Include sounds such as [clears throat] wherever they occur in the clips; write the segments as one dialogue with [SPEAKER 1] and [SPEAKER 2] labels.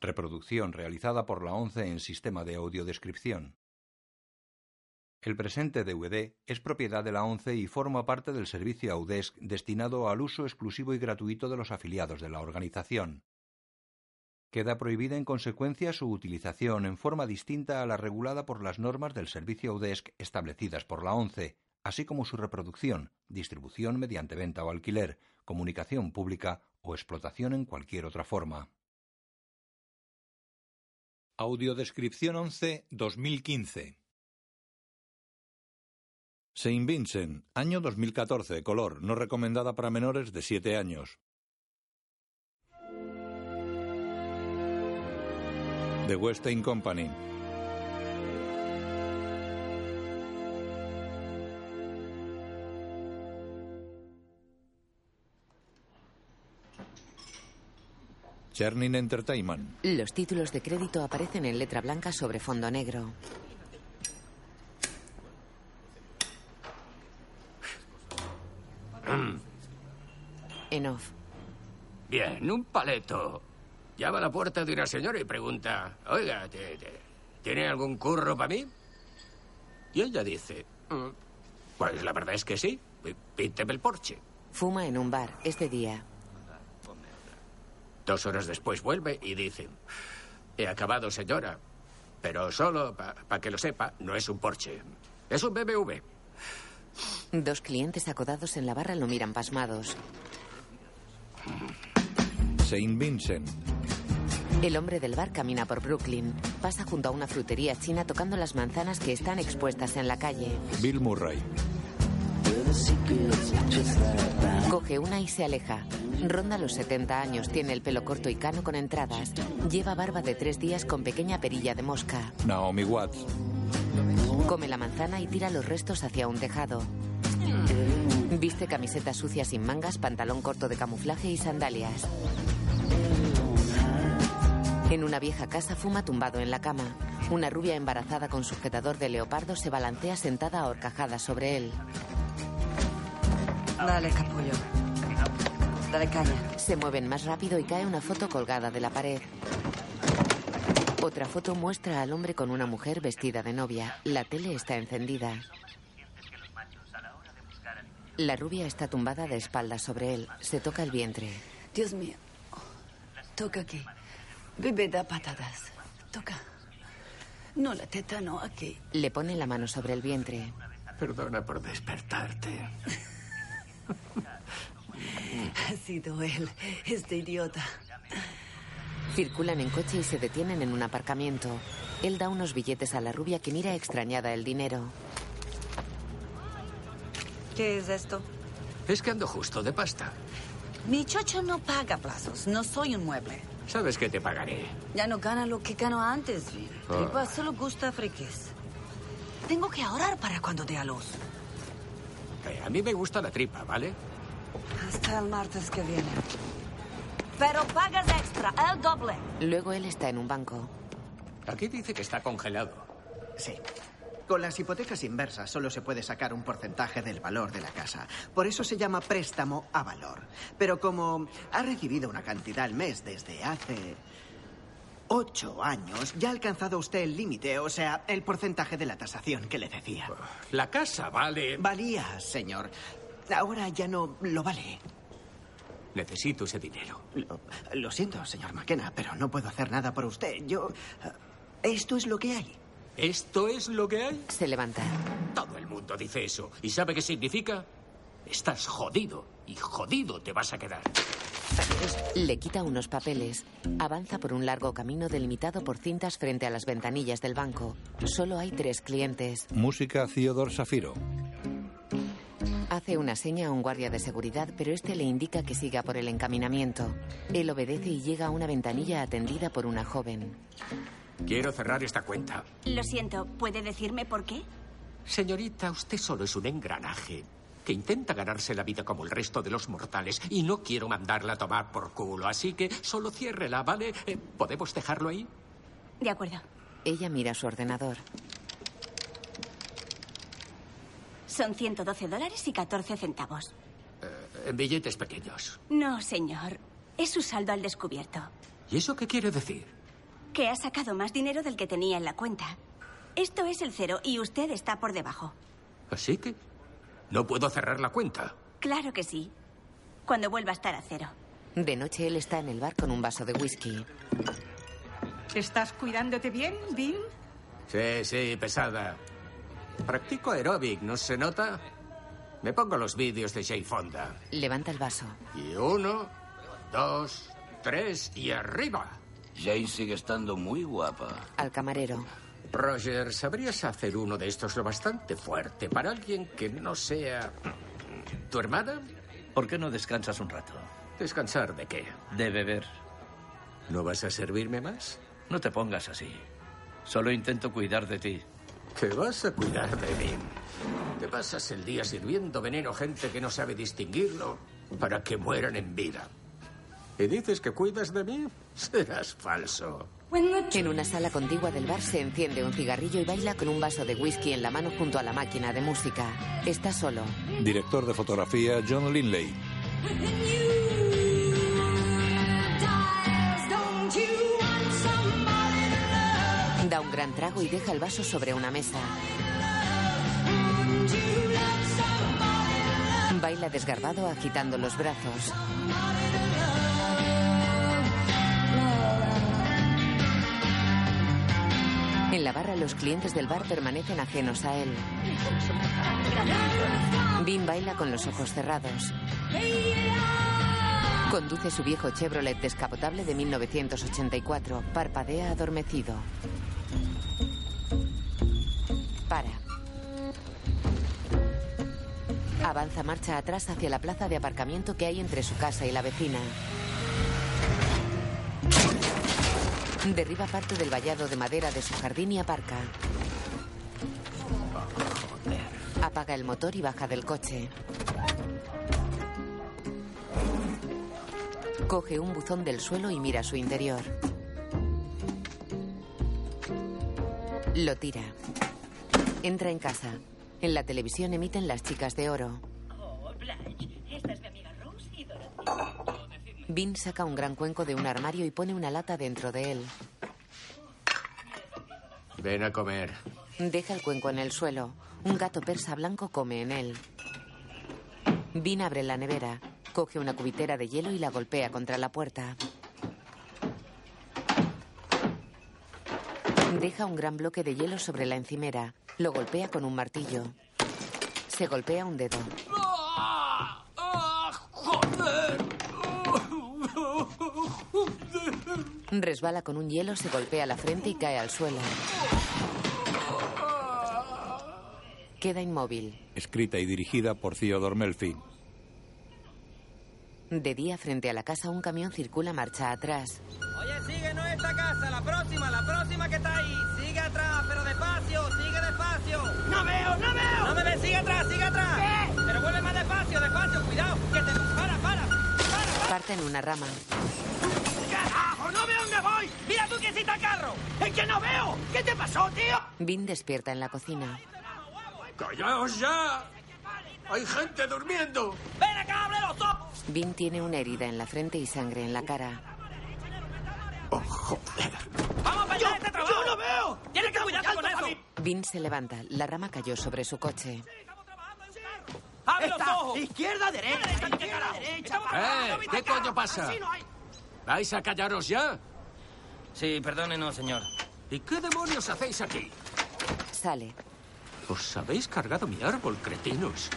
[SPEAKER 1] Reproducción realizada por la ONCE en sistema de audiodescripción. El presente DVD es propiedad de la ONCE y forma parte del servicio AUDESC destinado al uso exclusivo y gratuito de los afiliados de la organización. Queda prohibida en consecuencia su utilización en forma distinta a la regulada por las normas del servicio AUDESC establecidas por la ONCE, así como su reproducción, distribución mediante venta o alquiler, comunicación pública o explotación en cualquier otra forma.
[SPEAKER 2] Audiodescripción 11 2015 Saint Vincent, año 2014, color, no recomendada para menores de 7 años. The Westing Company. Chernin Entertainment.
[SPEAKER 3] Los títulos de crédito aparecen en letra blanca sobre fondo negro. En off.
[SPEAKER 4] Bien, un paleto. Llama a la puerta de una señora y pregunta, oiga, ¿te- te- ¿tiene algún curro para mí? Y ella dice, "Mm, pues la verdad es que sí, Pí- pínteme el porche.
[SPEAKER 3] Fuma en un bar. Este día.
[SPEAKER 4] Dos horas después vuelve y dice, he acabado señora, pero solo para que lo sepa, no es un porche, es un BMW.
[SPEAKER 3] Dos clientes acodados en la barra lo miran pasmados.
[SPEAKER 2] Saint Vincent.
[SPEAKER 3] El hombre del bar camina por Brooklyn. Pasa junto a una frutería china tocando las manzanas que están expuestas en la calle.
[SPEAKER 2] Bill Murray.
[SPEAKER 3] Coge una y se aleja. Ronda los 70 años, tiene el pelo corto y cano con entradas. Lleva barba de tres días con pequeña perilla de mosca.
[SPEAKER 2] Naomi Watts.
[SPEAKER 3] Come la manzana y tira los restos hacia un tejado. Viste camiseta sucia sin mangas, pantalón corto de camuflaje y sandalias. En una vieja casa fuma tumbado en la cama. Una rubia embarazada con sujetador de leopardo se balancea sentada ahorcajada sobre él.
[SPEAKER 5] Dale, capullo. Dale caña.
[SPEAKER 3] Se mueven más rápido y cae una foto colgada de la pared. Otra foto muestra al hombre con una mujer vestida de novia. La tele está encendida. La rubia está tumbada de espaldas sobre él. Se toca el vientre.
[SPEAKER 5] Dios mío. Toca aquí. Bebé da patadas. Toca. No la teta, no aquí.
[SPEAKER 3] Le pone la mano sobre el vientre.
[SPEAKER 4] Perdona por despertarte.
[SPEAKER 5] Ha sido él, este idiota.
[SPEAKER 3] Circulan en coche y se detienen en un aparcamiento. Él da unos billetes a la rubia que mira extrañada el dinero.
[SPEAKER 6] ¿Qué es esto?
[SPEAKER 4] Es que ando justo de pasta.
[SPEAKER 6] Mi chocho no paga plazos. No soy un mueble.
[SPEAKER 4] ¿Sabes qué te pagaré?
[SPEAKER 6] Ya no gana lo que gano antes, Bill.
[SPEAKER 4] Ah.
[SPEAKER 6] Tripa solo gusta friquez. Tengo que ahorrar para cuando dé a luz.
[SPEAKER 4] Eh, a mí me gusta la tripa, ¿vale?
[SPEAKER 6] Hasta el martes que viene. Pero pagas extra, el doble.
[SPEAKER 3] Luego él está en un banco.
[SPEAKER 4] Aquí dice que está congelado.
[SPEAKER 7] Sí. Con las hipotecas inversas solo se puede sacar un porcentaje del valor de la casa. Por eso se llama préstamo a valor. Pero como ha recibido una cantidad al mes desde hace ocho años, ya ha alcanzado usted el límite, o sea, el porcentaje de la tasación que le decía.
[SPEAKER 4] Ah, La casa vale.
[SPEAKER 7] Valía, señor. Ahora ya no lo vale.
[SPEAKER 4] Necesito ese dinero.
[SPEAKER 7] Lo, lo siento, señor McKenna, pero no puedo hacer nada por usted. Yo... eh, Esto es lo que hay.
[SPEAKER 4] ¿Esto es lo que hay?
[SPEAKER 3] Se levanta.
[SPEAKER 4] Todo el mundo dice eso. ¿Y sabe qué significa? Estás jodido. Y jodido te vas a quedar.
[SPEAKER 3] Le quita unos papeles. Avanza por un largo camino delimitado por cintas frente a las ventanillas del banco. Solo hay tres clientes.
[SPEAKER 2] Música Theodore Safiro.
[SPEAKER 3] Hace una seña a un guardia de seguridad, pero este le indica que siga por el encaminamiento. Él obedece y llega a una ventanilla atendida por una joven.
[SPEAKER 4] Quiero cerrar esta cuenta.
[SPEAKER 8] Lo siento, ¿puede decirme por qué?
[SPEAKER 4] Señorita, usted solo es un engranaje que intenta ganarse la vida como el resto de los mortales y no quiero mandarla a tomar por culo, así que solo ciérrela, ¿vale? Eh, ¿Podemos dejarlo ahí?
[SPEAKER 8] De acuerdo.
[SPEAKER 3] Ella mira su ordenador.
[SPEAKER 8] Son 112 dólares y 14 centavos.
[SPEAKER 4] Eh, En billetes pequeños.
[SPEAKER 8] No, señor. Es su saldo al descubierto.
[SPEAKER 4] ¿Y eso qué quiere decir?
[SPEAKER 8] Que ha sacado más dinero del que tenía en la cuenta. Esto es el cero y usted está por debajo.
[SPEAKER 4] Así que no puedo cerrar la cuenta.
[SPEAKER 8] Claro que sí. Cuando vuelva a estar a cero.
[SPEAKER 3] De noche él está en el bar con un vaso de whisky.
[SPEAKER 9] ¿Estás cuidándote bien, Bim?
[SPEAKER 4] Sí, sí, pesada. Practico aeróbic, ¿no se nota? Me pongo los vídeos de Jay Fonda.
[SPEAKER 3] Levanta el vaso.
[SPEAKER 4] Y uno, dos, tres y arriba.
[SPEAKER 10] Jane sigue estando muy guapa.
[SPEAKER 3] Al camarero.
[SPEAKER 4] Roger, ¿sabrías hacer uno de estos lo bastante fuerte para alguien que no sea tu hermana?
[SPEAKER 10] ¿Por qué no descansas un rato?
[SPEAKER 4] ¿Descansar de qué?
[SPEAKER 10] De beber.
[SPEAKER 4] ¿No vas a servirme más?
[SPEAKER 10] No te pongas así. Solo intento cuidar de ti.
[SPEAKER 4] ¿Qué vas a cuidar de mí? Te pasas el día sirviendo veneno a gente que no sabe distinguirlo para que mueran en vida. ¿Y dices que cuidas de mí? Serás falso.
[SPEAKER 3] En una sala contigua del bar se enciende un cigarrillo y baila con un vaso de whisky en la mano junto a la máquina de música. Está solo.
[SPEAKER 2] Director de fotografía John Linley.
[SPEAKER 3] Da un gran trago y deja el vaso sobre una mesa. Baila desgarbado agitando los brazos. En la barra los clientes del bar permanecen ajenos a él. Bim baila con los ojos cerrados. Conduce su viejo Chevrolet descapotable de 1984. Parpadea adormecido. Para. Avanza marcha atrás hacia la plaza de aparcamiento que hay entre su casa y la vecina. Derriba parte del vallado de madera de su jardín y aparca. Apaga el motor y baja del coche. Coge un buzón del suelo y mira su interior. Lo tira. Entra en casa. En la televisión emiten las chicas de oro.
[SPEAKER 11] Oh, Blanche, esta es mi amiga Rose y Dorothy.
[SPEAKER 3] Vin saca un gran cuenco de un armario y pone una lata dentro de él.
[SPEAKER 4] Ven a comer.
[SPEAKER 3] Deja el cuenco en el suelo. Un gato persa blanco come en él. Vin abre la nevera, coge una cubitera de hielo y la golpea contra la puerta. Deja un gran bloque de hielo sobre la encimera. Lo golpea con un martillo. Se golpea un dedo.
[SPEAKER 11] ¡Ah! ¡Ah! ¡Joder!
[SPEAKER 3] Resbala con un hielo, se golpea la frente y cae al suelo. Queda inmóvil.
[SPEAKER 2] Escrita y dirigida por Theodore Melfi.
[SPEAKER 3] De día, frente a la casa, un camión circula marcha atrás.
[SPEAKER 12] Oye, síguenos esta casa, la próxima, la próxima que está ahí. Sigue atrás, pero despacio, sigue despacio.
[SPEAKER 11] ¡No veo, no veo!
[SPEAKER 12] No me ves, sigue atrás, sigue atrás.
[SPEAKER 11] ¿Qué?
[SPEAKER 12] Pero vuelve más despacio, despacio, cuidado, que te para, para.
[SPEAKER 3] Parte en una rama.
[SPEAKER 11] ¡Carajo! ¡No veo dónde voy! ¡Mira tú que cita el carro! ¡Es que no veo! ¿Qué te pasó, tío?
[SPEAKER 3] Vin despierta en la cocina.
[SPEAKER 4] ¡Callaos ya! ¡Hay gente durmiendo!
[SPEAKER 12] Ven acá, abre los ojos.
[SPEAKER 3] Vin tiene una herida en la frente y sangre en la cara.
[SPEAKER 4] ¡Oh, joder!
[SPEAKER 12] Vamos a perder este trabajo.
[SPEAKER 11] ¡Yo no veo!
[SPEAKER 12] Tienes que cuidarte con eso.
[SPEAKER 3] Vin se levanta. La rama cayó sobre su coche.
[SPEAKER 12] Abre los
[SPEAKER 11] Está
[SPEAKER 12] ojos.
[SPEAKER 11] Izquierda, derecha,
[SPEAKER 12] Izquierda,
[SPEAKER 11] izquierda,
[SPEAKER 12] derecha.
[SPEAKER 11] derecha.
[SPEAKER 4] ¡Eh! ¿Qué coño pasa? ¿Vais a callaros ya?
[SPEAKER 12] Sí, perdónenos, señor.
[SPEAKER 4] ¿Y qué demonios hacéis aquí?
[SPEAKER 3] Sale.
[SPEAKER 4] Os habéis cargado mi árbol, cretinos.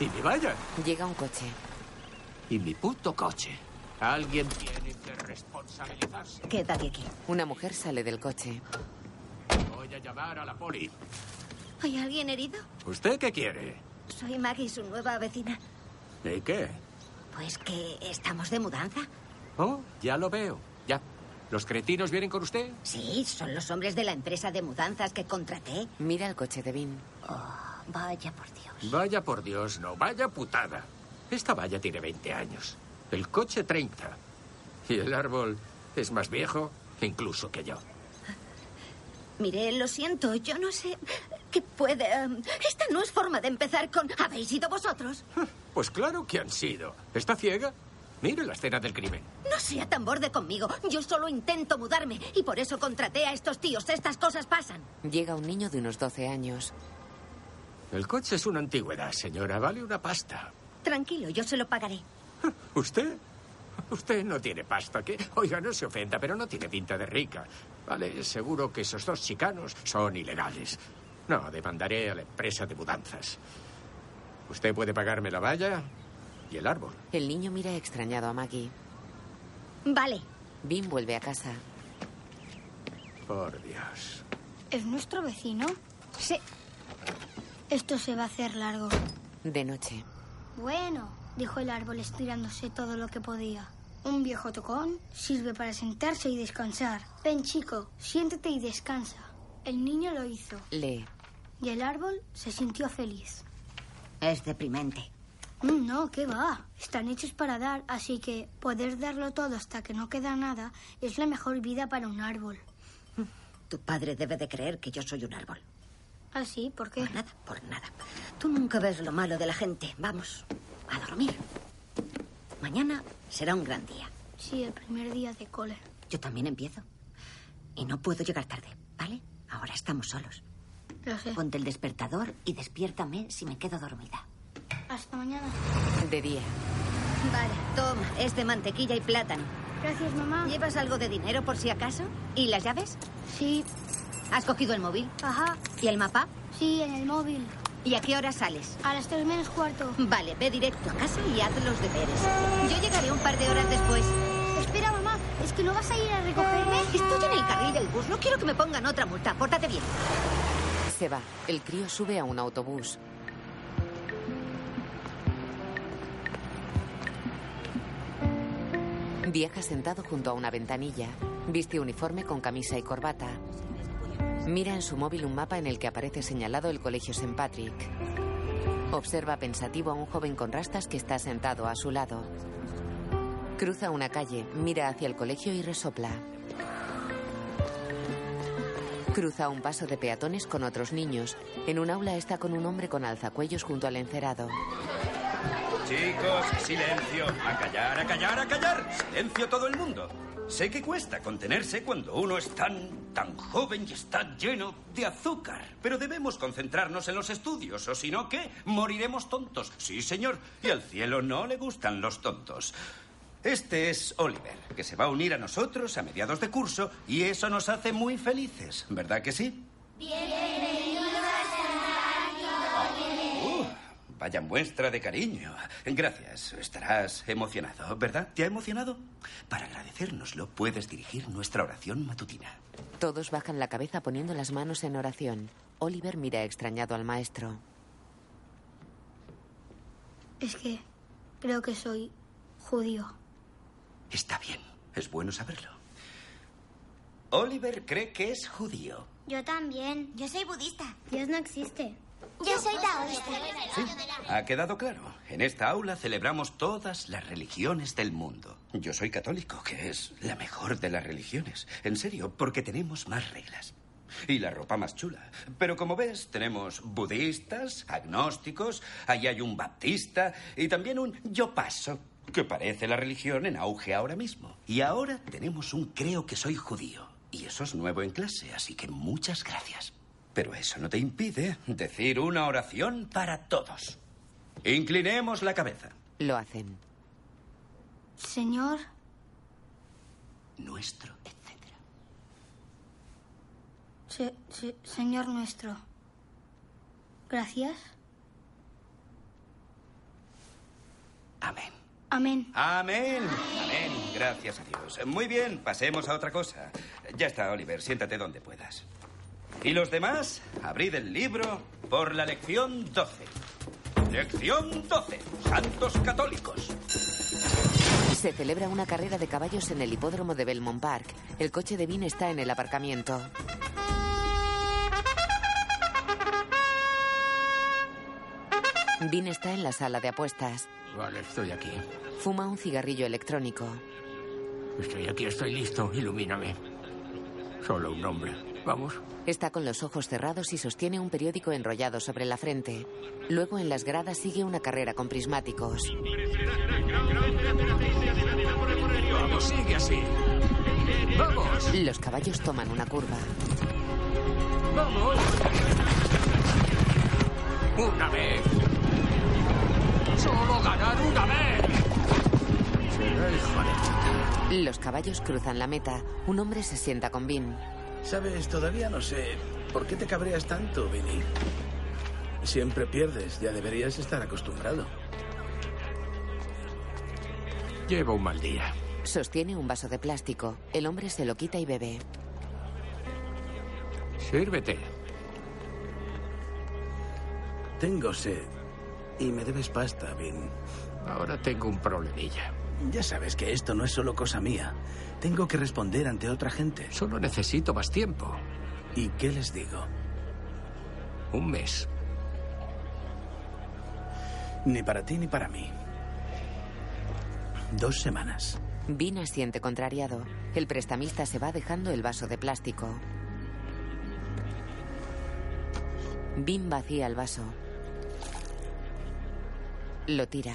[SPEAKER 4] Y mi valla.
[SPEAKER 3] Llega un coche.
[SPEAKER 4] Y mi puto coche. Alguien tiene que responsabilizarse.
[SPEAKER 8] Quédate aquí.
[SPEAKER 3] Una mujer sale del coche.
[SPEAKER 4] Voy a llamar a la poli.
[SPEAKER 8] ¿Hay alguien herido?
[SPEAKER 4] ¿Usted qué quiere?
[SPEAKER 8] Soy Maggie, su nueva vecina.
[SPEAKER 4] ¿De qué?
[SPEAKER 8] Pues que estamos de mudanza.
[SPEAKER 4] Oh, ya lo veo. Ya. ¿Los cretinos vienen con usted?
[SPEAKER 8] Sí, son los hombres de la empresa de mudanzas que contraté.
[SPEAKER 3] Mira el coche de Vin.
[SPEAKER 13] Oh,
[SPEAKER 8] Vaya por Dios.
[SPEAKER 4] Pues Vaya por Dios, no, vaya putada. Esta valla tiene 20 años, el coche 30. Y el árbol es más viejo incluso que yo.
[SPEAKER 8] Mire, lo siento, yo
[SPEAKER 3] [laughs]
[SPEAKER 8] no sé qué puede... em, esta no es forma de empezar con... ¿Habéis sido vosotros?
[SPEAKER 4] Pues claro que han sido. ¿Está ciega? Mire la escena del crimen.
[SPEAKER 13] No sea tan borde conmigo. Yo solo intento mudarme y por eso contraté a estos tíos. Estas cosas pasan.
[SPEAKER 3] Llega un niño de unos 12 años.
[SPEAKER 4] El coche es una antigüedad, señora. Vale una pasta.
[SPEAKER 13] Tranquilo, yo se lo pagaré.
[SPEAKER 4] ¿Usted? Usted no tiene pasta. ¿qué? Oiga, no se ofenda, pero no tiene pinta de rica. Vale, seguro que esos dos chicanos son ilegales. No, demandaré a la empresa de mudanzas. Usted puede pagarme la valla y el árbol.
[SPEAKER 3] El niño mira extrañado a Maggie.
[SPEAKER 13] Vale.
[SPEAKER 3] Bim vuelve a casa.
[SPEAKER 4] Por Dios.
[SPEAKER 14] ¿Es nuestro vecino?
[SPEAKER 13] Sí.
[SPEAKER 14] Esto se va a hacer largo.
[SPEAKER 3] De noche.
[SPEAKER 14] Bueno, dijo el árbol estirándose todo lo que podía. Un viejo tocón sirve para sentarse y descansar. Ven, chico, siéntate y descansa. El niño lo hizo.
[SPEAKER 3] Lee.
[SPEAKER 14] Y el árbol se sintió feliz.
[SPEAKER 13] Es deprimente.
[SPEAKER 14] Mm, No, ¿qué va? Están hechos para dar, así que poder darlo todo hasta que no queda nada es la mejor vida para un árbol.
[SPEAKER 13] Tu padre debe de creer que yo soy un árbol.
[SPEAKER 14] Así, Ah, ¿por qué?
[SPEAKER 13] Nada, por nada. Tú nunca ves lo malo de la gente. Vamos, a dormir. Mañana será un gran día.
[SPEAKER 14] Sí, el primer día de cole.
[SPEAKER 13] Yo también empiezo. Y no puedo llegar tarde, ¿vale? Ahora estamos solos.
[SPEAKER 14] Lo sé.
[SPEAKER 13] Ponte el despertador y despiértame si me quedo dormida.
[SPEAKER 14] Hasta mañana.
[SPEAKER 3] De día.
[SPEAKER 13] Vale, toma, es de mantequilla y plátano.
[SPEAKER 14] Gracias, mamá.
[SPEAKER 13] ¿Llevas algo de dinero por si acaso? ¿Y las llaves?
[SPEAKER 14] Sí.
[SPEAKER 13] ¿Has cogido el móvil?
[SPEAKER 14] Ajá.
[SPEAKER 13] ¿Y el mapa?
[SPEAKER 14] Sí, en el móvil.
[SPEAKER 13] ¿Y a qué hora sales?
[SPEAKER 14] A las tres menos cuarto.
[SPEAKER 13] Vale, ve directo a casa y haz los deberes. Yo llegaré un par de horas después.
[SPEAKER 14] Espera, mamá. ¿Es que no vas a ir a recogerme?
[SPEAKER 13] Estoy en el carril del bus. No quiero que me pongan otra multa. Pórtate bien.
[SPEAKER 3] Se va. El crío sube a un autobús. Viaja sentado junto a una ventanilla. Viste uniforme con camisa y corbata. Mira en su móvil un mapa en el que aparece señalado el colegio St. Patrick. Observa pensativo a un joven con rastas que está sentado a su lado. Cruza una calle, mira hacia el colegio y resopla. Cruza un paso de peatones con otros niños. En un aula está con un hombre con alzacuellos junto al encerado.
[SPEAKER 15] Chicos, silencio. A callar, a callar, a callar. Silencio todo el mundo. Sé que cuesta contenerse cuando uno es tan, tan joven y está lleno de azúcar. Pero debemos concentrarnos en los estudios, o si no, ¿qué? Moriremos tontos. Sí, señor. Y al cielo no le gustan los tontos. Este es Oliver, que se va a unir a nosotros a mediados de curso y eso nos hace muy felices, ¿verdad que sí? Vaya muestra de cariño. Gracias. Estarás emocionado, ¿verdad? ¿Te ha emocionado? Para agradecérnoslo, puedes dirigir nuestra oración matutina.
[SPEAKER 3] Todos bajan la cabeza poniendo las manos en oración. Oliver mira extrañado al maestro.
[SPEAKER 14] Es que creo que soy judío.
[SPEAKER 15] Está bien. Es bueno saberlo. Oliver cree que es judío.
[SPEAKER 14] Yo también.
[SPEAKER 8] Yo soy budista.
[SPEAKER 14] Dios no existe.
[SPEAKER 8] Yo soy taoísta.
[SPEAKER 15] Ha quedado claro. En esta aula celebramos todas las religiones del mundo. Yo soy católico, que es la mejor de las religiones. En serio, porque tenemos más reglas. Y la ropa más chula. Pero como ves, tenemos budistas, agnósticos, ahí hay un baptista y también un yo paso, que parece la religión en auge ahora mismo. Y ahora tenemos un creo que soy judío. Y eso es nuevo en clase, así que muchas gracias. Pero eso no te impide decir una oración para todos. Inclinemos la cabeza.
[SPEAKER 3] Lo hacen.
[SPEAKER 14] Señor,
[SPEAKER 15] Nuestro.
[SPEAKER 14] se- se- Señor nuestro. Gracias.
[SPEAKER 15] Amén.
[SPEAKER 14] Amén.
[SPEAKER 15] Amén. Amén. Gracias a Dios. Muy bien, pasemos a otra cosa. Ya está, Oliver, siéntate donde puedas. Y los demás, abrid el libro por la lección 12. Lección 12. Santos católicos.
[SPEAKER 3] Se celebra una carrera de caballos en el hipódromo de Belmont Park. El coche de Bean está en el aparcamiento. Bean está en la sala de apuestas.
[SPEAKER 4] Vale, estoy aquí.
[SPEAKER 3] Fuma un cigarrillo electrónico.
[SPEAKER 4] Estoy aquí, estoy listo. Ilumíname. Solo un hombre. Vamos.
[SPEAKER 3] Está con los ojos cerrados y sostiene un periódico enrollado sobre la frente. Luego en las gradas sigue una carrera con prismáticos.
[SPEAKER 4] Vamos, sigue así. Vamos,
[SPEAKER 3] Los caballos toman una curva.
[SPEAKER 4] vamos. Una vez. Solo ganar una vez. Hijo de
[SPEAKER 3] Los caballos cruzan la meta. Un hombre se sienta con Vin.
[SPEAKER 16] Sabes, todavía no sé por qué te cabreas tanto, Vinny. Siempre pierdes, ya deberías estar acostumbrado.
[SPEAKER 4] Llevo un mal día.
[SPEAKER 3] Sostiene un vaso de plástico. El hombre se lo quita y bebe.
[SPEAKER 4] Sírvete.
[SPEAKER 16] Tengo sed y me debes pasta, Vin.
[SPEAKER 4] Ahora tengo un problemilla.
[SPEAKER 16] Ya sabes que esto no es solo cosa mía. Tengo que responder ante otra gente.
[SPEAKER 4] Solo necesito más tiempo.
[SPEAKER 16] ¿Y qué les digo?
[SPEAKER 4] Un mes.
[SPEAKER 16] Ni para ti ni para mí. Dos semanas.
[SPEAKER 3] Vin asiente contrariado. El prestamista se va dejando el vaso de plástico. Vin vacía el vaso. Lo tira.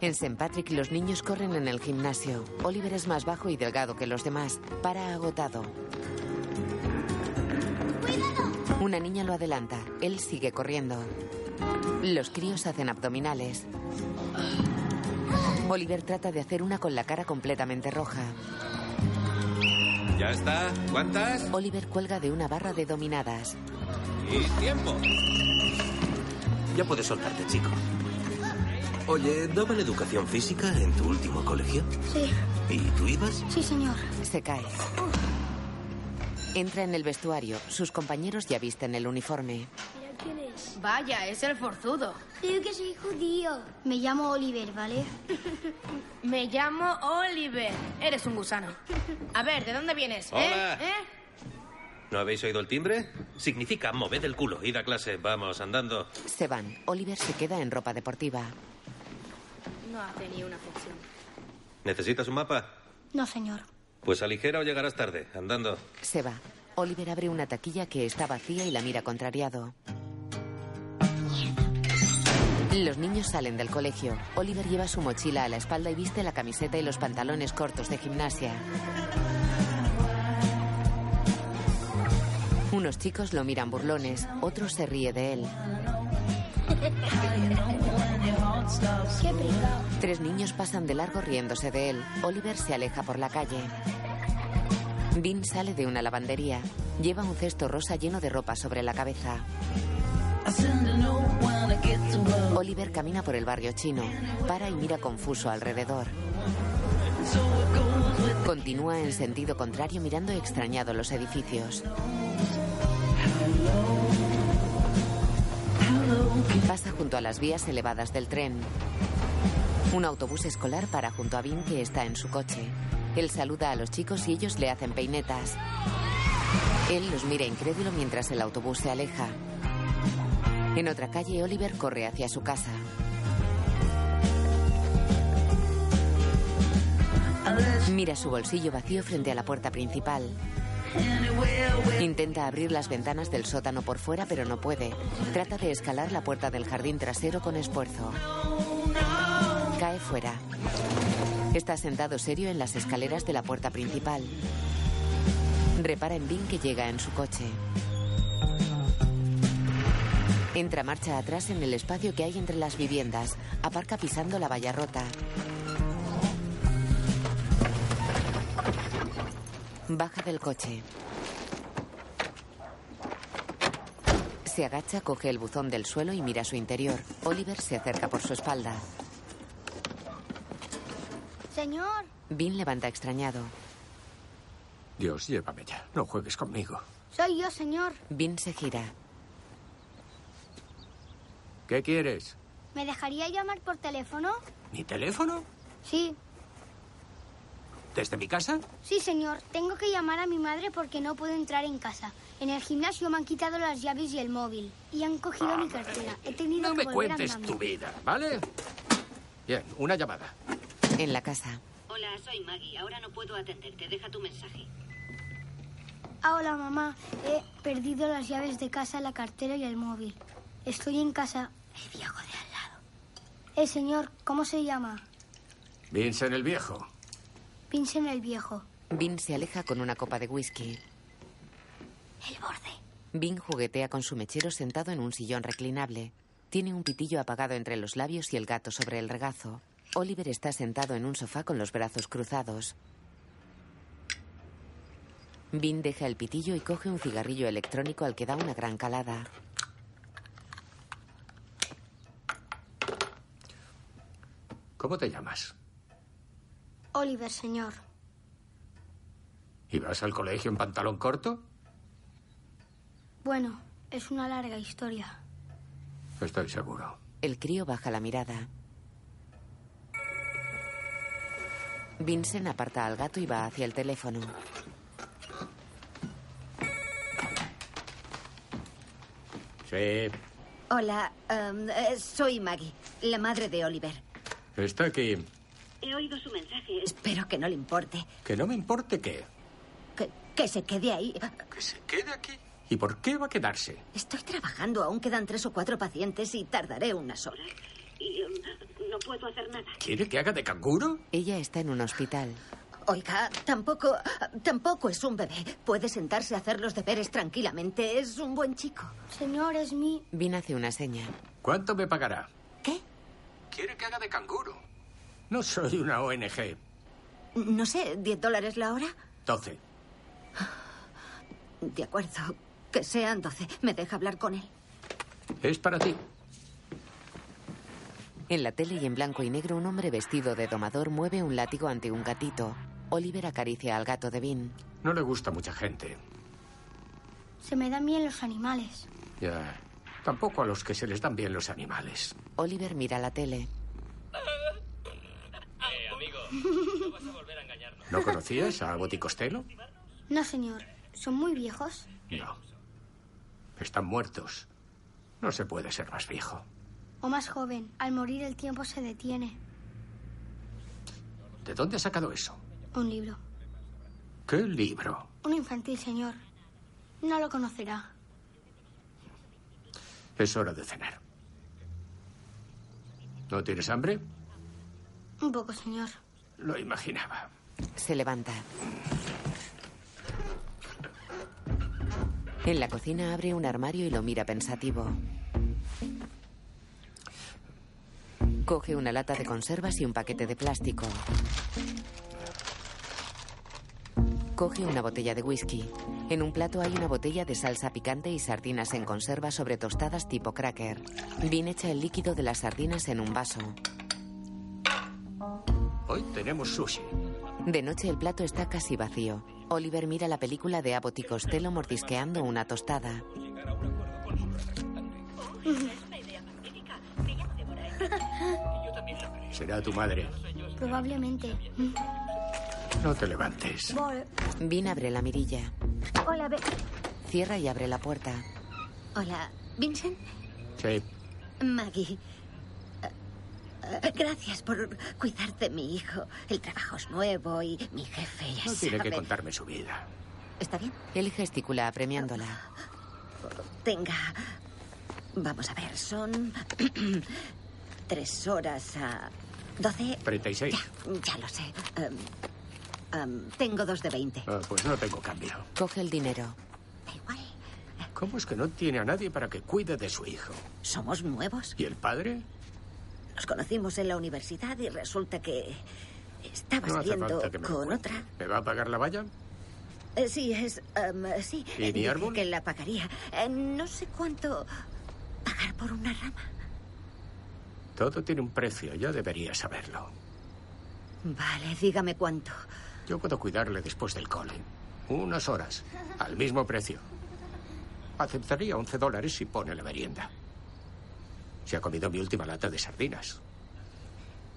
[SPEAKER 3] En St. Patrick los niños corren en el gimnasio. Oliver es más bajo y delgado que los demás. Para agotado. Una niña lo adelanta. Él sigue corriendo. Los críos hacen abdominales. Oliver trata de hacer una con la cara completamente roja.
[SPEAKER 17] Ya está. ¿Cuántas?
[SPEAKER 3] Oliver cuelga de una barra de dominadas.
[SPEAKER 17] Y tiempo. Ya puedes soltarte, chico. Oye, ¿daban educación física en tu último colegio?
[SPEAKER 14] Sí,
[SPEAKER 17] ¿Y tú ibas?
[SPEAKER 14] sí, señor.
[SPEAKER 3] Se cae. Entra en el vestuario. Sus compañeros ya visten el uniforme.
[SPEAKER 14] ¿Quién es? Vaya, es el forzudo. Creo que soy judío. Me llamo Oliver, [laughs] ¿vale?
[SPEAKER 18] Me llamo Oliver. Eres un gusano. A ver, ¿de dónde vienes? ¿Eh?
[SPEAKER 17] Hola.
[SPEAKER 18] ¿Eh?
[SPEAKER 17] ¿No habéis oído el timbre? Significa moved el culo, id a clase, vamos, andando.
[SPEAKER 3] Se van. Oliver se queda en ropa deportiva.
[SPEAKER 18] No hace ni una función.
[SPEAKER 17] ¿Necesitas un mapa?
[SPEAKER 14] No, señor.
[SPEAKER 17] Pues aligera o llegarás tarde, andando.
[SPEAKER 3] Se va. Oliver abre una taquilla que está vacía y la mira contrariado. Los niños salen del colegio. Oliver lleva su mochila a la espalda y viste la camiseta y los pantalones cortos de gimnasia. Unos chicos lo miran burlones, otros se ríe de él.
[SPEAKER 14] Qué pringao.
[SPEAKER 3] Tres niños pasan de largo riéndose de él. Oliver se aleja por la calle. Dean sale de una lavandería. Lleva un cesto rosa lleno de ropa sobre la cabeza. Oliver camina por el barrio chino. Para y mira confuso alrededor. Continúa en sentido contrario mirando extrañado los edificios. Pasa junto a las vías elevadas del tren. Un autobús escolar para junto a Vin que está en su coche. Él saluda a los chicos y ellos le hacen peinetas. Él los mira incrédulo mientras el autobús se aleja. En otra calle, Oliver corre hacia su casa. Mira su bolsillo vacío frente a la puerta principal. Intenta abrir las ventanas del sótano por fuera, pero no puede. Trata de escalar la puerta del jardín trasero con esfuerzo. Cae fuera. Está sentado serio en las escaleras de la puerta principal. Repara en Vin que llega en su coche. Entra marcha atrás en el espacio que hay entre las viviendas. Aparca pisando la valla rota. Baja del coche. Se agacha, coge el buzón del suelo y mira su interior. Oliver se acerca por su espalda.
[SPEAKER 14] Señor,
[SPEAKER 3] Vin levanta extrañado.
[SPEAKER 4] Dios, llévame ya. No juegues conmigo.
[SPEAKER 14] soy yo, señor.
[SPEAKER 3] Vin se gira.
[SPEAKER 4] ¿Qué quieres?
[SPEAKER 14] ¿Me dejaría llamar por teléfono?
[SPEAKER 4] ¿Mi teléfono?
[SPEAKER 14] Sí,
[SPEAKER 4] ¿Desde mi casa?
[SPEAKER 14] sí, señor. Tengo que llamar a mi madre porque no puedo entrar en casa. En el gimnasio me han quitado las llaves y el móvil. Y han cogido mi cartera. He tenido
[SPEAKER 4] Ah, No
[SPEAKER 14] que
[SPEAKER 4] me
[SPEAKER 14] volver
[SPEAKER 4] cuentes
[SPEAKER 14] andando.
[SPEAKER 4] tu vida, ¿vale? Bien, una llamada.
[SPEAKER 3] En la casa.
[SPEAKER 19] Hola, soy Maggie. Ahora no puedo atenderte. Deja tu mensaje.
[SPEAKER 14] Ah, hola mamá. He perdido las llaves de casa, la cartera y el móvil. Estoy en casa. El viejo de al lado. Eh, señor, ¿cómo se llama?
[SPEAKER 4] Vincent el viejo.
[SPEAKER 14] Vincent el viejo.
[SPEAKER 3] Vin se aleja con una copa de whisky.
[SPEAKER 14] El borde.
[SPEAKER 3] Vin juguetea con su mechero sentado en un sillón reclinable. Tiene un pitillo apagado entre los labios y el gato sobre el regazo. Oliver está sentado en un sofá con los brazos cruzados. Vin deja el pitillo y coge un cigarrillo electrónico al que da una gran calada.
[SPEAKER 4] ¿Cómo te llamas?
[SPEAKER 14] Oliver, señor.
[SPEAKER 4] ¿Y vas al colegio en pantalón corto?
[SPEAKER 14] Bueno, es una larga historia.
[SPEAKER 4] Estoy seguro.
[SPEAKER 3] El crío baja la mirada. Vincent aparta al gato y va hacia el teléfono.
[SPEAKER 4] Sí.
[SPEAKER 13] Hola, em, eh, soy Maggie, la madre de Oliver.
[SPEAKER 4] Está aquí.
[SPEAKER 13] He oído su mensaje. Espero que no le importe.
[SPEAKER 4] Que no me importe qué.
[SPEAKER 13] Que, que se quede ahí.
[SPEAKER 4] Quede aquí. ¿Y por qué va a quedarse?
[SPEAKER 13] Estoy trabajando, aún quedan tres o cuatro pacientes y tardaré unas horas.
[SPEAKER 19] Y em, no puedo hacer nada.
[SPEAKER 4] ¿Quiere que haga de canguro?
[SPEAKER 3] Ella está en un hospital.
[SPEAKER 13] Oiga, tampoco, tampoco es un bebé. Puede sentarse a hacer los deberes tranquilamente. Es un buen chico.
[SPEAKER 14] Señor, es mi...
[SPEAKER 3] Vin hace una seña.
[SPEAKER 4] ¿Cuánto me pagará?
[SPEAKER 11] ¿Quiere que haga de canguro?
[SPEAKER 4] No soy una ONG.
[SPEAKER 13] No sé, ¿10 dólares la hora?
[SPEAKER 4] 12.
[SPEAKER 13] De acuerdo, que sean 12. Me deja hablar con él.
[SPEAKER 4] Es para ti.
[SPEAKER 3] En la tele y en blanco y negro un hombre vestido de domador mueve un látigo ante un gatito. Oliver acaricia al gato de Vin.
[SPEAKER 4] No le gusta mucha gente.
[SPEAKER 14] Se me dan bien los animales. [laughs]
[SPEAKER 4] Ya. Tampoco a los que se les dan bien los animales.
[SPEAKER 3] Oliver mira la tele.
[SPEAKER 4] ¿No
[SPEAKER 10] [laughs]
[SPEAKER 4] conocías a Boticostelo?
[SPEAKER 14] No, señor. ¿Son muy viejos?
[SPEAKER 4] No. Están muertos. No se puede ser más viejo.
[SPEAKER 14] ¿O más joven? Al morir el tiempo se detiene.
[SPEAKER 4] ¿De dónde ha sacado eso?
[SPEAKER 14] Un libro.
[SPEAKER 4] ¿Qué libro?
[SPEAKER 14] Un infantil, señor. No lo conocerá. [laughs]
[SPEAKER 4] Es hora de cenar. ¿No tienes hambre?
[SPEAKER 14] Un poco, señor.
[SPEAKER 4] Lo imaginaba.
[SPEAKER 3] Se levanta. En la cocina abre un armario y lo mira pensativo. Coge una lata de conservas y un paquete de plástico. Coge una botella de whisky. En un plato hay una botella de salsa picante y sardinas en conserva sobre tostadas tipo cracker. Vin echa el líquido de las sardinas en un vaso.
[SPEAKER 4] Hoy tenemos sushi.
[SPEAKER 3] De noche el plato está casi vacío. Oliver mira la película de Abbott y Costello mordisqueando una tostada.
[SPEAKER 4] Será tu madre.
[SPEAKER 14] Probablemente.
[SPEAKER 4] No te levantes.
[SPEAKER 3] Vin abre la mirilla.
[SPEAKER 13] Hola, Be-
[SPEAKER 3] Cierra y abre la puerta.
[SPEAKER 13] Hola, Vincent.
[SPEAKER 4] Sí.
[SPEAKER 13] Maggie. Eh, eh, Gracias por cuidar de mi hijo. El trabajo es nuevo y mi jefe ya
[SPEAKER 4] No tiene
[SPEAKER 13] sabe.
[SPEAKER 4] que contarme su vida.
[SPEAKER 13] ¿Está bien?
[SPEAKER 3] Él gesticula apremiándola.
[SPEAKER 13] Tenga. Vamos a ver, son. [clears throat] tres horas a. doce.
[SPEAKER 4] 36.
[SPEAKER 13] Ya lo sé. Em, em, tengo dos de veinte.
[SPEAKER 4] Ah, pues no tengo cambio.
[SPEAKER 3] Coge el dinero.
[SPEAKER 4] ¿Cómo es que no tiene a nadie para que cuide de su hijo?
[SPEAKER 13] Somos nuevos.
[SPEAKER 4] ¿Y el padre?
[SPEAKER 13] Nos conocimos en la universidad y resulta que. estaba
[SPEAKER 4] No hace
[SPEAKER 13] saliendo
[SPEAKER 4] falta que me lo
[SPEAKER 13] con
[SPEAKER 4] cuente.
[SPEAKER 13] otra.
[SPEAKER 4] ¿Me va a pagar la valla?
[SPEAKER 13] Eh, Sí, es. em, sí.
[SPEAKER 4] ¿Y mi
[SPEAKER 13] Dije
[SPEAKER 4] árbol?
[SPEAKER 13] Que la pagaría. Eh, no sé cuánto. pagar por una rama.
[SPEAKER 4] Todo tiene un precio, ya debería saberlo.
[SPEAKER 13] Vale, dígame cuánto.
[SPEAKER 4] Yo puedo cuidarle después del cole. Unas horas, al mismo precio. Aceptaría 11 dólares si pone la merienda. Se ha comido mi última lata de sardinas.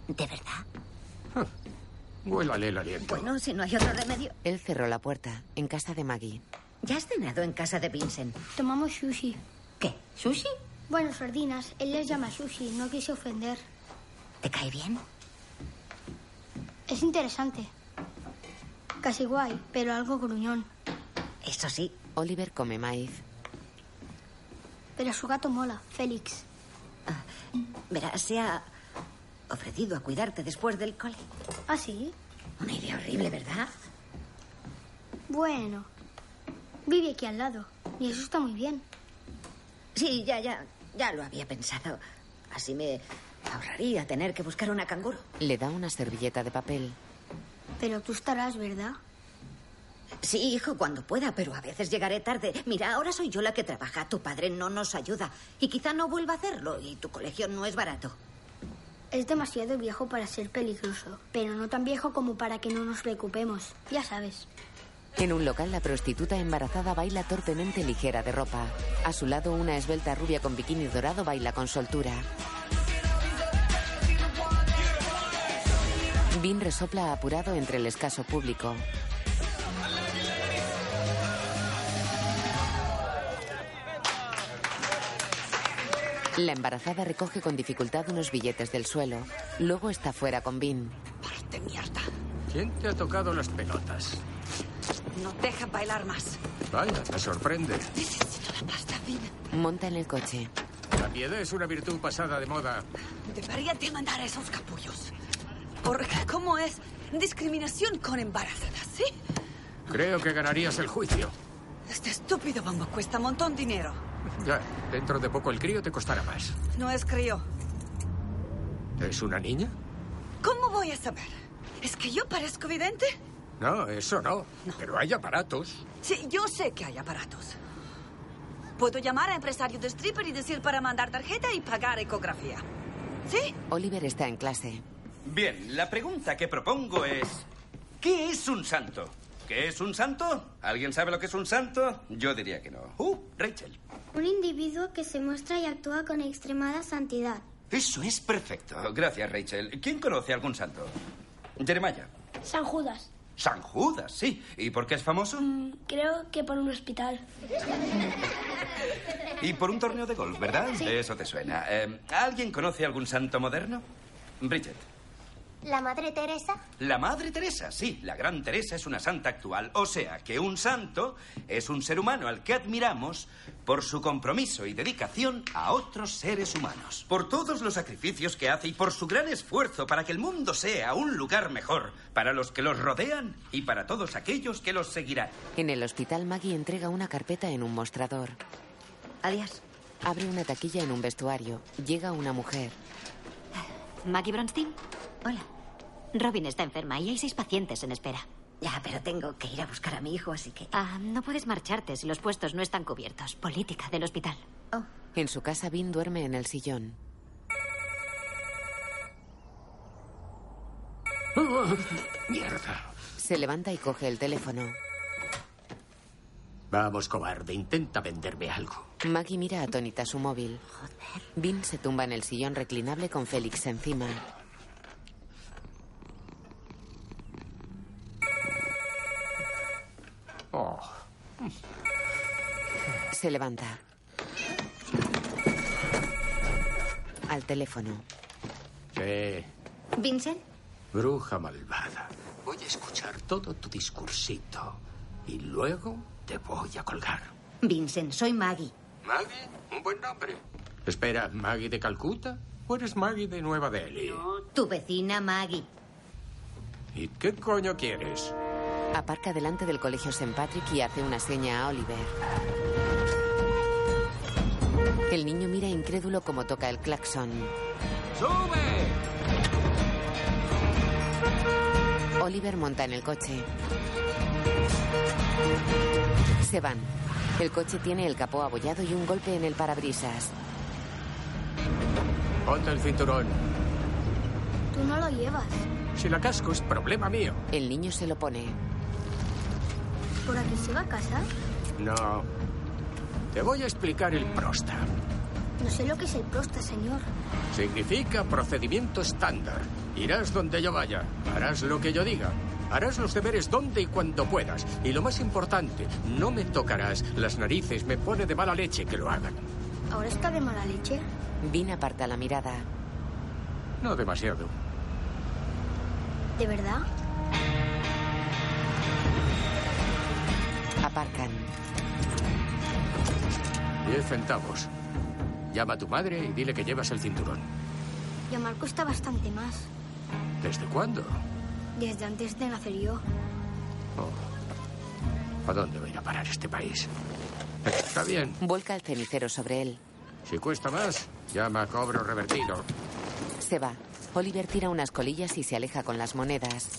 [SPEAKER 13] ¿De verdad?
[SPEAKER 4] Huélale el aliento.
[SPEAKER 13] Bueno, si no hay otro remedio.
[SPEAKER 3] Él cerró la puerta, en casa de Maggie.
[SPEAKER 13] ¿Ya has cenado en casa de Vincent?
[SPEAKER 14] Tomamos sushi.
[SPEAKER 13] ¿Qué? ¿Sushi?
[SPEAKER 14] Bueno, sardinas. Él les llama sushi. No quise ofender.
[SPEAKER 13] ¿Te cae bien?
[SPEAKER 14] Es interesante. Casi guay, pero algo gruñón.
[SPEAKER 13] Eso sí.
[SPEAKER 3] Oliver come maíz.
[SPEAKER 14] Pero su gato mola, Félix.
[SPEAKER 13] Verás, se ha ofrecido a cuidarte después del cole.
[SPEAKER 14] ¿Ah, sí?
[SPEAKER 13] Una idea horrible, ¿verdad?
[SPEAKER 14] Bueno. Vive aquí al lado. Y eso está muy bien.
[SPEAKER 13] Sí, ya, ya. Ya lo había pensado. Así me ahorraría tener que buscar una canguro.
[SPEAKER 3] Le da una servilleta de papel.
[SPEAKER 14] Pero tú estarás, ¿verdad?
[SPEAKER 13] Sí, hijo, cuando pueda, pero a veces llegaré tarde. Mira, ahora soy yo la que trabaja. Tu padre no nos ayuda. Y quizá no vuelva a hacerlo. Y tu colegio no es barato.
[SPEAKER 14] Es demasiado viejo para ser peligroso, pero no tan viejo como para que no nos preocupemos. Ya sabes.
[SPEAKER 3] En un local, la prostituta embarazada baila torpemente ligera de ropa. A su lado, una esbelta rubia con bikini dorado baila con soltura. Vin resopla apurado entre el escaso público. La embarazada recoge con dificultad unos billetes del suelo. Luego está fuera con Vin.
[SPEAKER 6] De mierda.
[SPEAKER 4] ¿Quién te ha tocado las pelotas?
[SPEAKER 6] No deja bailar más.
[SPEAKER 4] Vaya, te sorprende.
[SPEAKER 6] Necesito la pasta fina.
[SPEAKER 3] Monta en el coche.
[SPEAKER 4] La piedad es una virtud pasada de moda.
[SPEAKER 6] Debería de mandar a esos capullos. Porque, ¿cómo es? Discriminación con embarazadas, ¿sí?
[SPEAKER 4] Creo que ganarías el juicio.
[SPEAKER 6] Este estúpido bombo cuesta un montón de dinero.
[SPEAKER 4] Ya, dentro de poco el crío te costará más.
[SPEAKER 6] No es crío.
[SPEAKER 4] ¿Es una niña?
[SPEAKER 6] ¿Cómo voy a saber? ¿Es que yo parezco vidente?
[SPEAKER 4] No, eso no. Pero hay aparatos.
[SPEAKER 6] Sí, yo sé que hay aparatos. Puedo llamar a empresario de stripper y decir para mandar tarjeta y pagar ecografía. ¿Sí?
[SPEAKER 3] Oliver está en clase.
[SPEAKER 15] Bien, la pregunta que propongo es... ¿Qué es un santo? ¿Qué es un santo? ¿Alguien sabe lo que es un santo? Yo diría que no. Uh, Rachel.
[SPEAKER 14] Un individuo que se muestra y actúa con extremada santidad.
[SPEAKER 15] Eso es perfecto. Gracias, Rachel. ¿Quién conoce algún santo? Jeremiah.
[SPEAKER 14] San Judas.
[SPEAKER 15] San Judas, sí. ¿Y por qué es famoso?
[SPEAKER 14] Creo que por un hospital.
[SPEAKER 15] Y por un torneo de golf, ¿verdad?
[SPEAKER 14] Sí.
[SPEAKER 15] De eso te suena. Eh, ¿Alguien conoce algún santo moderno? Bridget.
[SPEAKER 14] ¿La madre Teresa?
[SPEAKER 15] La Madre Teresa, sí, la Gran Teresa es una santa actual, o sea que un santo es un ser humano al que admiramos por su compromiso y dedicación a otros seres humanos, por todos los sacrificios que hace y por su gran esfuerzo para que el mundo sea un lugar mejor para los que los rodean y para todos aquellos que los seguirán.
[SPEAKER 3] En el hospital, Maggie entrega una carpeta en un mostrador.
[SPEAKER 13] Adiós.
[SPEAKER 3] Abre una taquilla en un vestuario. Llega una mujer.
[SPEAKER 20] Maggie Bronstein.
[SPEAKER 13] Hola.
[SPEAKER 20] Robin está enferma y hay seis pacientes en espera.
[SPEAKER 13] Ya, pero tengo que ir a buscar a mi hijo, así que...
[SPEAKER 20] Ah, no puedes marcharte si los puestos no están cubiertos. Política del hospital.
[SPEAKER 13] Oh.
[SPEAKER 3] En su casa, Vin duerme en el sillón.
[SPEAKER 4] Mierda.
[SPEAKER 3] Se levanta y coge el teléfono.
[SPEAKER 4] Vamos, cobarde, intenta venderme algo.
[SPEAKER 3] Maggie mira atónita su móvil. Vin se tumba en el sillón reclinable con Félix encima. Se levanta. Al teléfono.
[SPEAKER 4] Sí,
[SPEAKER 13] ¿Vincent?
[SPEAKER 4] bruja malvada. Voy a escuchar todo tu discursito y luego te voy a colgar.
[SPEAKER 13] Vincent, soy Maggie.
[SPEAKER 4] Maggie, un buen nombre. Espera, ¿Maggie de Calcuta? ¿O eres Maggie de Nueva Delhi?
[SPEAKER 13] Tu vecina Maggie.
[SPEAKER 4] ¿Y qué coño quieres?
[SPEAKER 3] Aparca delante del colegio St. Patrick y hace una seña a Oliver. El niño mira incrédulo como toca el claxon.
[SPEAKER 11] ¡Sube!
[SPEAKER 3] Oliver monta en el coche. Se van. El coche tiene el capó abollado y un golpe en el parabrisas.
[SPEAKER 4] Ponte el cinturón.
[SPEAKER 14] Tú no lo llevas.
[SPEAKER 4] Si la casco es problema mío.
[SPEAKER 3] El niño se lo pone.
[SPEAKER 14] ¿Por aquí se va a casa?
[SPEAKER 4] No. Te voy a explicar el prosta.
[SPEAKER 14] No sé lo que es el prosta, señor.
[SPEAKER 4] Significa procedimiento estándar. Irás donde yo vaya, harás lo que yo diga, harás los deberes donde y cuando puedas. Y lo más importante, no me tocarás las narices, me pone de mala leche que lo hagan.
[SPEAKER 14] ¿Ahora está de mala leche?
[SPEAKER 3] Vin aparta la mirada.
[SPEAKER 4] No demasiado.
[SPEAKER 14] ¿De verdad?
[SPEAKER 3] aparcan.
[SPEAKER 4] Diez centavos. Llama a tu madre y dile que llevas el cinturón.
[SPEAKER 14] Llamar cuesta bastante más.
[SPEAKER 4] ¿Desde cuándo?
[SPEAKER 14] Desde antes de nacer yo.
[SPEAKER 4] Oh. ¿A dónde va a ir a parar este país? Está bien.
[SPEAKER 3] Vuelca el cenicero sobre él.
[SPEAKER 4] Si cuesta más, llama a cobro revertido.
[SPEAKER 3] Se va. Oliver tira unas colillas y se aleja con las monedas.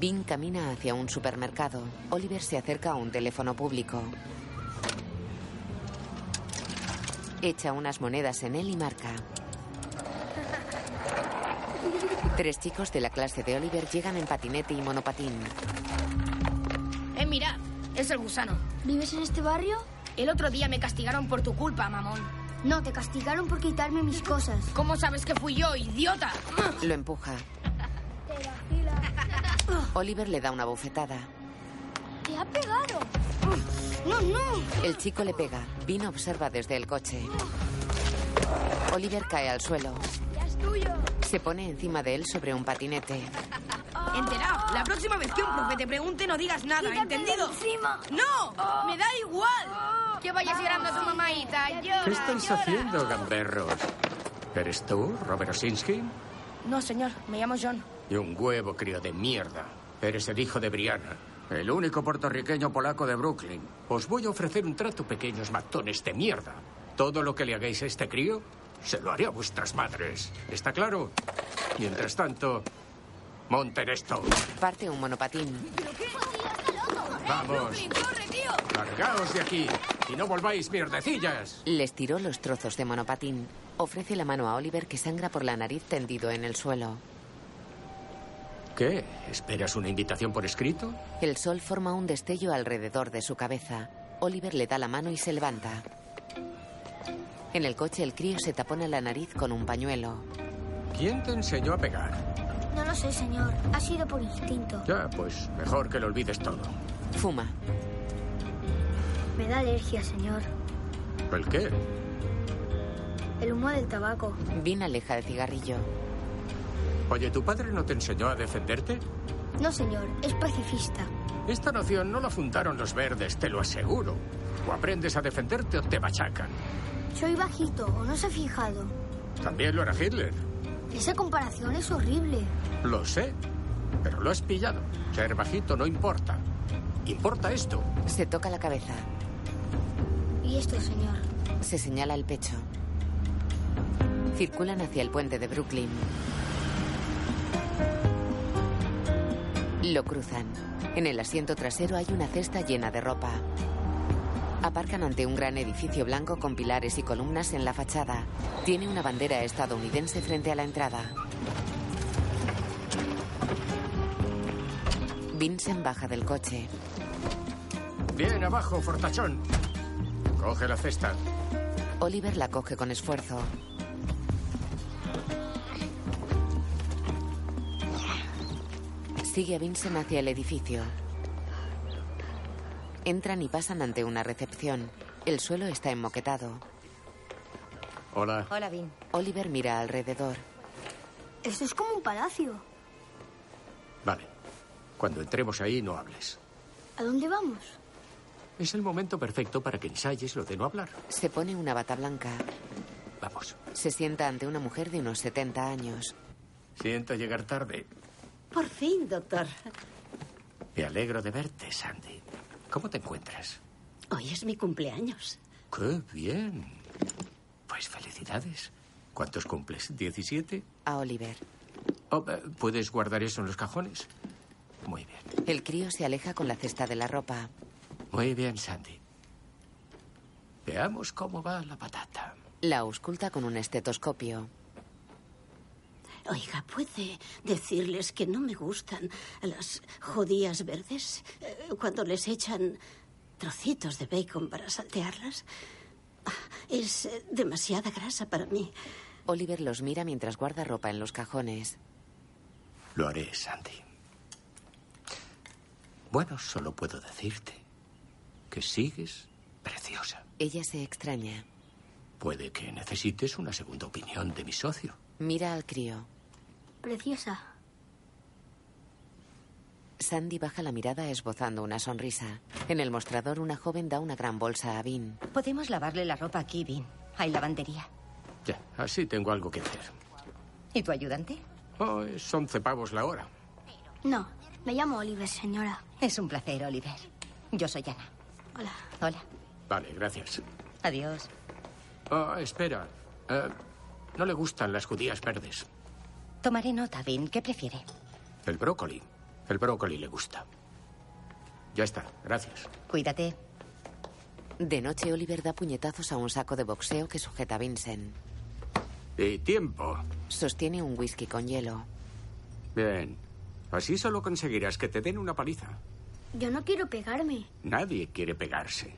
[SPEAKER 3] Vin camina hacia un supermercado. Oliver se acerca a un teléfono público. Echa unas monedas en él y marca. Tres chicos de la clase de Oliver llegan en patinete y monopatín.
[SPEAKER 18] Eh, mira, es el gusano.
[SPEAKER 14] ¿Vives en este barrio?
[SPEAKER 18] El otro día me castigaron por tu culpa, mamón.
[SPEAKER 14] No, te castigaron por quitarme mis cosas.
[SPEAKER 18] ¿Cómo sabes que fui yo, idiota?
[SPEAKER 3] Lo empuja. Oliver le da una bofetada.
[SPEAKER 14] ¡Te ha pegado! ¡No, no!
[SPEAKER 3] El chico le pega. Vin observa desde el coche. Oliver cae al suelo. Se pone encima de él sobre un patinete.
[SPEAKER 18] Enterado, la próxima vez que un profe te pregunte no digas nada, ¿entendido? ¡No! ¡Me da igual! Ah, Que vayas llorando a tu mamaita. Llora,
[SPEAKER 4] ¿Qué estáis
[SPEAKER 18] llora.
[SPEAKER 4] haciendo, gamberros? ¿Eres tú, Robert Osinski?
[SPEAKER 18] No, señor, me llamo John.
[SPEAKER 4] Y un huevo, crío de mierda. Eres el hijo de Brianna, el único puertorriqueño polaco de Brooklyn. Os voy a ofrecer un trato, pequeños matones de mierda. Todo lo que le hagáis a este crío, se lo haré a vuestras madres. ¿Está claro? Mientras tanto, monten esto.
[SPEAKER 3] Parte un monopatín.
[SPEAKER 4] ¡Vamos! ¡Largaos de aquí! ¡Y no volváis mierdecillas!
[SPEAKER 3] Les tiró los trozos de monopatín. Ofrece la mano a Oliver que sangra por la nariz tendido en el suelo.
[SPEAKER 4] ¿Qué? ¿Esperas una invitación por escrito?
[SPEAKER 3] El sol forma un destello alrededor de su cabeza. Oliver le da la mano y se levanta. En el coche el crío se tapona la nariz con un pañuelo.
[SPEAKER 4] ¿Quién te enseñó a pegar?
[SPEAKER 14] No lo sé, señor. Ha sido por instinto.
[SPEAKER 4] Ya, pues mejor que lo olvides todo.
[SPEAKER 3] Fuma.
[SPEAKER 14] Me da alergia, señor.
[SPEAKER 4] ¿El qué?
[SPEAKER 14] El humo del tabaco.
[SPEAKER 3] Vin aleja el cigarrillo.
[SPEAKER 4] Oye, ¿tu padre no te enseñó a defenderte?
[SPEAKER 14] No, señor. Es pacifista.
[SPEAKER 4] Esta noción no la fundaron los verdes, te lo aseguro. O aprendes a defenderte o te machacan.
[SPEAKER 14] Soy bajito, o no se ha fijado.
[SPEAKER 4] También lo era Hitler.
[SPEAKER 14] Esa comparación es horrible.
[SPEAKER 4] Lo sé, pero lo has pillado. Ser bajito no importa. Importa esto.
[SPEAKER 3] Se toca la cabeza.
[SPEAKER 14] ¿Y esto, señor?
[SPEAKER 3] Se señala el pecho. Circulan hacia el puente de Brooklyn. Lo cruzan. En el asiento trasero hay una cesta llena de ropa. Aparcan ante un gran edificio blanco con pilares y columnas en la fachada. Tiene una bandera estadounidense frente a la entrada. Vincent baja del coche.
[SPEAKER 4] Bien abajo, fortachón. Coge la cesta.
[SPEAKER 3] Oliver la coge con esfuerzo. Sigue a Vincent hacia el edificio. Entran y pasan ante una recepción. El suelo está enmoquetado.
[SPEAKER 4] Hola.
[SPEAKER 3] Hola, Vin. Oliver mira alrededor.
[SPEAKER 14] Esto es como un palacio.
[SPEAKER 4] Vale. Cuando entremos ahí, no hables.
[SPEAKER 14] ¿A dónde vamos?
[SPEAKER 4] Es el momento perfecto para que ensayes lo de no hablar.
[SPEAKER 3] Se pone una bata blanca.
[SPEAKER 4] Vamos.
[SPEAKER 3] Se sienta ante una mujer de unos 70 años.
[SPEAKER 4] Siento llegar tarde.
[SPEAKER 20] Por fin, doctor.
[SPEAKER 4] Me alegro de verte, Sandy. ¿Cómo te encuentras?
[SPEAKER 20] Hoy es mi cumpleaños.
[SPEAKER 4] ¡Qué bien! Pues felicidades. ¿Cuántos cumples? ¿17?
[SPEAKER 3] A Oliver.
[SPEAKER 4] Oh, eh, ¿Puedes guardar eso en los cajones? Muy bien.
[SPEAKER 3] El crío se aleja con la cesta de la ropa.
[SPEAKER 4] Muy bien, Sandy. Veamos cómo va la patata.
[SPEAKER 3] La ausculta con un estetoscopio.
[SPEAKER 20] Oiga, ¿puede decirles que no me gustan las judías verdes Eh, cuando les echan trocitos de bacon para saltearlas? Ah, Es eh, demasiada grasa para mí.
[SPEAKER 3] Oliver los mira mientras guarda ropa en los cajones.
[SPEAKER 4] Lo haré, Sandy. Bueno, solo puedo decirte que sigues preciosa.
[SPEAKER 3] Ella se extraña.
[SPEAKER 4] Puede que necesites una segunda opinión de mi socio.
[SPEAKER 3] Mira al crío.
[SPEAKER 14] Preciosa.
[SPEAKER 3] Sandy baja la mirada esbozando una sonrisa. En el mostrador, una joven da una gran bolsa a Vin.
[SPEAKER 13] Podemos lavarle la ropa aquí, Vin. Hay lavandería.
[SPEAKER 4] Ya, así tengo algo que hacer.
[SPEAKER 13] ¿Y tu ayudante?
[SPEAKER 4] Oh, es 11 pavos la hora.
[SPEAKER 14] No, me llamo Oliver, señora.
[SPEAKER 13] Es un placer, Oliver. Yo soy Ana.
[SPEAKER 14] Hola.
[SPEAKER 13] Hola.
[SPEAKER 4] Vale, gracias.
[SPEAKER 13] Adiós.
[SPEAKER 4] Ah, espera. Eh, no le gustan las judías verdes.
[SPEAKER 13] Tomaré nota, Vin. ¿Qué prefiere?
[SPEAKER 4] El brócoli. El brócoli le gusta. Ya está, gracias.
[SPEAKER 13] Cuídate.
[SPEAKER 3] De noche, Oliver da puñetazos a un saco de boxeo que sujeta a Vincent.
[SPEAKER 4] Y tiempo.
[SPEAKER 3] Sostiene un whisky con hielo.
[SPEAKER 4] Bien. Así solo conseguirás que te den una paliza.
[SPEAKER 14] Yo no quiero pegarme.
[SPEAKER 4] Nadie quiere pegarse.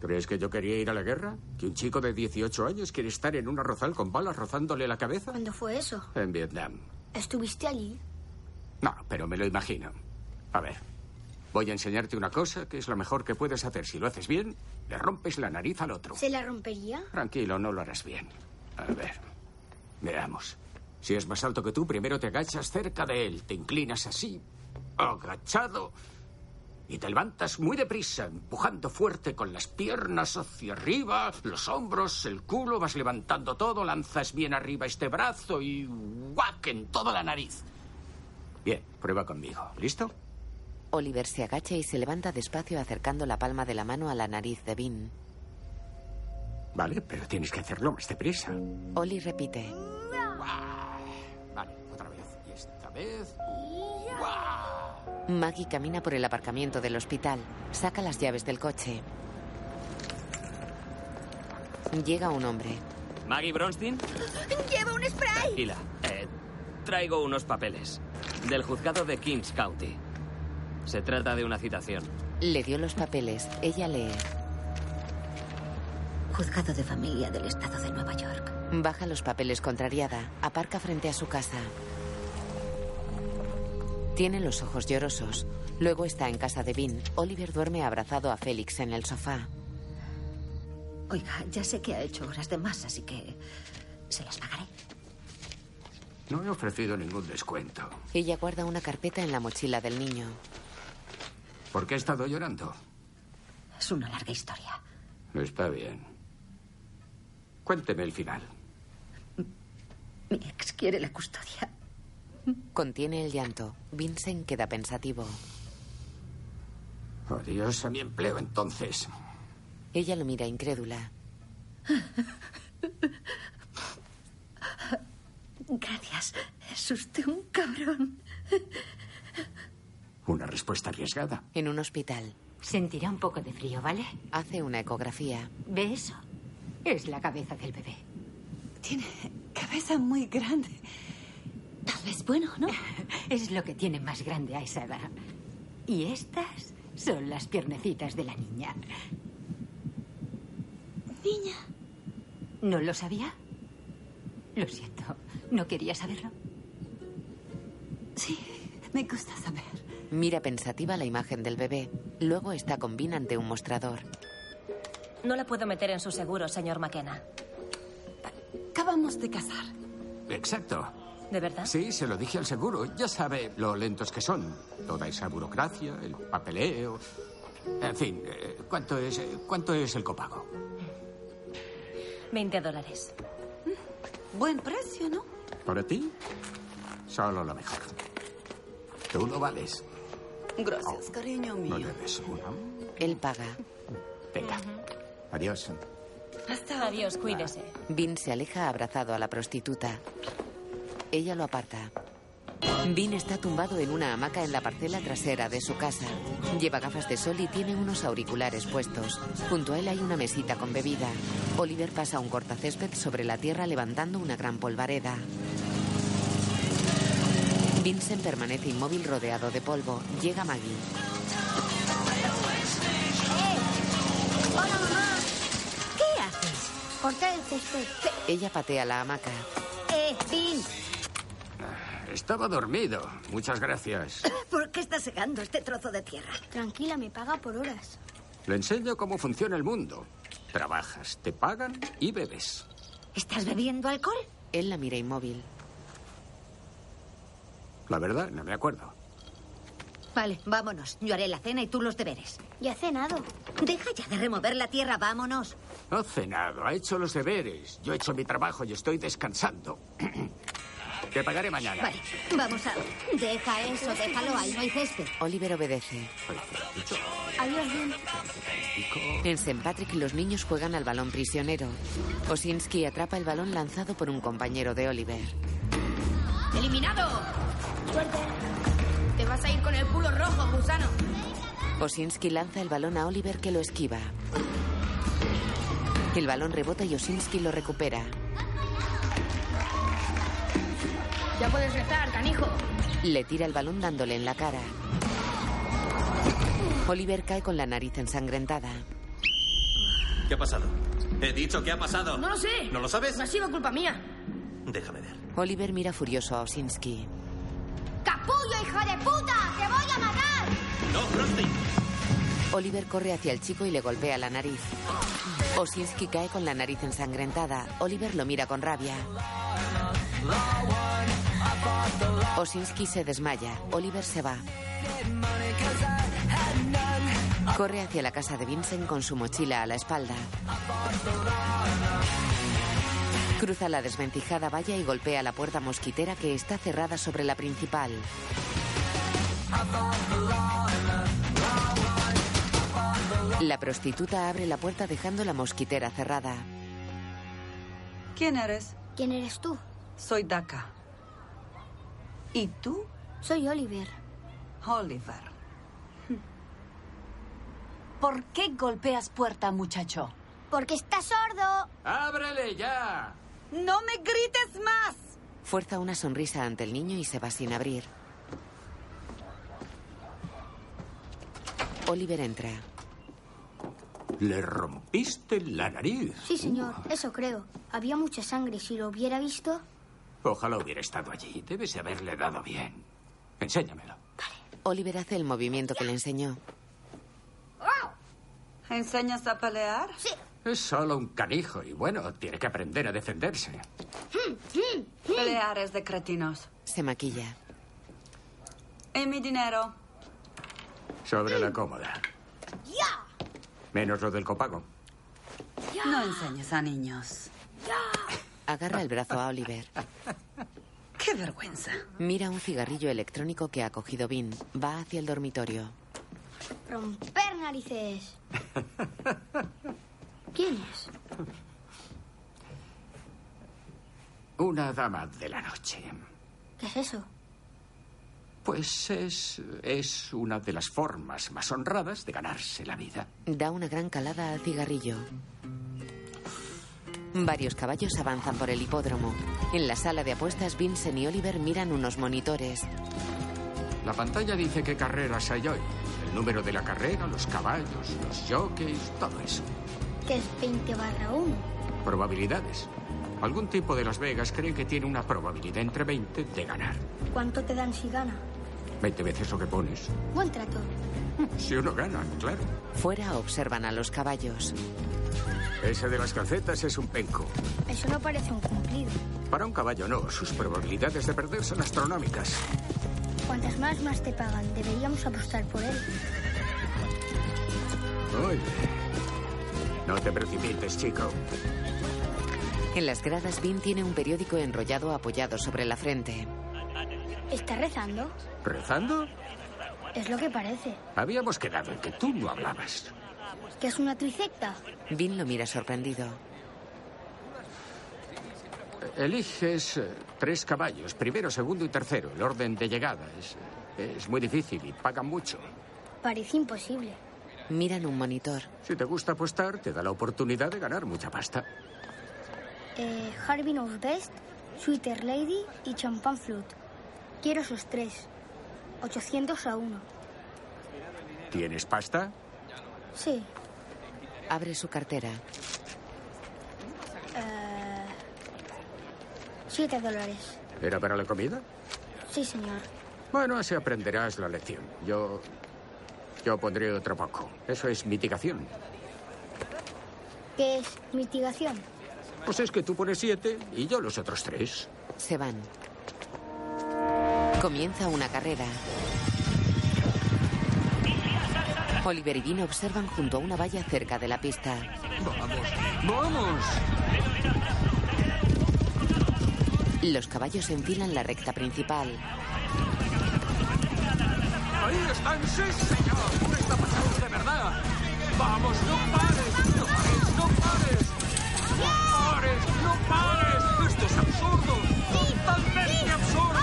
[SPEAKER 4] ¿Crees que yo quería ir a la guerra? ¿Que un chico de 18 años quiere estar en un arrozal con balas rozándole la cabeza?
[SPEAKER 14] ¿Cuándo fue eso?
[SPEAKER 4] En Vietnam.
[SPEAKER 14] ¿Estuviste allí?
[SPEAKER 4] No, pero me lo imagino. A ver, voy a enseñarte una cosa que es lo mejor que puedes hacer. Si lo haces bien, le rompes la nariz al otro.
[SPEAKER 14] ¿Se la rompería?
[SPEAKER 4] Tranquilo, no lo harás bien. A ver, veamos. Si es más alto que tú, primero te agachas cerca de él, te inclinas así, agachado, y te levantas muy deprisa, empujando fuerte con las piernas hacia arriba, los hombros, el culo, vas levantando todo, lanzas bien arriba este brazo y ¡guac! en toda la nariz. Bien, prueba conmigo. ¿Listo?
[SPEAKER 3] Oliver se agacha y se levanta despacio acercando la palma de la mano a la nariz de Vin.
[SPEAKER 4] Vale, pero tienes que hacerlo más deprisa.
[SPEAKER 3] Oli repite.
[SPEAKER 4] ¡Guau! Vale, otra vez. Y esta vez. ¡guau!
[SPEAKER 3] Maggie camina por el aparcamiento del hospital. Saca las llaves del coche. Llega un hombre.
[SPEAKER 10] Maggie Bronstein,
[SPEAKER 8] Lleva un spray.
[SPEAKER 10] tranquila. Eh, traigo unos papeles del juzgado de Kings County. Se trata de una citación.
[SPEAKER 3] Le dio los papeles. Ella lee.
[SPEAKER 13] Juzgado de familia del estado de Nueva York.
[SPEAKER 3] Baja los papeles contrariada. Aparca frente a su casa. Tiene los ojos llorosos. Luego está en casa de Vin. Oliver duerme abrazado a Félix en el sofá.
[SPEAKER 13] Oiga, ya sé que ha hecho horas de más, así que se las pagaré.
[SPEAKER 4] No he ofrecido ningún descuento.
[SPEAKER 3] Ella guarda una carpeta en la mochila del niño.
[SPEAKER 4] ¿Por qué he estado llorando?
[SPEAKER 13] Es una larga historia.
[SPEAKER 4] Está bien. Cuénteme el final.
[SPEAKER 13] Mi ex quiere la custodia.
[SPEAKER 3] Contiene el llanto. Vincent queda pensativo.
[SPEAKER 4] Adiós a mi empleo entonces.
[SPEAKER 3] Ella lo mira incrédula.
[SPEAKER 13] Gracias. Es usted un cabrón.
[SPEAKER 4] Una respuesta arriesgada.
[SPEAKER 3] En un hospital.
[SPEAKER 13] Sentirá un poco de frío, ¿vale?
[SPEAKER 3] Hace una ecografía.
[SPEAKER 13] ¿Ve eso? Es la cabeza del bebé.
[SPEAKER 6] Tiene cabeza muy grande.
[SPEAKER 13] Tal vez bueno, ¿no? [laughs] Es lo que tiene más grande a esa edad. Y estas son las piernecitas de la niña.
[SPEAKER 14] Niña.
[SPEAKER 13] ¿No lo sabía? Lo siento. ¿No quería saberlo?
[SPEAKER 6] Sí, me gusta saber.
[SPEAKER 3] Mira pensativa la imagen del bebé. Luego está con Vin ante un mostrador.
[SPEAKER 21] No la puedo meter en su seguro, señor McKenna.
[SPEAKER 6] Acabamos de casar.
[SPEAKER 4] Exacto.
[SPEAKER 21] ¿De verdad?
[SPEAKER 4] Sí, se lo dije al seguro. Ya sabe lo lentos que son. Toda esa burocracia, el papeleo. En fin, eh, ¿cuánto es, eh, cuánto es el copago?
[SPEAKER 21] 20 dólares.
[SPEAKER 6] Mm, Buen precio, ¿no?
[SPEAKER 4] ¿Para ti? Solo lo mejor. Tú no vales.
[SPEAKER 21] Oh.
[SPEAKER 6] Gracias, cariño
[SPEAKER 4] No
[SPEAKER 6] mío.
[SPEAKER 4] debes uno.
[SPEAKER 3] Él paga.
[SPEAKER 4] Venga. Adiós.
[SPEAKER 6] Hasta
[SPEAKER 21] Adiós, cuídese.
[SPEAKER 3] Vin se aleja abrazado a la prostituta. Ella lo aparta. Vin está tumbado en una hamaca en la parcela trasera de su casa. Lleva gafas de sol y tiene unos auriculares puestos. Junto a él hay una mesita con bebida. Oliver pasa un cortacésped sobre la tierra levantando una gran polvareda. Vincent permanece inmóvil rodeado de polvo. Llega Maggie.
[SPEAKER 14] Hola, mamá.
[SPEAKER 13] ¿Qué haces?
[SPEAKER 14] Corta el césped.
[SPEAKER 3] Ella patea la hamaca.
[SPEAKER 13] Eh, Vin,
[SPEAKER 4] Estaba dormido. Muchas gracias.
[SPEAKER 13] ¿por qué estás segando este trozo de tierra?
[SPEAKER 14] Tranquila, me paga por horas.
[SPEAKER 4] Le enseño cómo funciona el mundo. Trabajas, te pagan y bebes.
[SPEAKER 13] ¿Estás bebiendo alcohol?
[SPEAKER 3] Él la mira inmóvil.
[SPEAKER 4] La verdad, no me acuerdo.
[SPEAKER 13] Vale. Vámonos. Yo haré la cena y tú los deberes. Ya he cenado. Deja ya de remover la tierra, vámonos.
[SPEAKER 4] No ha cenado, ha hecho los deberes. Yo he hecho mi trabajo y estoy descansando. [clears throat] Te pagaré mañana.
[SPEAKER 13] Vale, vamos a. Deja eso, déjalo ahí, no hay césped.
[SPEAKER 3] Oliver obedece.
[SPEAKER 14] Adiós, Bill.
[SPEAKER 3] En St. Patrick los niños juegan al balón prisionero. Osinski atrapa el balón lanzado por un compañero de Oliver.
[SPEAKER 18] ¡Eliminado! ¡Suerte! Te vas a ir con el culo rojo, gusano.
[SPEAKER 3] Osinski lanza el balón a Oliver que lo esquiva. El balón rebota y Osinski lo recupera.
[SPEAKER 18] Ya puedes rezar, canijo.
[SPEAKER 3] Le tira el balón dándole en la cara. Oliver cae con la nariz ensangrentada.
[SPEAKER 17] ¿Qué ha pasado? He dicho qué ha pasado.
[SPEAKER 18] No lo sé.
[SPEAKER 17] ¿No lo sabes?
[SPEAKER 18] No ha sido culpa mía.
[SPEAKER 17] Déjame ver.
[SPEAKER 3] Oliver mira furioso a Osinski.
[SPEAKER 14] ¡Capullo, hijo de puta! ¡Te voy a matar!
[SPEAKER 17] No, Frosty.
[SPEAKER 3] Oliver corre hacia el chico y le golpea la nariz. Osinski cae con la nariz ensangrentada. Oliver lo mira con rabia. Osinski se desmaya. Oliver se va. Corre hacia la casa de Vincent con su mochila a la espalda. Cruza la desvencijada valla y golpea la puerta mosquitera que está cerrada sobre la principal. La prostituta abre la puerta dejando la mosquitera cerrada.
[SPEAKER 6] ¿Quién eres?
[SPEAKER 14] ¿Quién eres tú?
[SPEAKER 6] Soy Daka. ¿Y tú?
[SPEAKER 14] Soy Oliver.
[SPEAKER 6] Oliver. [laughs] ¿Por qué golpeas puerta, muchacho?
[SPEAKER 14] Porque está sordo.
[SPEAKER 4] ¡Ábrele ya!
[SPEAKER 6] ¡No me grites más!
[SPEAKER 3] Fuerza una sonrisa ante el niño y se va sin abrir. Oliver entra.
[SPEAKER 4] Le rompiste la nariz.
[SPEAKER 14] Sí, señor, eso creo. Había mucha sangre. Si lo hubiera visto,
[SPEAKER 4] Ojalá hubiera estado allí. Debes haberle dado bien. Enséñamelo.
[SPEAKER 3] Oliver hace el movimiento que le enseñó.
[SPEAKER 6] ¿Enseñas a pelear?
[SPEAKER 14] Sí.
[SPEAKER 4] Es solo un canijo y bueno, tiene que aprender a defenderse.
[SPEAKER 14] Hmm,
[SPEAKER 6] Pelear es de cretinos.
[SPEAKER 3] Se maquilla.
[SPEAKER 6] ¿Y mi dinero?
[SPEAKER 4] Sobre
[SPEAKER 3] Mm.
[SPEAKER 4] la cómoda.
[SPEAKER 14] ¡Ya!
[SPEAKER 4] Menos lo del copago.
[SPEAKER 6] No enseñes a niños.
[SPEAKER 3] Agarra el brazo a Oliver.
[SPEAKER 6] ¡Qué vergüenza!
[SPEAKER 3] Mira un cigarrillo electrónico que ha cogido Vin. Va hacia el dormitorio.
[SPEAKER 14] Romper narices. ¿Quién es?
[SPEAKER 4] Una dama de la noche.
[SPEAKER 14] ¿Qué es eso?
[SPEAKER 4] Pues es, es una de las formas más honradas de ganarse la vida.
[SPEAKER 3] Da una gran calada al cigarrillo. Varios caballos avanzan por el hipódromo. En la sala de apuestas, Vincent y Oliver miran unos monitores.
[SPEAKER 4] La pantalla dice qué carreras hay hoy. El número de la carrera, los caballos, los jockeys, todo eso.
[SPEAKER 14] Que es 20 barra 1.
[SPEAKER 4] Probabilidades. Algún tipo de Las Vegas cree que tiene una probabilidad entre 20 de ganar.
[SPEAKER 14] ¿Cuánto te dan si gana?
[SPEAKER 4] 20 veces lo que pones.
[SPEAKER 14] Buen trato.
[SPEAKER 4] Si uno gana, claro.
[SPEAKER 3] Fuera observan a los caballos.
[SPEAKER 4] Ese de las calcetas es un penco.
[SPEAKER 14] Eso no parece un cumplido.
[SPEAKER 4] Para un caballo no, sus probabilidades de perder son astronómicas.
[SPEAKER 14] Cuantas más más te pagan, deberíamos apostar por él.
[SPEAKER 4] Muy bien. No te precipites, chico.
[SPEAKER 3] En las gradas, Vin tiene un periódico enrollado apoyado sobre la frente.
[SPEAKER 14] ¿Está rezando?
[SPEAKER 4] ¿Rezando?
[SPEAKER 14] Es lo que parece.
[SPEAKER 4] Habíamos quedado en que tú no hablabas.
[SPEAKER 14] ¿Que es una tricecta?
[SPEAKER 3] Vin lo mira sorprendido.
[SPEAKER 4] Eliges eh, tres caballos, primero, segundo y tercero. El orden de llegada es, es muy difícil y pagan mucho.
[SPEAKER 14] Parece imposible.
[SPEAKER 3] Miran un monitor.
[SPEAKER 4] Si te gusta apostar, te da la oportunidad de ganar mucha pasta.
[SPEAKER 14] Eh, Harvey Knows Best, Sweeter Lady y Champagne Flute. Quiero esos tres. 800 a 1.
[SPEAKER 4] ¿Tienes pasta?
[SPEAKER 14] Sí.
[SPEAKER 3] Abre su cartera.
[SPEAKER 14] Eh, 7 dólares.
[SPEAKER 4] ¿Era para la comida?
[SPEAKER 14] Sí, señor.
[SPEAKER 4] Bueno, así aprenderás la lección. Yo. Yo pondré otro poco. Eso es mitigación.
[SPEAKER 14] ¿Qué es mitigación?
[SPEAKER 4] Pues es que tú pones siete y yo los otros tres.
[SPEAKER 3] Se van. Comienza una carrera. Oliver y Dean observan junto a una valla cerca de la pista.
[SPEAKER 11] ¡Vamos!
[SPEAKER 3] Los caballos enfilan la recta principal.
[SPEAKER 11] ¡Ahí están, sí, señor! ¡Está pasando de verdad! ¡Vamos, no pares! ¡No pares, no pares! ¡No pares, no pares! ¡Esto es absurdo! ¡Totalmente absurdo!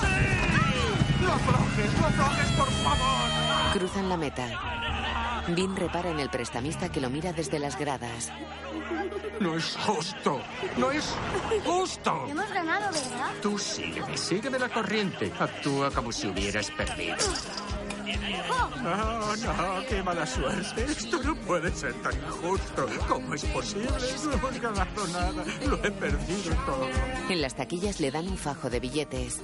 [SPEAKER 11] ¡Sí! ¡No aflojes, no aflojes, por favor!
[SPEAKER 3] Cruzan la meta. Dean repara en el prestamista que lo mira desde las gradas.
[SPEAKER 11] ¡No es justo! ¡No es justo!
[SPEAKER 14] Hemos ganado, ¿verdad?
[SPEAKER 4] Tú sígueme, sígueme la corriente. Actúa como si hubieras perdido.
[SPEAKER 11] No, no, qué mala suerte. Esto no puede ser tan injusto. ¿Cómo es posible? No hemos ganado nada. Lo he perdido todo.
[SPEAKER 3] En las taquillas le dan un fajo de billetes.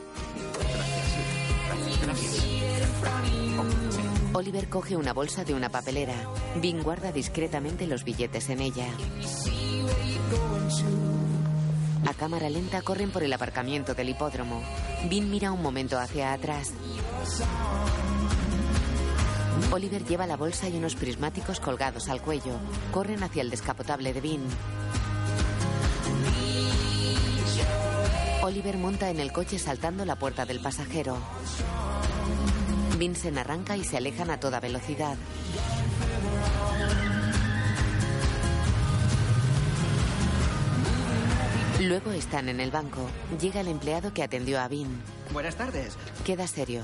[SPEAKER 3] Oliver coge una bolsa de una papelera. Vin guarda discretamente los billetes en ella. A cámara lenta corren por el aparcamiento del hipódromo. Vin mira un momento hacia atrás. Oliver lleva la bolsa y unos prismáticos colgados al cuello. Corren hacia el descapotable de Vin. Oliver monta en el coche saltando la puerta del pasajero. Vincent arranca y se alejan a toda velocidad. Luego están en el banco. Llega el empleado que atendió a Vin.
[SPEAKER 7] Buenas tardes,
[SPEAKER 3] Queda serio.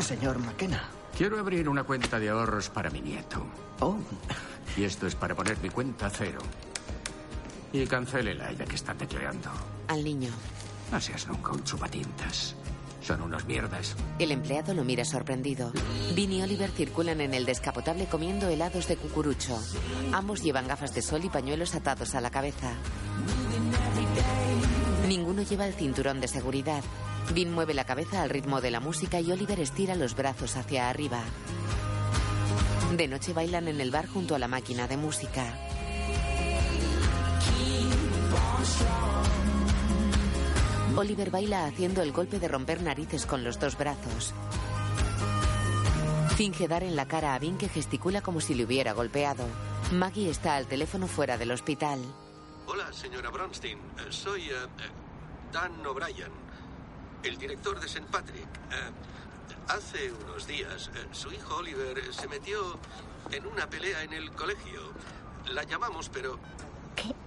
[SPEAKER 7] señor McKenna.
[SPEAKER 4] Quiero abrir una cuenta de ahorros para mi nieto.
[SPEAKER 7] Oh.
[SPEAKER 4] Y esto es para poner mi cuenta a cero. Y cancélela ya que está tecleando.
[SPEAKER 3] Al niño.
[SPEAKER 4] No seas nunca un chupatintas. Son unos mierdas.
[SPEAKER 3] El empleado lo mira sorprendido. Vin y Oliver circulan en el descapotable comiendo helados de cucurucho. Ambos llevan gafas de sol y pañuelos atados a la cabeza. Ninguno lleva el cinturón de seguridad. Vin mueve la cabeza al ritmo de la música y Oliver estira los brazos hacia arriba. De noche bailan en el bar junto a la máquina de música. Oliver baila haciendo el golpe de romper narices con los dos brazos. Finge dar en la cara a Vin que gesticula como si le hubiera golpeado. Maggie está al teléfono fuera del hospital.
[SPEAKER 1] Hola, señora Bronstein. Eh, Soy eh, eh, Dan O'Brien, el director de St. Patrick. Eh, hace unos días, eh, su hijo Oliver eh, se metió en una pelea en el colegio. La llamamos, pero...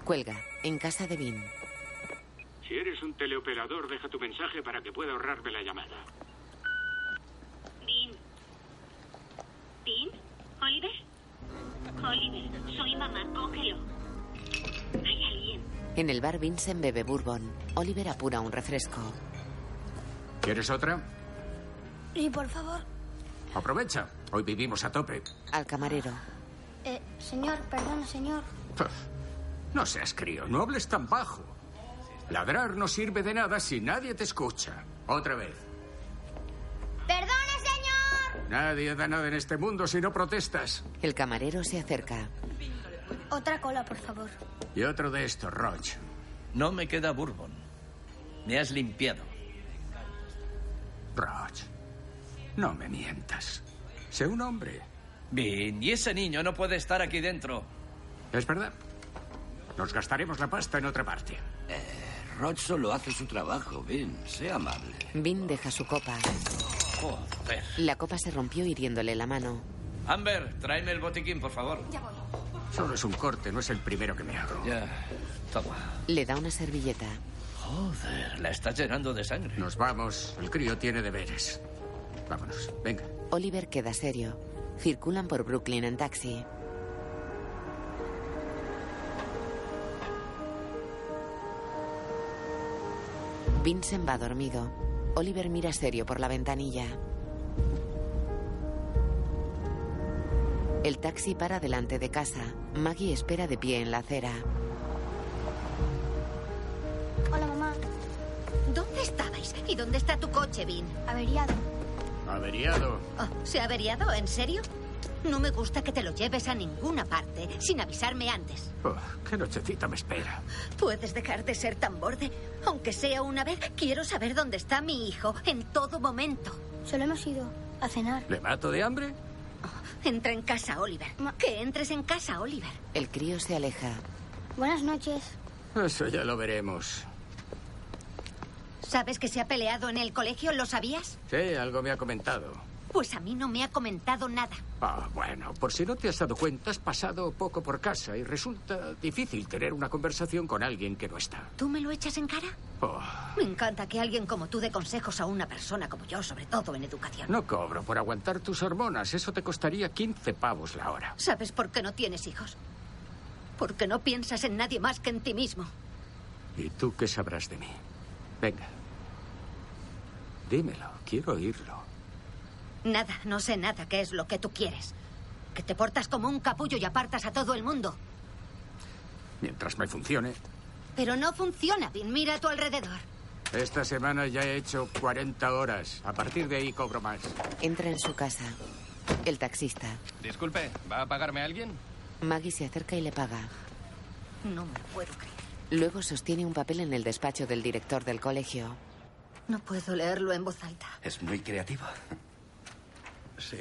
[SPEAKER 3] Cuelga, en casa de Vin.
[SPEAKER 22] Si eres un teleoperador, deja tu mensaje para que pueda ahorrarme la llamada.
[SPEAKER 19] Dean. ¿Dean? ¿Oliver? Oliver, soy mamá, cógelo. Hay alguien.
[SPEAKER 3] En el bar Vincent bebe bourbon. Oliver apura un refresco.
[SPEAKER 4] ¿Quieres otra?
[SPEAKER 14] Y por favor,
[SPEAKER 4] Aprovecha. Hoy vivimos a tope.
[SPEAKER 3] Al camarero.
[SPEAKER 14] eh, señor, perdón, señor.
[SPEAKER 4] Puf, No seas crío, no hables tan bajo. Ladrar no sirve de nada si nadie te escucha. Otra vez.
[SPEAKER 14] ¡Perdone, señor!
[SPEAKER 4] Nadie da nada en este mundo si no protestas.
[SPEAKER 3] El camarero se acerca.
[SPEAKER 14] Otra cola, por favor.
[SPEAKER 4] Y otro de estos, Roch.
[SPEAKER 17] No me queda bourbon. Me has limpiado.
[SPEAKER 4] Roch, no me mientas. Sé un hombre.
[SPEAKER 17] Bien, y ese niño no puede estar aquí dentro.
[SPEAKER 4] Es verdad. Nos gastaremos la pasta en otra parte.
[SPEAKER 23] Roch solo hace su trabajo, Vin. Sea amable.
[SPEAKER 3] Vin deja su copa.
[SPEAKER 17] Joder.
[SPEAKER 3] La copa se rompió hiriéndole la mano.
[SPEAKER 17] Amber, tráeme el botiquín, por favor.
[SPEAKER 4] Solo es un corte, no es el primero que me hago.
[SPEAKER 17] Ya. Toma.
[SPEAKER 3] Le da una servilleta.
[SPEAKER 17] Joder, la estás llenando de sangre.
[SPEAKER 4] Nos vamos. El crío tiene deberes. Vámonos. Venga.
[SPEAKER 3] Oliver queda serio. Circulan por Brooklyn en taxi. Vincent va dormido. Oliver mira serio por la ventanilla. El taxi para delante de casa. Maggie espera de pie en la acera.
[SPEAKER 14] Hola, mamá.
[SPEAKER 13] ¿Dónde estabais? ¿Y dónde está tu coche, Vin?
[SPEAKER 14] Averiado.
[SPEAKER 4] Averiado.
[SPEAKER 13] Oh, ¿Se ha averiado? ¿En serio? No me gusta que te lo lleves a ninguna parte sin avisarme antes.
[SPEAKER 4] Oh, qué nochecita me espera.
[SPEAKER 13] ¿Puedes dejar de ser tan borde? Aunque sea una vez, quiero saber dónde está mi hijo en todo momento.
[SPEAKER 14] Solo hemos ido a cenar.
[SPEAKER 4] ¿Le mato de hambre?
[SPEAKER 13] Oh, Entra en casa, Oliver. Que entres en casa, Oliver.
[SPEAKER 3] El crío se aleja.
[SPEAKER 14] Buenas noches.
[SPEAKER 4] Eso ya lo veremos.
[SPEAKER 13] ¿Sabes que se ha peleado en el colegio? ¿Lo sabías?
[SPEAKER 4] Sí, algo me ha comentado.
[SPEAKER 13] Pues a mí no me ha comentado nada.
[SPEAKER 4] Ah, bueno, por si no te has dado cuenta, has pasado poco por casa y resulta difícil tener una conversación con alguien que no está.
[SPEAKER 13] ¿Tú me lo echas en cara?
[SPEAKER 4] Oh,
[SPEAKER 13] Me encanta que alguien como tú dé consejos a una persona como yo, sobre todo en educación.
[SPEAKER 4] no cobro por aguantar tus hormonas. Eso te costaría 15 pavos la hora.
[SPEAKER 13] ¿Sabes por qué no tienes hijos? Porque no piensas en nadie más que en ti mismo.
[SPEAKER 4] ¿Y tú qué sabrás de mí? Venga. Dímelo, quiero oírlo.
[SPEAKER 13] Nada, no sé nada qué es lo que tú quieres. Que te portas como un capullo y apartas a todo el mundo.
[SPEAKER 4] Mientras me funcione.
[SPEAKER 13] Pero no funciona, Vin. Mira a tu alrededor.
[SPEAKER 4] Esta semana ya he hecho 40 horas. A partir de ahí cobro más.
[SPEAKER 3] Entra en su casa. El taxista.
[SPEAKER 2] Disculpe, ¿va a pagarme alguien?
[SPEAKER 3] Maggie se acerca y le paga.
[SPEAKER 13] No me lo puedo creer.
[SPEAKER 3] Luego sostiene un papel en el despacho del director del colegio.
[SPEAKER 13] No puedo leerlo en voz alta.
[SPEAKER 15] Es muy creativo.
[SPEAKER 16] Sí,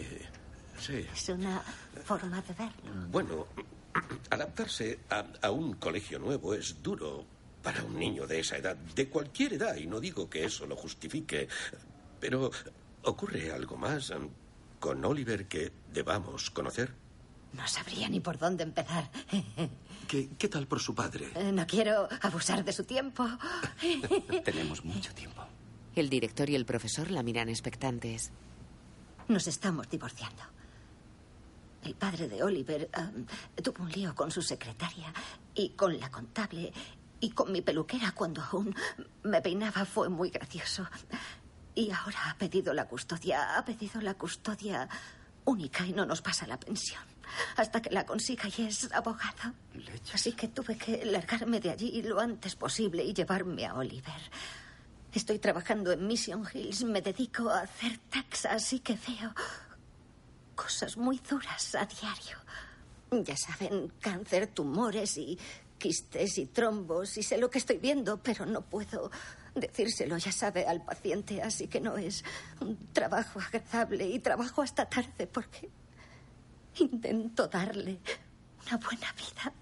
[SPEAKER 16] sí.
[SPEAKER 13] Es una forma de ver.
[SPEAKER 1] Bueno, [clears throat] adaptarse a, a un colegio nuevo es duro para un niño de esa edad, de cualquier edad, y no digo que eso lo justifique, pero ¿ocurre algo más em, con Oliver que debamos conocer?
[SPEAKER 13] No sabría ni por dónde empezar.
[SPEAKER 1] [laughs] ¿Qué, qué tal por su padre?
[SPEAKER 13] Eh, No quiero abusar de su [laughs] tiempo.
[SPEAKER 15] Tenemos mucho tiempo.
[SPEAKER 3] El director y el profesor la miran expectantes.
[SPEAKER 13] Nos estamos divorciando. El padre de Oliver am, tuvo un lío con su secretaria y con la contable y con mi peluquera cuando aún me peinaba. Fue muy gracioso. Y ahora ha pedido la custodia, ha pedido la custodia única y no nos pasa la pensión hasta que la consiga y es abogado. Así que tuve que largarme de allí lo antes posible y llevarme a Oliver. Estoy trabajando en Mission Hills, me dedico a hacer tax, así que veo cosas muy duras a diario. Ya saben, cáncer, tumores y quistes y trombos, y sé lo que estoy viendo, pero no puedo decírselo, ya sabe, al paciente, así que no es un trabajo agradable y trabajo hasta tarde porque intento darle una buena vida.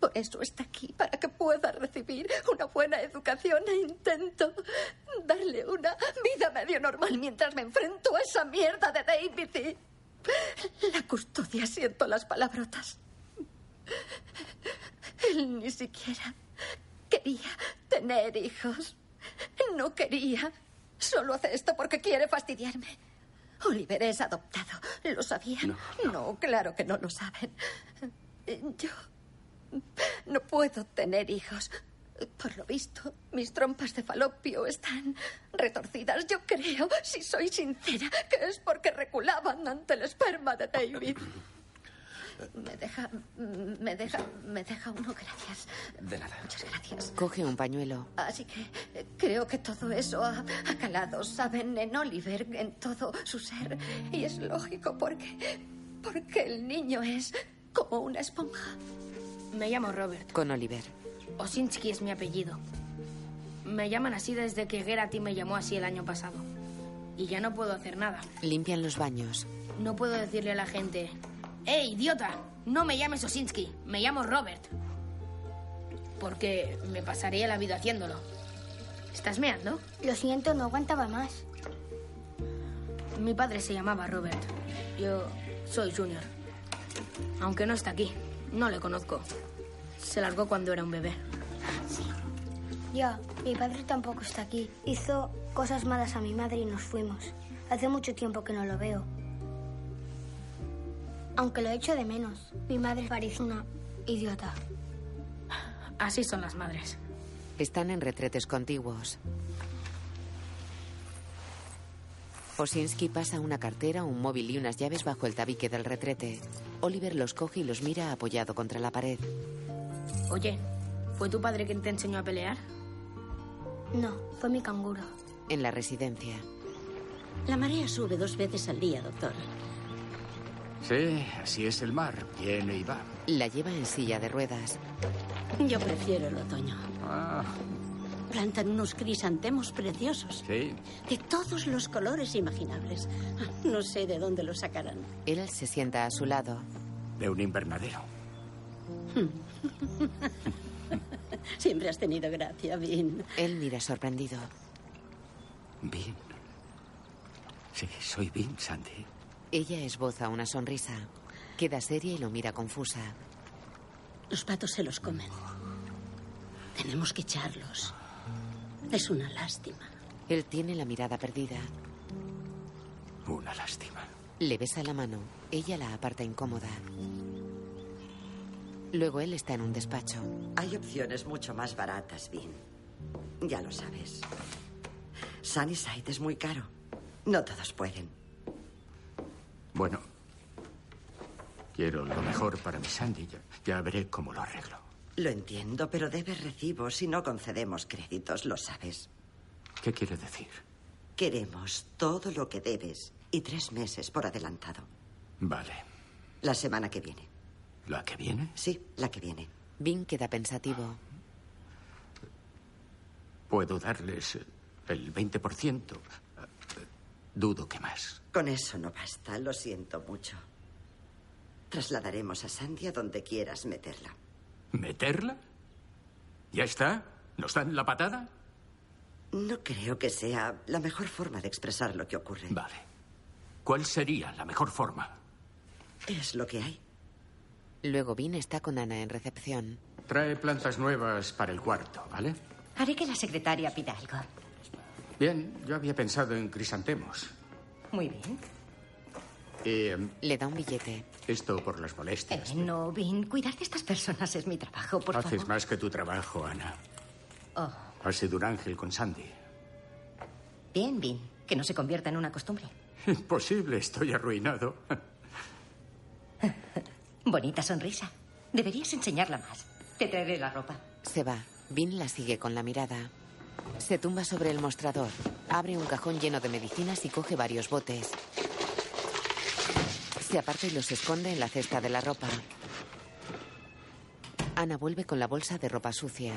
[SPEAKER 13] Por eso está aquí, para que pueda recibir una buena educación e intento darle una vida medio normal mientras me enfrento a esa mierda de David y la custodia. Siento las palabrotas. Él ni siquiera quería tener hijos. No quería. Solo hace esto porque quiere fastidiarme. Oliver es adoptado. ¿Lo sabían? No, claro que no lo saben. Yo no puedo tener hijos. Por lo visto, mis trompas de falopio están retorcidas. Yo creo, si soy sincera, que es porque reculaban ante el esperma de David. Me deja, me deja, me deja uno, gracias.
[SPEAKER 15] De nada.
[SPEAKER 13] Muchas gracias.
[SPEAKER 3] Coge un pañuelo.
[SPEAKER 13] Así que eh, creo que todo eso ha, ha calado, saben, en Oliver, en todo su ser. Y es lógico porque, porque el niño es como una esponja.
[SPEAKER 18] Me llamo Robert.
[SPEAKER 3] Con Oliver.
[SPEAKER 18] Osinski es mi apellido. Me llaman así desde que Gerati me llamó así el año pasado. Y ya no puedo hacer nada.
[SPEAKER 3] Limpian los baños.
[SPEAKER 18] No puedo decirle a la gente, ¡Eh, idiota! No me llames Osinski, me llamo Robert. Porque me pasaría la vida haciéndolo. ¿Estás meando?
[SPEAKER 14] Lo siento, no aguantaba más.
[SPEAKER 18] Mi padre se llamaba Robert. Yo soy Junior. Aunque no está aquí, no le conozco. Se largó cuando era un bebé.
[SPEAKER 14] Ya, mi padre tampoco está aquí. Hizo cosas malas a mi madre y nos fuimos. Hace mucho tiempo que no lo veo. Aunque lo echo de menos. Mi madre parece una idiota.
[SPEAKER 18] Así son las madres.
[SPEAKER 3] Están en retretes contiguos. Osinski pasa una cartera, un móvil y unas llaves bajo el tabique del retrete. Oliver los coge y los mira apoyado contra la pared.
[SPEAKER 18] Oye, ¿fue tu padre quien te enseñó a pelear?
[SPEAKER 14] No, fue mi canguro.
[SPEAKER 3] En la residencia.
[SPEAKER 20] La marea sube dos veces al día, doctor.
[SPEAKER 4] Sí, así es el mar. Viene y va.
[SPEAKER 3] La lleva en silla de ruedas.
[SPEAKER 20] Yo prefiero el otoño.
[SPEAKER 4] Ah,
[SPEAKER 20] Plantan unos crisantemos preciosos.
[SPEAKER 4] Sí.
[SPEAKER 20] De todos los colores imaginables. No sé de dónde los sacarán.
[SPEAKER 3] Él se sienta a su lado.
[SPEAKER 4] De un invernadero.
[SPEAKER 20] [laughs] Siempre has tenido gracia, Vin.
[SPEAKER 3] Él mira sorprendido.
[SPEAKER 4] Bien. Sí, soy Vin, Sandy.
[SPEAKER 3] Ella esboza una sonrisa. Queda seria y lo mira confusa.
[SPEAKER 20] Los patos se los comen. Tenemos que echarlos. Es una lástima.
[SPEAKER 3] Él tiene la mirada perdida.
[SPEAKER 4] Una lástima.
[SPEAKER 3] Le besa la mano. Ella la aparta incómoda. Luego él está en un despacho.
[SPEAKER 5] Hay opciones mucho más baratas, Vin. Ya lo sabes. Sunnyside es muy caro. No todos pueden.
[SPEAKER 4] Bueno, quiero lo mejor para mi Sandy. Ya, ya veré cómo lo arreglo.
[SPEAKER 5] Lo entiendo, pero debes recibos si no concedemos créditos, lo sabes.
[SPEAKER 4] ¿Qué quiere decir?
[SPEAKER 5] Queremos todo lo que debes y tres meses por adelantado.
[SPEAKER 4] Vale.
[SPEAKER 5] La semana que viene.
[SPEAKER 4] ¿La que viene?
[SPEAKER 5] Sí, la que viene.
[SPEAKER 3] Vin queda pensativo.
[SPEAKER 4] Puedo darles el 20%. Dudo que más.
[SPEAKER 5] Con eso no basta, lo siento mucho. Trasladaremos a Sandia donde quieras meterla.
[SPEAKER 4] ¿Meterla? ¿Ya está? ¿Nos dan la patada?
[SPEAKER 5] No creo que sea la mejor forma de expresar lo que ocurre.
[SPEAKER 4] Vale. ¿Cuál sería la mejor forma?
[SPEAKER 5] Es lo que hay.
[SPEAKER 3] Luego Vin está con Ana en recepción.
[SPEAKER 4] Trae plantas nuevas para el cuarto, ¿vale?
[SPEAKER 8] Haré que la secretaria pida algo.
[SPEAKER 4] Bien, yo había pensado en crisantemos.
[SPEAKER 8] Muy bien.
[SPEAKER 4] Y, em,
[SPEAKER 3] Le da un billete.
[SPEAKER 4] esto por las molestias.
[SPEAKER 8] Eh, no, Vin, cuidar de estas personas es mi trabajo,
[SPEAKER 20] Ah,
[SPEAKER 8] por
[SPEAKER 4] Haces
[SPEAKER 8] favor.
[SPEAKER 4] más que tu trabajo, Ana.
[SPEAKER 8] Oh,
[SPEAKER 4] Has sido un ángel con Sandy.
[SPEAKER 8] bien, Vin, que no se convierta en una costumbre.
[SPEAKER 4] Imposible, estoy arruinado.
[SPEAKER 8] Bonita sonrisa. Deberías enseñarla más. Te traeré la ropa.
[SPEAKER 3] Se va. Vin la sigue con la mirada. Se tumba sobre el mostrador. Abre un cajón lleno de medicinas y coge varios botes. Se aparta y los esconde en la cesta de la ropa. Ana vuelve con la bolsa de ropa sucia.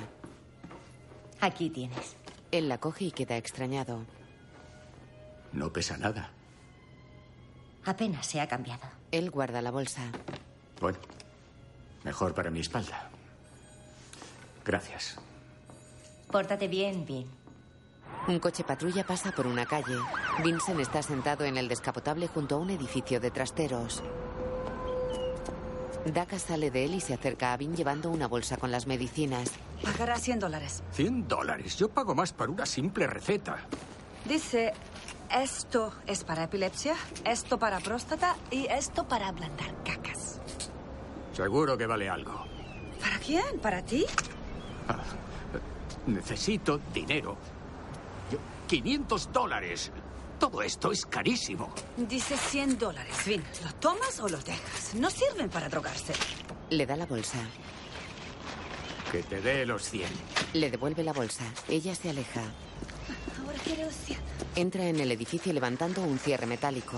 [SPEAKER 8] Aquí tienes.
[SPEAKER 3] Él la coge y queda extrañado.
[SPEAKER 4] No pesa nada.
[SPEAKER 8] Apenas se ha cambiado.
[SPEAKER 3] Él guarda la bolsa.
[SPEAKER 4] Bueno, mejor para mi espalda. Gracias.
[SPEAKER 8] Pórtate bien, Vin.
[SPEAKER 3] Un coche patrulla pasa por una calle. Vincent está sentado en el descapotable junto a un edificio de trasteros. Daka sale de él y se acerca a Vin llevando una bolsa con las medicinas.
[SPEAKER 6] Pagará 100 dólares.
[SPEAKER 4] 100 dólares. Yo pago más por una simple receta.
[SPEAKER 6] Dice, esto es para epilepsia, esto para próstata y esto para ablandar cacas.
[SPEAKER 4] Seguro que vale algo.
[SPEAKER 6] ¿Para quién? ¿Para ti?
[SPEAKER 4] Necesito dinero. Yo- 500 dólares. Todo esto es carísimo.
[SPEAKER 6] Dice 100 dólares. Vin, ¿lo tomas o lo dejas? No sirven para drogarse.
[SPEAKER 3] Le da la bolsa.
[SPEAKER 4] Que te dé los 100.
[SPEAKER 3] Le devuelve la bolsa. Ella se aleja.
[SPEAKER 6] Ahora quiero 100.
[SPEAKER 3] Entra en el edificio levantando un cierre metálico.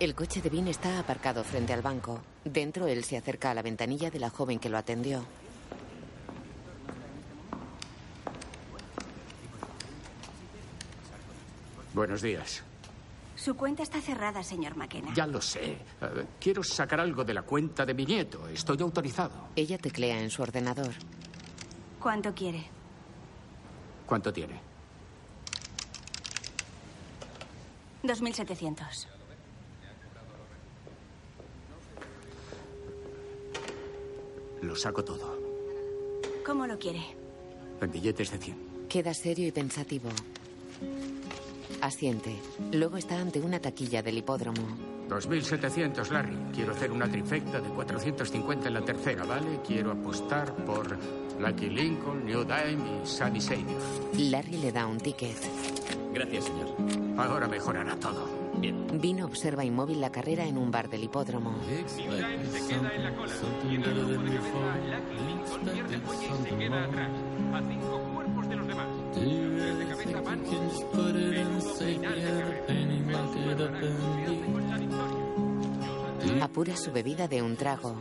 [SPEAKER 3] El coche de Vin está aparcado frente al banco. Dentro él se acerca a la ventanilla de la joven que lo atendió.
[SPEAKER 4] Buenos días.
[SPEAKER 8] Su cuenta está cerrada, señor McKenna.
[SPEAKER 4] Ya lo sé. Eh, quiero sacar algo de la cuenta de mi nieto. Estoy autorizado.
[SPEAKER 3] Ella teclea en su ordenador.
[SPEAKER 8] ¿Cuánto quiere?
[SPEAKER 4] ¿Cuánto tiene?
[SPEAKER 8] 2.700.
[SPEAKER 4] Lo saco todo.
[SPEAKER 8] ¿Cómo lo quiere?
[SPEAKER 4] En billetes de 100.
[SPEAKER 3] Queda serio y pensativo. Asiente. Luego está ante una taquilla del hipódromo.
[SPEAKER 4] 2.700, Larry. Quiero hacer una trifecta de 450 en la tercera, ¿vale? Quiero apostar por Lucky Lincoln, New Dime y Sunny Savior.
[SPEAKER 3] Larry le da un ticket.
[SPEAKER 4] Gracias, señor. Ahora mejorará todo. Bien.
[SPEAKER 3] Vino observa inmóvil la carrera en un bar del hipódromo.
[SPEAKER 22] Se queda en la cola. Y en el grupo de cabeza, Lucky Lincoln pierde fuelle y se queda atrás. A cinco cuerpos de los demás. Los tres de cabeza van. Menudo final de carrera. Menudo Superman. Con la victoria.
[SPEAKER 3] Apura su bebida de un trago.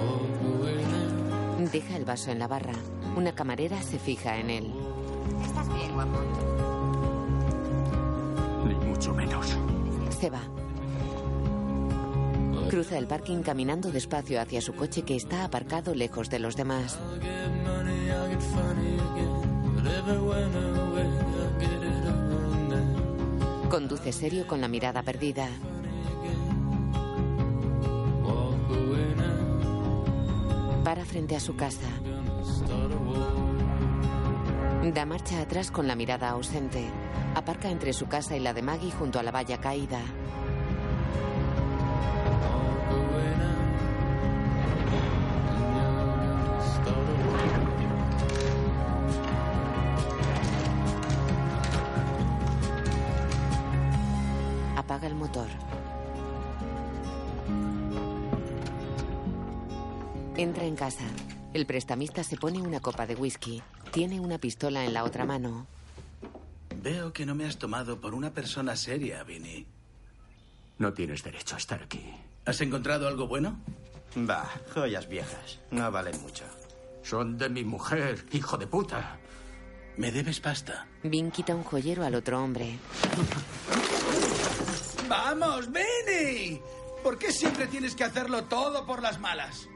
[SPEAKER 11] Oh,
[SPEAKER 3] Deja el vaso en la barra. Una camarera se fija en él.
[SPEAKER 24] Estás bien, guapo.
[SPEAKER 25] Ni mucho menos.
[SPEAKER 3] Se va. Cruza el parking caminando despacio hacia su coche que está aparcado lejos de los demás. Conduce serio con la mirada perdida. Para frente a su casa. Da marcha atrás con la mirada ausente. Aparca entre su casa y la de Maggie junto a la valla caída. Apaga el motor. Entra en casa. El prestamista se pone una copa de whisky. Tiene una pistola en la otra mano.
[SPEAKER 4] Veo que no me has tomado por una persona seria, Vinny.
[SPEAKER 26] No tienes derecho a estar aquí.
[SPEAKER 4] ¿Has encontrado algo bueno?
[SPEAKER 26] Va, joyas viejas. No valen mucho. Son de mi mujer, hijo de puta.
[SPEAKER 4] Me debes pasta.
[SPEAKER 3] Vin quita un joyero al otro hombre.
[SPEAKER 4] ¡Vamos, Vinny! ¿Por qué siempre tienes que hacerlo todo por las malas?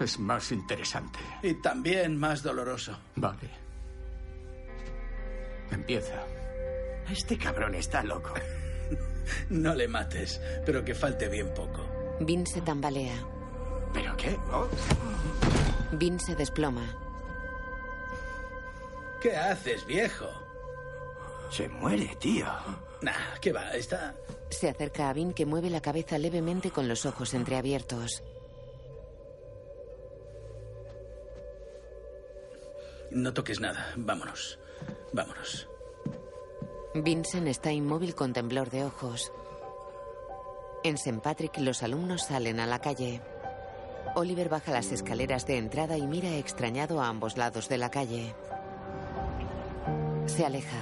[SPEAKER 26] Es más interesante.
[SPEAKER 4] Y también más doloroso.
[SPEAKER 26] Vale. Empieza.
[SPEAKER 27] Este cabrón está loco.
[SPEAKER 4] [laughs] No le mates, pero que falte bien poco.
[SPEAKER 3] Vin se tambalea.
[SPEAKER 27] ¿Pero qué? Oh.
[SPEAKER 3] Vin se desploma.
[SPEAKER 4] ¿Qué haces, viejo?
[SPEAKER 27] Se muere, tío.
[SPEAKER 4] Nah, ¿qué va? Está...
[SPEAKER 3] Se acerca a Vin que mueve la cabeza levemente con los ojos entreabiertos.
[SPEAKER 4] No toques nada. Vámonos. Vámonos.
[SPEAKER 3] Vincent está inmóvil con temblor de ojos. En St. Patrick los alumnos salen a la calle. Oliver baja las escaleras de entrada y mira extrañado a ambos lados de la calle. Se aleja.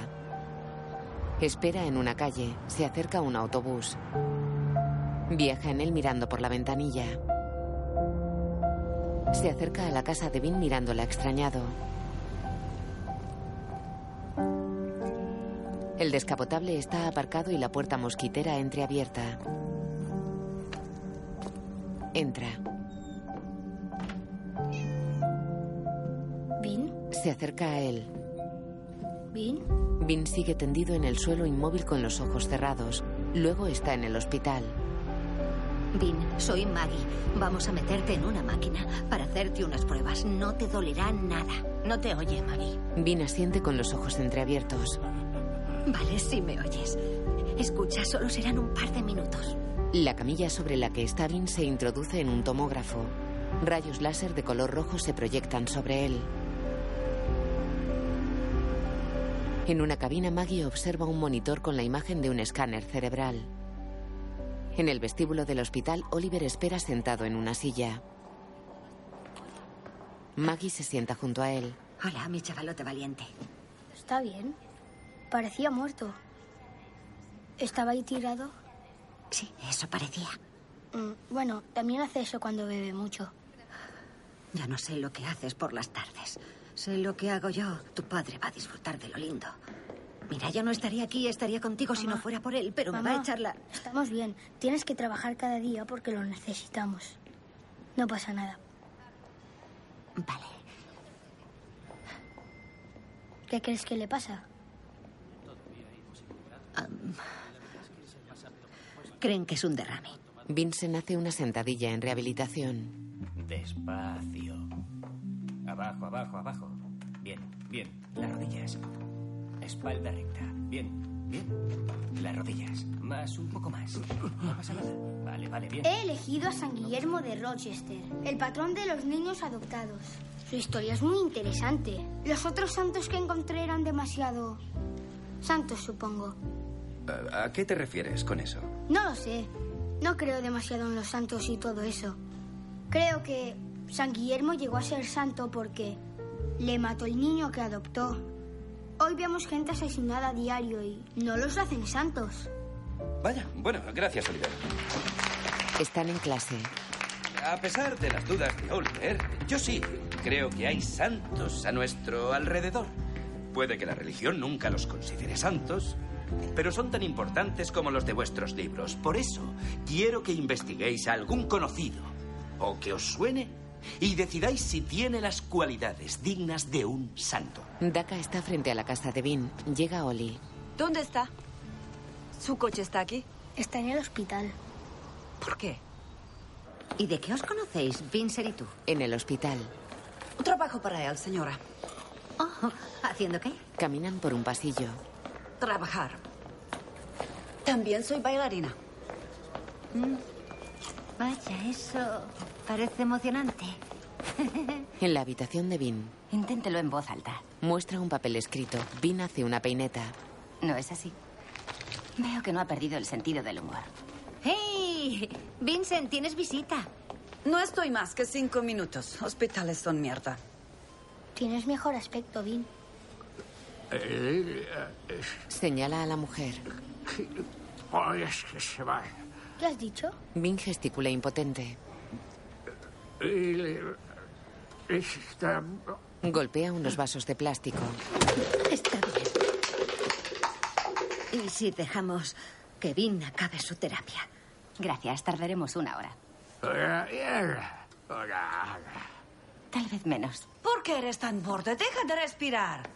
[SPEAKER 3] Espera en una calle. Se acerca un autobús. Viaja en él mirando por la ventanilla. Se acerca a la casa de Vin mirándola extrañado. El descapotable está aparcado y la puerta mosquitera entreabierta. Entra.
[SPEAKER 14] ¿Vin?
[SPEAKER 3] Se acerca a él.
[SPEAKER 14] ¿Vin?
[SPEAKER 3] Vin sigue tendido en el suelo inmóvil con los ojos cerrados. Luego está en el hospital.
[SPEAKER 13] Vin, soy Maggie. Vamos a meterte en una máquina para hacerte unas pruebas. No te dolerá nada. No te oye, Maggie.
[SPEAKER 3] Vin asiente con los ojos entreabiertos.
[SPEAKER 13] Vale, si me oyes. Escucha, solo serán un par de minutos.
[SPEAKER 3] La camilla sobre la que está Vin se introduce en un tomógrafo. Rayos láser de color rojo se proyectan sobre él. En una cabina, Maggie observa un monitor con la imagen de un escáner cerebral. En el vestíbulo del hospital, Oliver espera sentado en una silla. Maggie se sienta junto a él.
[SPEAKER 13] Hola, mi chavalote valiente.
[SPEAKER 14] ¿Está bien? Parecía muerto. ¿Estaba ahí tirado?
[SPEAKER 13] Sí, eso parecía.
[SPEAKER 14] Mm, bueno, también hace eso cuando bebe mucho.
[SPEAKER 13] Ya no sé lo que haces por las tardes. Sé lo que hago yo. Tu padre va a disfrutar de lo lindo. Mira, yo no estaría aquí, estaría contigo si no fuera por él, pero me va
[SPEAKER 14] Mamá,
[SPEAKER 13] a echar la...
[SPEAKER 14] Estamos bien. Tienes que trabajar cada día porque lo necesitamos. No pasa nada.
[SPEAKER 13] Vale.
[SPEAKER 14] ¿Qué crees que le pasa?
[SPEAKER 13] Am. Creen que es un derrame.
[SPEAKER 3] Vincent hace una sentadilla en rehabilitación.
[SPEAKER 12] Despacio. Abajo, abajo, abajo. Bien, bien. Las rodillas. Espalda recta. Bien, bien. Las rodillas. Más, un poco más. No pasa nada. Vale, vale, bien.
[SPEAKER 14] He elegido a San Guillermo de Rochester, el patrón de los niños adoptados. Su historia es muy interesante. Los otros santos que encontré eran demasiado... Santos, supongo.
[SPEAKER 15] Eh, ¿A a qué te refieres con eso?
[SPEAKER 14] No lo sé. No creo demasiado en los santos y todo eso. Creo que San Guillermo llegó a ser santo porque le mató el niño que adoptó. Hoy vemos gente asesinada a diario y no los hacen santos.
[SPEAKER 15] Vaya, bueno, gracias, Oliver.
[SPEAKER 3] Están en clase.
[SPEAKER 15] A pesar de las dudas de Oliver, yo sí creo que hay santos a nuestro alrededor. Puede que la religión nunca los considere santos, pero son tan importantes como los de vuestros libros. Por eso, quiero que investiguéis a algún conocido o que os suene y decidáis si tiene las cualidades dignas de un santo.
[SPEAKER 3] Daka está frente a la casa de Vin. Llega Oli.
[SPEAKER 6] ¿Dónde está? ¿Su coche está aquí?
[SPEAKER 14] Está en el hospital.
[SPEAKER 6] ¿Por qué?
[SPEAKER 13] ¿Y de qué os conocéis, Vincer y tú?
[SPEAKER 3] En el hospital.
[SPEAKER 6] Trabajo para él, señora.
[SPEAKER 14] Oh.
[SPEAKER 13] ¿Haciendo qué?
[SPEAKER 3] Caminan por un pasillo.
[SPEAKER 6] Trabajar. También soy bailarina.
[SPEAKER 13] Mm. Vaya, eso parece emocionante.
[SPEAKER 3] En la habitación de Vin.
[SPEAKER 12] Inténtelo en voz alta.
[SPEAKER 3] Muestra un papel escrito. Vin hace una peineta.
[SPEAKER 12] No es así. Veo que no ha perdido el sentido del humor.
[SPEAKER 13] ¡Hey! Vincent, tienes visita.
[SPEAKER 6] No estoy más que cinco minutos. Hospitales son mierda.
[SPEAKER 14] Tienes mejor aspecto, Vin.
[SPEAKER 3] Señala a la mujer.
[SPEAKER 12] Ay, es que se va.
[SPEAKER 14] ¿Qué has dicho?
[SPEAKER 3] Vin gesticula impotente.
[SPEAKER 12] Está...
[SPEAKER 3] Golpea unos vasos de plástico.
[SPEAKER 13] Está bien. ¿Y si dejamos que Vin acabe su terapia?
[SPEAKER 12] Gracias, tardaremos una hora. Tal vez menos.
[SPEAKER 6] ¿Por qué eres tan borde? Deja de respirar.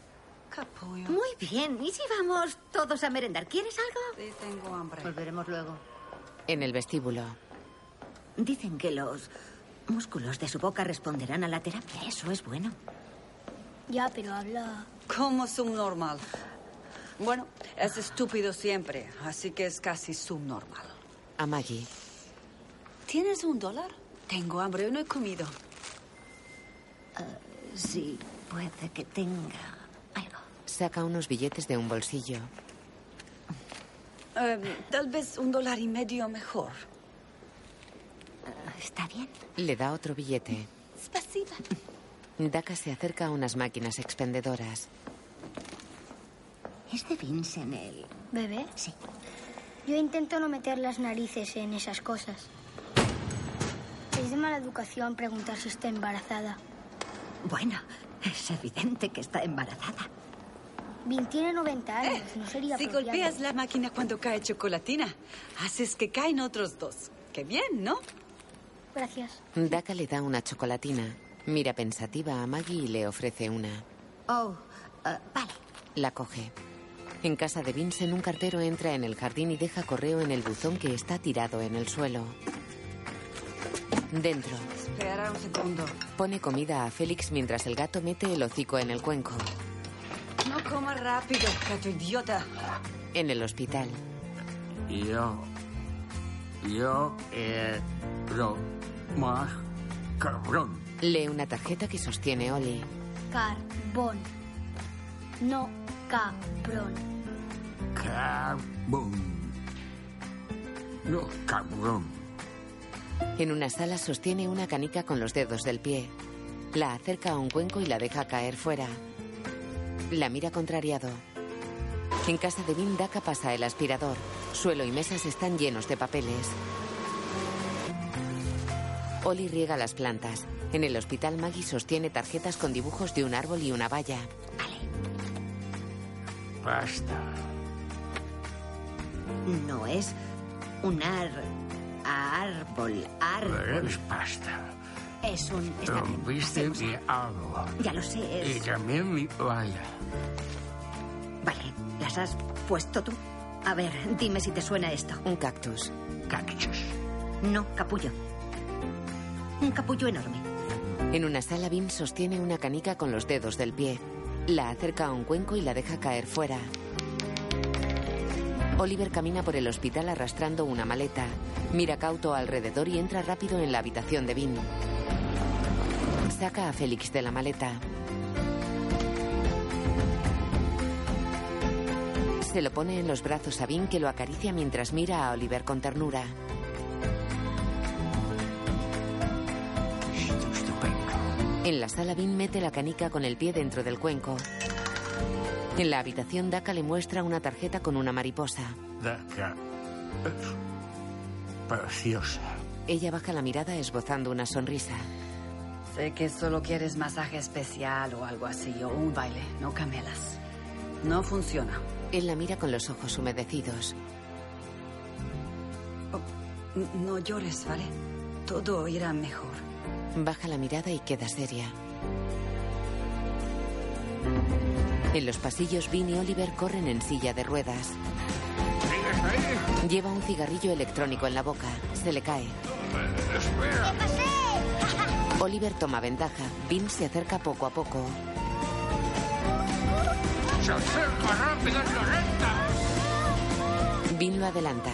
[SPEAKER 6] Capullo.
[SPEAKER 13] Muy bien. ¿Y si vamos todos a merendar? ¿Quieres algo?
[SPEAKER 6] Sí, tengo hambre.
[SPEAKER 13] Volveremos luego.
[SPEAKER 3] En el vestíbulo.
[SPEAKER 13] Dicen que los músculos de su boca responderán a la terapia. Eso es bueno.
[SPEAKER 14] Ya, pero habla.
[SPEAKER 6] Como subnormal. Bueno, es estúpido siempre, así que es casi subnormal.
[SPEAKER 3] A Maggie.
[SPEAKER 6] ¿Tienes un dólar? Tengo hambre, no he comido.
[SPEAKER 13] Uh, sí, puede que tenga.
[SPEAKER 3] Saca unos billetes de un bolsillo.
[SPEAKER 6] Eh, tal vez un dólar y medio mejor.
[SPEAKER 13] ¿Está bien?
[SPEAKER 3] Le da otro billete.
[SPEAKER 6] Spasiba.
[SPEAKER 3] Daka se acerca a unas máquinas expendedoras.
[SPEAKER 13] ¿Es de Vincent el...?
[SPEAKER 14] ¿Bebé?
[SPEAKER 13] Sí.
[SPEAKER 14] Yo intento no meter las narices en esas cosas. Es de mala educación preguntar si está embarazada.
[SPEAKER 13] Bueno, es evidente que está embarazada.
[SPEAKER 14] Vin tiene 90 años, no sería
[SPEAKER 6] Si
[SPEAKER 14] apropiado.
[SPEAKER 6] golpeas la máquina cuando cae chocolatina, haces que caen otros dos. Qué bien, ¿no?
[SPEAKER 14] Gracias.
[SPEAKER 3] Daka le da una chocolatina. Mira pensativa a Maggie y le ofrece una.
[SPEAKER 13] Oh, eh, vale.
[SPEAKER 3] La coge. En casa de Vincent, un cartero entra en el jardín y deja correo en el buzón que está tirado en el suelo. Dentro.
[SPEAKER 6] Espera un segundo.
[SPEAKER 3] Pone comida a Félix mientras el gato mete el hocico en el cuenco.
[SPEAKER 6] No comas rápido, gato idiota.
[SPEAKER 3] En el hospital.
[SPEAKER 4] Yo. Yo quiero más cabrón.
[SPEAKER 3] Lee una tarjeta que sostiene Oli.
[SPEAKER 14] Carbón. No cabrón.
[SPEAKER 4] Cabrón. No, cabrón.
[SPEAKER 3] En una sala sostiene una canica con los dedos del pie. La acerca a un cuenco y la deja caer fuera. La mira contrariado. En casa de Vin Daka pasa el aspirador. Suelo y mesas están llenos de papeles. Oli riega las plantas. En el hospital Maggie sostiene tarjetas con dibujos de un árbol y una valla.
[SPEAKER 4] Basta.
[SPEAKER 13] No es un ar... árbol, árbol.
[SPEAKER 4] Es pasta.
[SPEAKER 13] Es un... Está bien.
[SPEAKER 4] Rompiste mi agua.
[SPEAKER 13] Ya lo sé,
[SPEAKER 4] Y
[SPEAKER 13] es...
[SPEAKER 4] también mi valla.
[SPEAKER 13] Vale, las has puesto tú. A ver, dime si te suena esto.
[SPEAKER 3] Un cactus.
[SPEAKER 4] Cactus.
[SPEAKER 13] No, capullo. Un capullo enorme.
[SPEAKER 3] En una sala Vin sostiene una canica con los dedos del pie. La acerca a un cuenco y la deja caer fuera. Oliver camina por el hospital arrastrando una maleta. Mira cauto alrededor y entra rápido en la habitación de Vin. Saca a Félix de la maleta. Se lo pone en los brazos a Vin que lo acaricia mientras mira a Oliver con ternura. En la sala, Vin mete la canica con el pie dentro del cuenco. En la habitación, Daka le muestra una tarjeta con una mariposa.
[SPEAKER 4] Daca. Es Preciosa.
[SPEAKER 3] Ella baja la mirada esbozando una sonrisa.
[SPEAKER 6] Sé que solo quieres masaje especial o algo así, o un baile, no camelas. No funciona.
[SPEAKER 3] Él la mira con los ojos humedecidos.
[SPEAKER 6] N- No llores, ¿vale? Todo irá mejor.
[SPEAKER 3] Baja la mirada y queda seria. En los pasillos, Vin y Oliver corren en silla de ruedas. Lleva un cigarrillo electrónico en la boca. Se le cae. Oliver toma ventaja. Vin se acerca poco a poco.
[SPEAKER 28] ¡Se acerca rápido en Loretta!
[SPEAKER 3] Vin lo adelanta.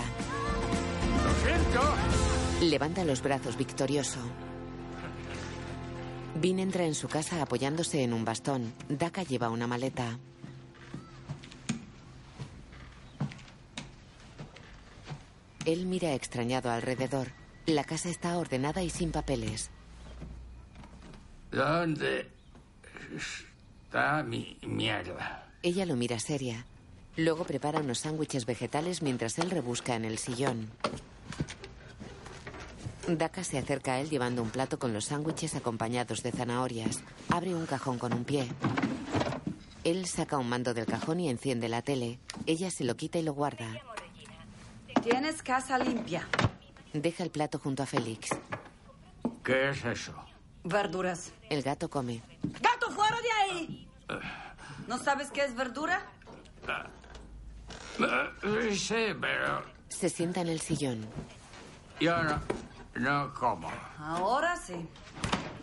[SPEAKER 28] ¡Lo siento!
[SPEAKER 3] Levanta los brazos victorioso. Vin entra en su casa apoyándose en un bastón. Daka lleva una maleta. Él mira extrañado alrededor. La casa está ordenada y sin papeles.
[SPEAKER 4] ¿Dónde está mi mierda?
[SPEAKER 3] Ella lo mira seria. Luego prepara unos sándwiches vegetales mientras él rebusca en el sillón. Daka se acerca a él llevando un plato con los sándwiches acompañados de zanahorias. Abre un cajón con un pie. Él saca un mando del cajón y enciende la tele. Ella se lo quita y lo guarda.
[SPEAKER 6] Tienes casa limpia.
[SPEAKER 3] Deja el plato junto a Félix.
[SPEAKER 4] ¿Qué es eso?
[SPEAKER 6] Verduras.
[SPEAKER 3] El gato come.
[SPEAKER 6] ¡Gato, fuera de ahí! ¿No sabes qué es verdura?
[SPEAKER 4] Eh, Sí, pero
[SPEAKER 3] Se sienta en el sillón.
[SPEAKER 4] yo no, no como.
[SPEAKER 6] Ahora sí.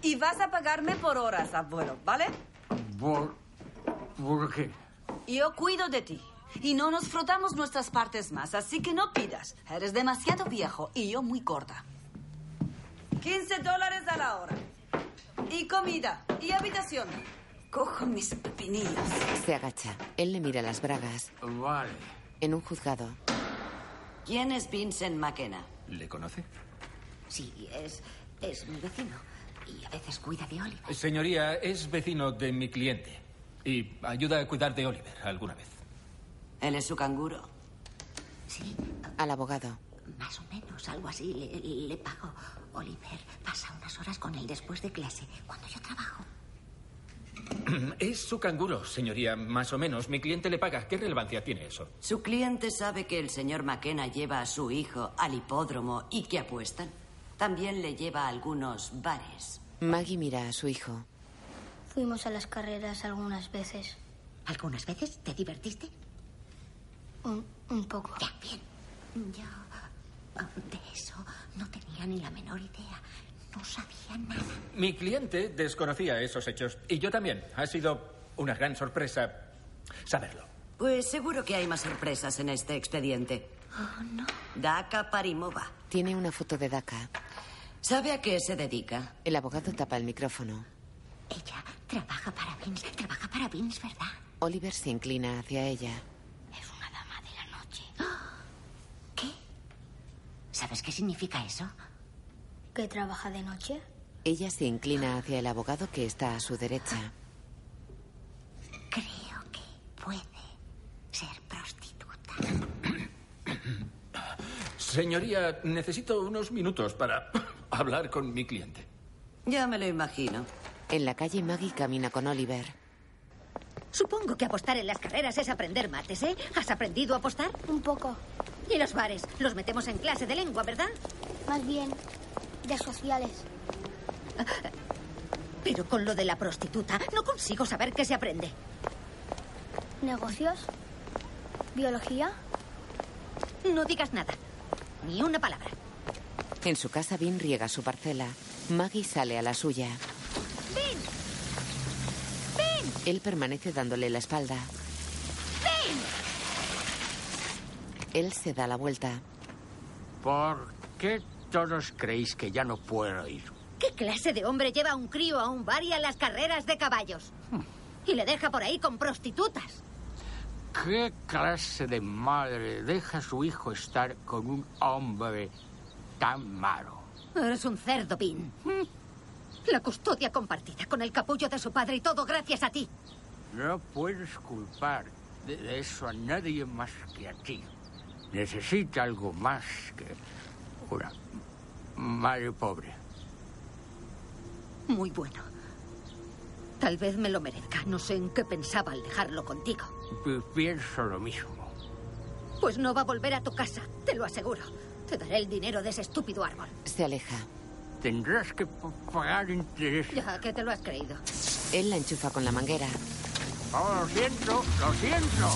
[SPEAKER 6] Y vas a pagarme por horas, abuelo, ¿vale?
[SPEAKER 4] ¿Por, por qué?
[SPEAKER 6] Yo cuido de ti. Y no nos frotamos nuestras partes más, así que no pidas. Eres demasiado viejo y yo muy corta. 15 dólares a la hora. Y comida. Y habitación. Cojo mis pepinillos.
[SPEAKER 3] Se agacha. Él le mira las bragas.
[SPEAKER 4] Vale.
[SPEAKER 3] En un juzgado.
[SPEAKER 6] ¿Quién es Vincent McKenna?
[SPEAKER 29] ¿Le conoce?
[SPEAKER 13] Sí, es, es mi vecino. Y a veces cuida de Oliver.
[SPEAKER 12] Señoría, es vecino de mi cliente [clears throat] y ayuda a cuidar de Oliver alguna vez.
[SPEAKER 6] Él es su canguro.
[SPEAKER 13] Sí,
[SPEAKER 3] Al abogado.
[SPEAKER 13] más o menos, algo así. Le, le pago. Oliver pasa unas horas con él después de clase, cuando yo trabajo.
[SPEAKER 12] Es su canguro, señoría, más o menos. Mi cliente le paga. ¿Qué relevancia tiene eso?
[SPEAKER 5] Su cliente sabe que el señor McKenna lleva a su hijo al hipódromo y que apuestan. También le lleva a algunos bares.
[SPEAKER 3] Maggie mira a su hijo.
[SPEAKER 14] Fuimos a las carreras algunas veces.
[SPEAKER 13] ¿Algunas veces te divertiste?
[SPEAKER 14] Un, un poco.
[SPEAKER 13] Yo ah, de eso no tenía ni la menor idea. No sabía nada.
[SPEAKER 12] Mi cliente desconocía esos hechos y yo también. Ha sido una gran sorpresa saberlo.
[SPEAKER 5] Pues seguro que hay más sorpresas en este expediente.
[SPEAKER 13] Oh, no.
[SPEAKER 5] Daka Parimova.
[SPEAKER 3] Tiene una foto de Daka.
[SPEAKER 5] ¿Sabe a qué se dedica?
[SPEAKER 3] El abogado tapa el micrófono.
[SPEAKER 13] Ella trabaja para Vince. Trabaja para Vince, ¿verdad?
[SPEAKER 3] Oliver se inclina hacia ella.
[SPEAKER 14] [gasps]
[SPEAKER 13] ¿Sabes qué significa eso?
[SPEAKER 14] ¿Que trabaja de noche?
[SPEAKER 3] Ella se inclina hacia el abogado que está a su derecha.
[SPEAKER 13] Creo que puede ser prostituta.
[SPEAKER 12] Señoría, necesito unos minutos para [laughs] hablar con mi cliente.
[SPEAKER 5] Ya me lo imagino.
[SPEAKER 3] En la calle, Maggie camina con Oliver.
[SPEAKER 13] Supongo que apostar en las carreras es aprender mates, ¿eh? ¿Has aprendido a apostar?
[SPEAKER 14] Un poco.
[SPEAKER 13] ¿Y los bares? Los metemos en clase de lengua, ¿verdad?
[SPEAKER 14] Más bien, de sociales.
[SPEAKER 13] Pero con lo de la prostituta no consigo saber qué se aprende.
[SPEAKER 14] ¿Negocios? ¿Biología?
[SPEAKER 13] No digas nada. Ni una palabra.
[SPEAKER 3] En su casa, Vin riega su parcela. Maggie sale a la suya.
[SPEAKER 13] ¡Vin!
[SPEAKER 3] Él permanece dándole la espalda. Él se da la vuelta.
[SPEAKER 4] ¿Por qué todos creéis que ya no puedo ir?
[SPEAKER 13] ¿Qué clase de hombre lleva a un crío a un bar y a las carreras de caballos? Y le deja por ahí con prostitutas.
[SPEAKER 4] ¿Qué clase de madre deja a su hijo estar con un hombre tan malo?
[SPEAKER 13] Eres un cerdo, Vin. La custodia compartida con el capullo de su padre y todo gracias a ti.
[SPEAKER 4] No puedes culpar de- de eso a nadie más que a ti. Necesita algo más que una madre pobre.
[SPEAKER 13] Muy bueno. Tal vez me lo merezca. No sé en qué pensaba al dejarlo contigo.
[SPEAKER 4] P- Pienso lo mismo.
[SPEAKER 13] Pues no va a volver a tu casa, te lo aseguro. Te daré el dinero de ese estúpido árbol.
[SPEAKER 3] Se aleja.
[SPEAKER 4] Tendrás que p- pagar interés.
[SPEAKER 13] Ya que te lo has creído.
[SPEAKER 3] Él la enchufa con la manguera.
[SPEAKER 4] Oh, lo siento, lo siento.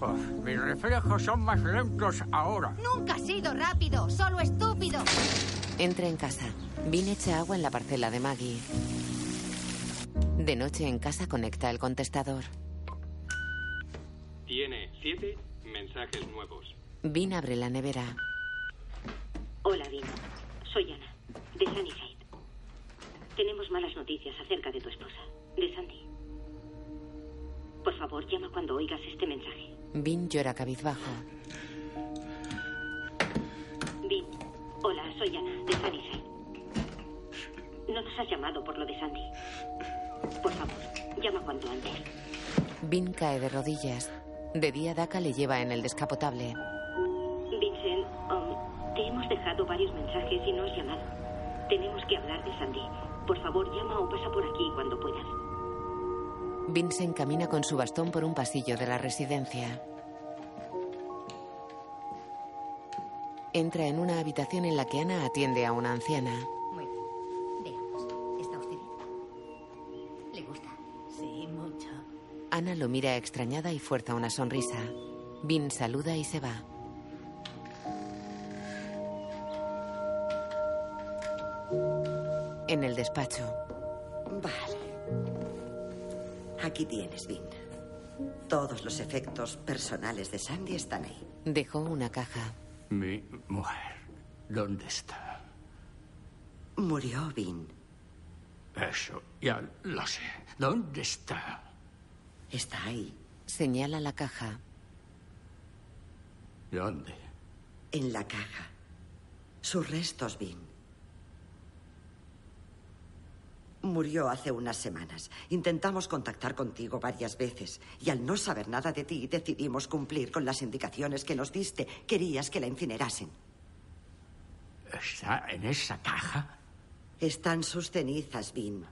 [SPEAKER 4] Oh, mis reflejos son más lentos ahora.
[SPEAKER 13] Nunca has sido rápido, solo estúpido.
[SPEAKER 3] Entra en casa. Vin echa agua en la parcela de Maggie. De noche en casa conecta el contestador.
[SPEAKER 12] Tiene siete mensajes nuevos.
[SPEAKER 3] Vin abre la nevera.
[SPEAKER 30] Hola, Vin. Soy Ana, de Sunnyside. Tenemos malas noticias acerca de tu esposa, de Sandy. Por favor, llama cuando oigas este mensaje.
[SPEAKER 3] Vin llora cabizbajo.
[SPEAKER 30] Vin, hola, soy Ana, de Sunnyside. No nos has llamado por lo de Sandy. Por favor, llama cuanto antes.
[SPEAKER 3] Vin cae de rodillas. De día Daka le lleva en el descapotable.
[SPEAKER 30] Vincent, um, te hemos dejado varios mensajes y no has llamado. Tenemos que hablar de Sandy. Por favor, llama o pasa por aquí cuando puedas.
[SPEAKER 3] Vin se encamina con su bastón por un pasillo de la residencia. Entra en una habitación en la que Ana atiende a una anciana.
[SPEAKER 8] Muy bien. Veamos. ¿Está usted bien? ¿Le gusta? Sí, mucho.
[SPEAKER 3] Ana lo mira extrañada y fuerza una sonrisa. Vin saluda y se va. En el despacho,
[SPEAKER 5] Vale. Aquí tienes, Vin. Todos los efectos personales de Sandy están ahí.
[SPEAKER 3] dejó una caja.
[SPEAKER 4] Mi mujer, ¿dónde está?
[SPEAKER 5] Murió Vin.
[SPEAKER 4] Eso, ya lo sé. ¿Dónde está?
[SPEAKER 5] Está ahí.
[SPEAKER 3] Señala la caja.
[SPEAKER 4] ¿Dónde?
[SPEAKER 5] En la caja. Sus restos, Vin. Murió hace unas semanas. Intentamos contactar contigo varias veces y al no saber nada de ti decidimos cumplir con las indicaciones que nos diste. Querías que la incinerasen.
[SPEAKER 4] ¿Está en esa caja?
[SPEAKER 5] Están sus cenizas, Vin.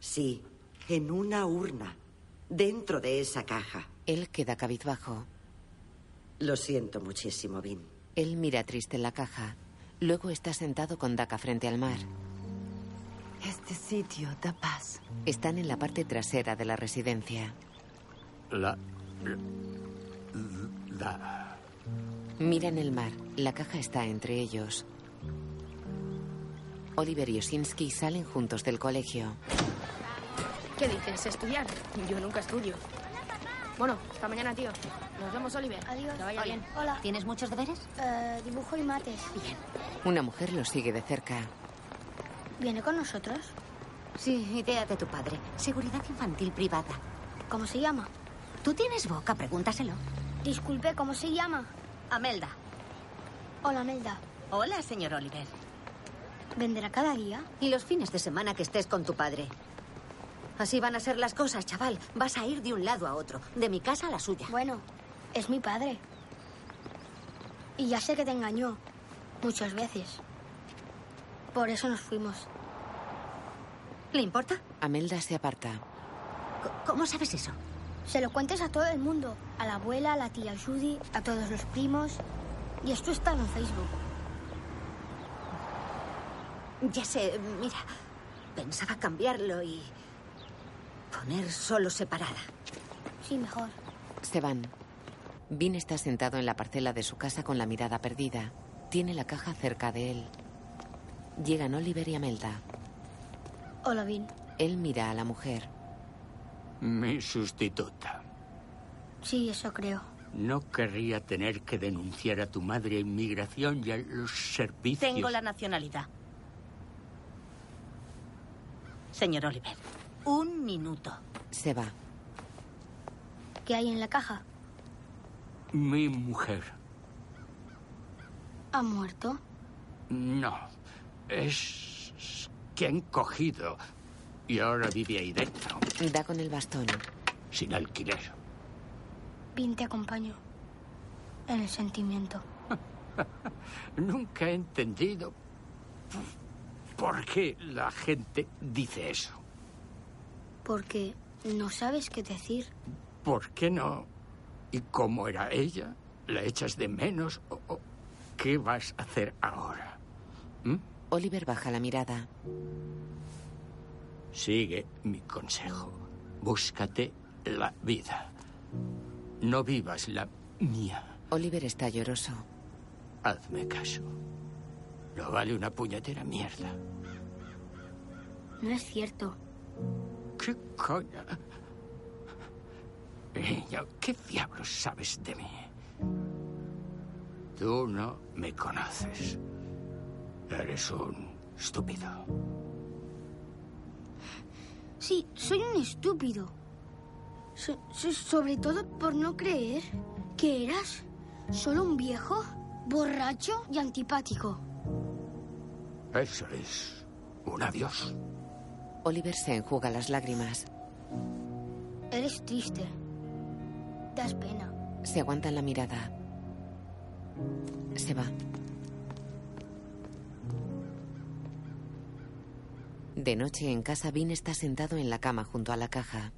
[SPEAKER 5] Sí, en una urna. Dentro de esa caja.
[SPEAKER 3] Él queda cabizbajo.
[SPEAKER 5] Lo siento muchísimo, Vin.
[SPEAKER 3] Él mira triste la caja. Luego está sentado con Daka frente al mar.
[SPEAKER 31] Este sitio da paz.
[SPEAKER 3] Están en la parte trasera de la residencia.
[SPEAKER 4] La. la-
[SPEAKER 3] Miran el mar. La caja está entre ellos. Oliver y Osinski salen juntos del colegio.
[SPEAKER 18] ¿Qué dices? ¿Estudiar? Yo nunca estudio. Bueno, hasta mañana, tío. Nos vemos, Oliver. Adiós. Que vaya
[SPEAKER 3] Hola.
[SPEAKER 18] bien.
[SPEAKER 14] Hola. Eh,
[SPEAKER 18] ¿Tienes muchos deberes?
[SPEAKER 14] dibujo y mates.
[SPEAKER 3] Una mujer los sigue de cerca.
[SPEAKER 14] ¿Viene con nosotros?
[SPEAKER 8] Sí, idea de tu padre. Seguridad infantil privada.
[SPEAKER 14] ¿Cómo se llama?
[SPEAKER 8] Tú tienes boca, pregúntaselo.
[SPEAKER 14] Disculpe, ¿cómo se llama?
[SPEAKER 8] Amelda.
[SPEAKER 14] Hola, Melda.
[SPEAKER 8] Hola, señor Oliver.
[SPEAKER 14] ¿Vendrá cada día?
[SPEAKER 13] eh, Y los fines de semana que estés con tu padre. Así van a ser las cosas, chaval. Vas a ir de un lado a otro, de mi casa a la suya.
[SPEAKER 14] Bueno, es mi padre. Y ya sé que te engañó. Muchas veces. Por eso nos fuimos.
[SPEAKER 13] ¿Le importa?
[SPEAKER 3] Amelda se aparta.
[SPEAKER 13] ¿Cómo sabes eso?
[SPEAKER 14] Se lo cuentes a todo el mundo. A la abuela, a la tía Judy, a todos los primos. Y esto está en Facebook.
[SPEAKER 13] Ya sé, mira, pensaba cambiarlo y poner solo separada.
[SPEAKER 14] Sí, mejor.
[SPEAKER 3] Se van. Vin está sentado en la parcela de su casa con la mirada perdida. Tiene la caja cerca de él. Llegan Oliver y Amelda.
[SPEAKER 14] Hola, Vin.
[SPEAKER 3] Él mira a la mujer.
[SPEAKER 4] Mi sustituta.
[SPEAKER 14] Sí, eso creo.
[SPEAKER 4] No querría tener que denunciar a tu madre a inmigración y a los servicios.
[SPEAKER 8] Tengo la nacionalidad. Señor Oliver, un minuto.
[SPEAKER 3] Se va.
[SPEAKER 14] ¿Qué hay en la caja?
[SPEAKER 4] Mi mujer.
[SPEAKER 14] ¿Ha muerto?
[SPEAKER 4] No. Es que han cogido. Y ahora vive ahí dentro,
[SPEAKER 3] Da con el bastón.
[SPEAKER 4] sin alquiler.
[SPEAKER 14] Vin, te acompaño. En el sentimiento.
[SPEAKER 4] Nunca he entendido ¿Por qué la gente dice eso?
[SPEAKER 14] Porque no sabes qué decir.
[SPEAKER 4] ¿Por qué no? ¿Y cómo era ella? ¿La echas de menos? ¿O- o ¿Qué vas a hacer ahora?
[SPEAKER 3] Oliver baja la mirada.
[SPEAKER 4] Sigue mi consejo. Búscate la vida. No vivas la mía.
[SPEAKER 3] Oliver está lloroso.
[SPEAKER 4] Hazme caso. No vale una puñetera mierda.
[SPEAKER 14] No es cierto.
[SPEAKER 4] ¿Qué coña? Niño, ¿qué diablos sabes de mí? Tú no me conoces. Eres un estúpido.
[SPEAKER 14] Sí, soy un estúpido. So- so- sobre todo por no creer que eras solo un viejo, borracho y antipático.
[SPEAKER 4] Eso es un adiós.
[SPEAKER 3] Oliver se enjuga las lágrimas.
[SPEAKER 14] Eres triste. Das pena.
[SPEAKER 3] Se aguantan la mirada. Se va. De noche en casa, Vin está sentado en la cama junto a la caja.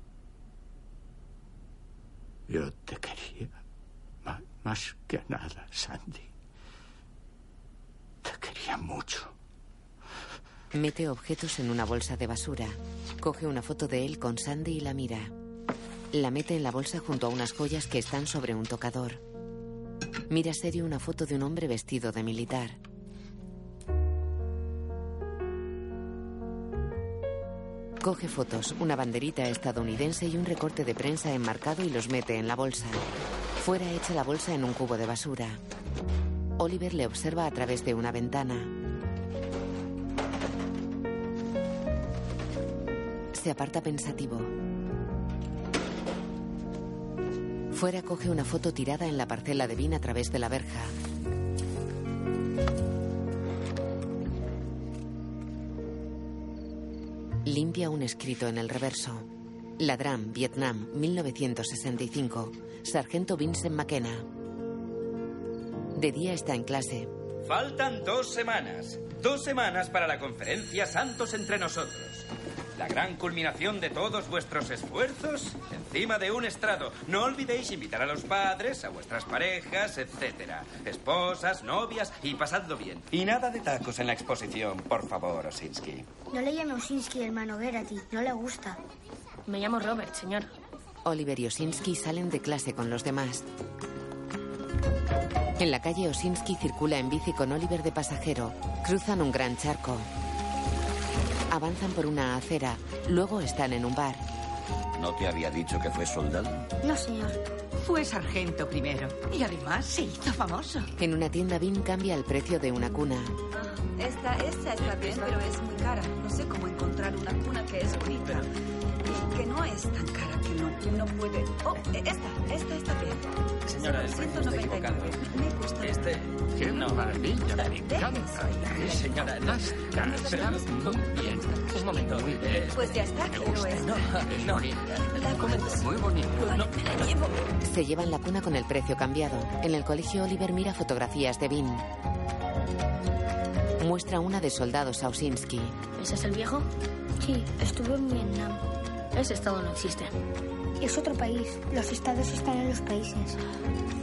[SPEAKER 4] Yo te quería ma- más que nada, Sandy. Te quería mucho.
[SPEAKER 3] Mete objetos en una bolsa de basura. Coge una foto de él con Sandy y la mira. La mete en la bolsa junto a unas joyas que están sobre un tocador. Mira serio una foto de un hombre vestido de militar. Coge fotos, una banderita estadounidense y un recorte de prensa enmarcado y los mete en la bolsa. Fuera echa la bolsa en un cubo de basura. Oliver le observa a través de una ventana. Se aparta pensativo. Fuera coge una foto tirada en la parcela de Vin a través de la verja. Limpia un escrito en el reverso. Ladrán, Vietnam, 1965. Sargento Vincent McKenna. De día está en clase.
[SPEAKER 15] Faltan dos semanas. Dos semanas para la conferencia Santos entre nosotros. La gran culminación de todos vuestros esfuerzos encima de un estrado. No olvidéis invitar a los padres, a vuestras parejas, etcétera. Esposas, novias y pasadlo bien. Y nada de tacos en la exposición, por favor, Osinski.
[SPEAKER 14] No le llame Osinski el manoguerati, no le gusta.
[SPEAKER 18] Me llamo Robert, señor.
[SPEAKER 3] Oliver y Osinski salen de clase con los demás. En la calle Osinski circula en bici con Oliver de pasajero. Cruzan un gran charco. Avanzan por una acera. Luego están en un bar.
[SPEAKER 32] ¿No te había dicho que fue soldado?
[SPEAKER 14] No, señor.
[SPEAKER 33] Fue sargento primero. Y además se hizo famoso.
[SPEAKER 3] En una tienda Vin cambia el precio de una cuna.
[SPEAKER 6] Esta, esta está bien, pero es muy cara. No sé cómo encontrar una cuna que es bonita y que no es tan cara que no, no puede. Oh, esta, esta está bien.
[SPEAKER 12] Señora, el precio está equivocado. Este...
[SPEAKER 4] ¡Qué maravilla! Me
[SPEAKER 6] encanta.
[SPEAKER 4] Señora, las caras muy bien. Un momento. Muy
[SPEAKER 12] Eh,
[SPEAKER 4] bien.
[SPEAKER 6] Pues ya está,
[SPEAKER 4] Me
[SPEAKER 6] quiero
[SPEAKER 4] gusta.
[SPEAKER 6] esta.
[SPEAKER 12] [laughs]
[SPEAKER 4] Es bonita. Muy bonito. No.
[SPEAKER 3] Se llevan la cuna con el precio cambiado. En el colegio Oliver mira fotografías de Vin. Muestra una de soldados a Osinski.
[SPEAKER 18] ¿Ese es el viejo?
[SPEAKER 14] Sí, estuve en Vietnam.
[SPEAKER 18] Ese estado no existe.
[SPEAKER 14] Es otro país. Los estados están en los países.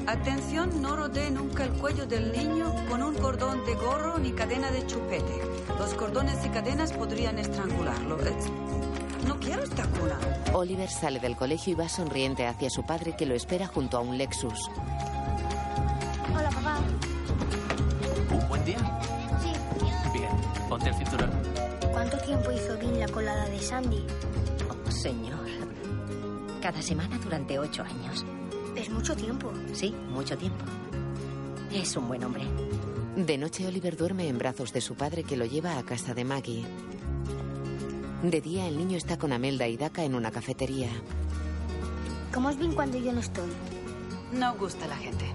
[SPEAKER 6] Atención, no rodee nunca el cuello del niño con un cordón de gorro ni cadena de chupete. Los cordones y cadenas podrían estrangularlo. Es- No quiero esta cuna.
[SPEAKER 3] Oliver sale del colegio y va sonriente hacia su padre que lo espera junto a un Lexus.
[SPEAKER 14] Hola, papá.
[SPEAKER 12] ¿Un buen día?
[SPEAKER 14] Sí.
[SPEAKER 12] Bien, ponte el cinturón.
[SPEAKER 14] ¿Cuánto tiempo hizo Vin la colada de Sandy?
[SPEAKER 33] Señor. Cada semana durante ocho años.
[SPEAKER 14] Es mucho tiempo.
[SPEAKER 33] Sí, mucho tiempo. Es un buen hombre.
[SPEAKER 3] De noche Oliver duerme en brazos de su padre que lo lleva a casa de Maggie. De día el niño está con Amelda y Daka en una cafetería.
[SPEAKER 14] ¿Cómo es Vin cuando yo no estoy?
[SPEAKER 6] No gusta la gente.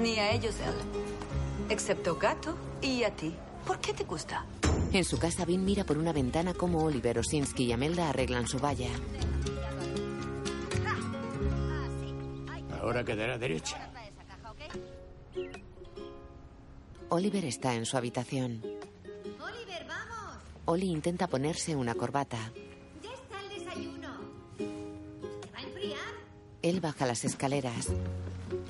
[SPEAKER 6] Ni a ellos él. Excepto gato y a ti. ¿Por qué te gusta?
[SPEAKER 3] En su casa Vin mira por una ventana cómo Oliver, Osinski y Amelda arreglan su valla.
[SPEAKER 4] Ahora quedará derecha.
[SPEAKER 3] Oliver está en su habitación.
[SPEAKER 34] Oliver, vamos.
[SPEAKER 3] Oli intenta ponerse una corbata.
[SPEAKER 13] Ya está el desayuno. ¿Se va a enfriar?
[SPEAKER 3] Él baja las escaleras.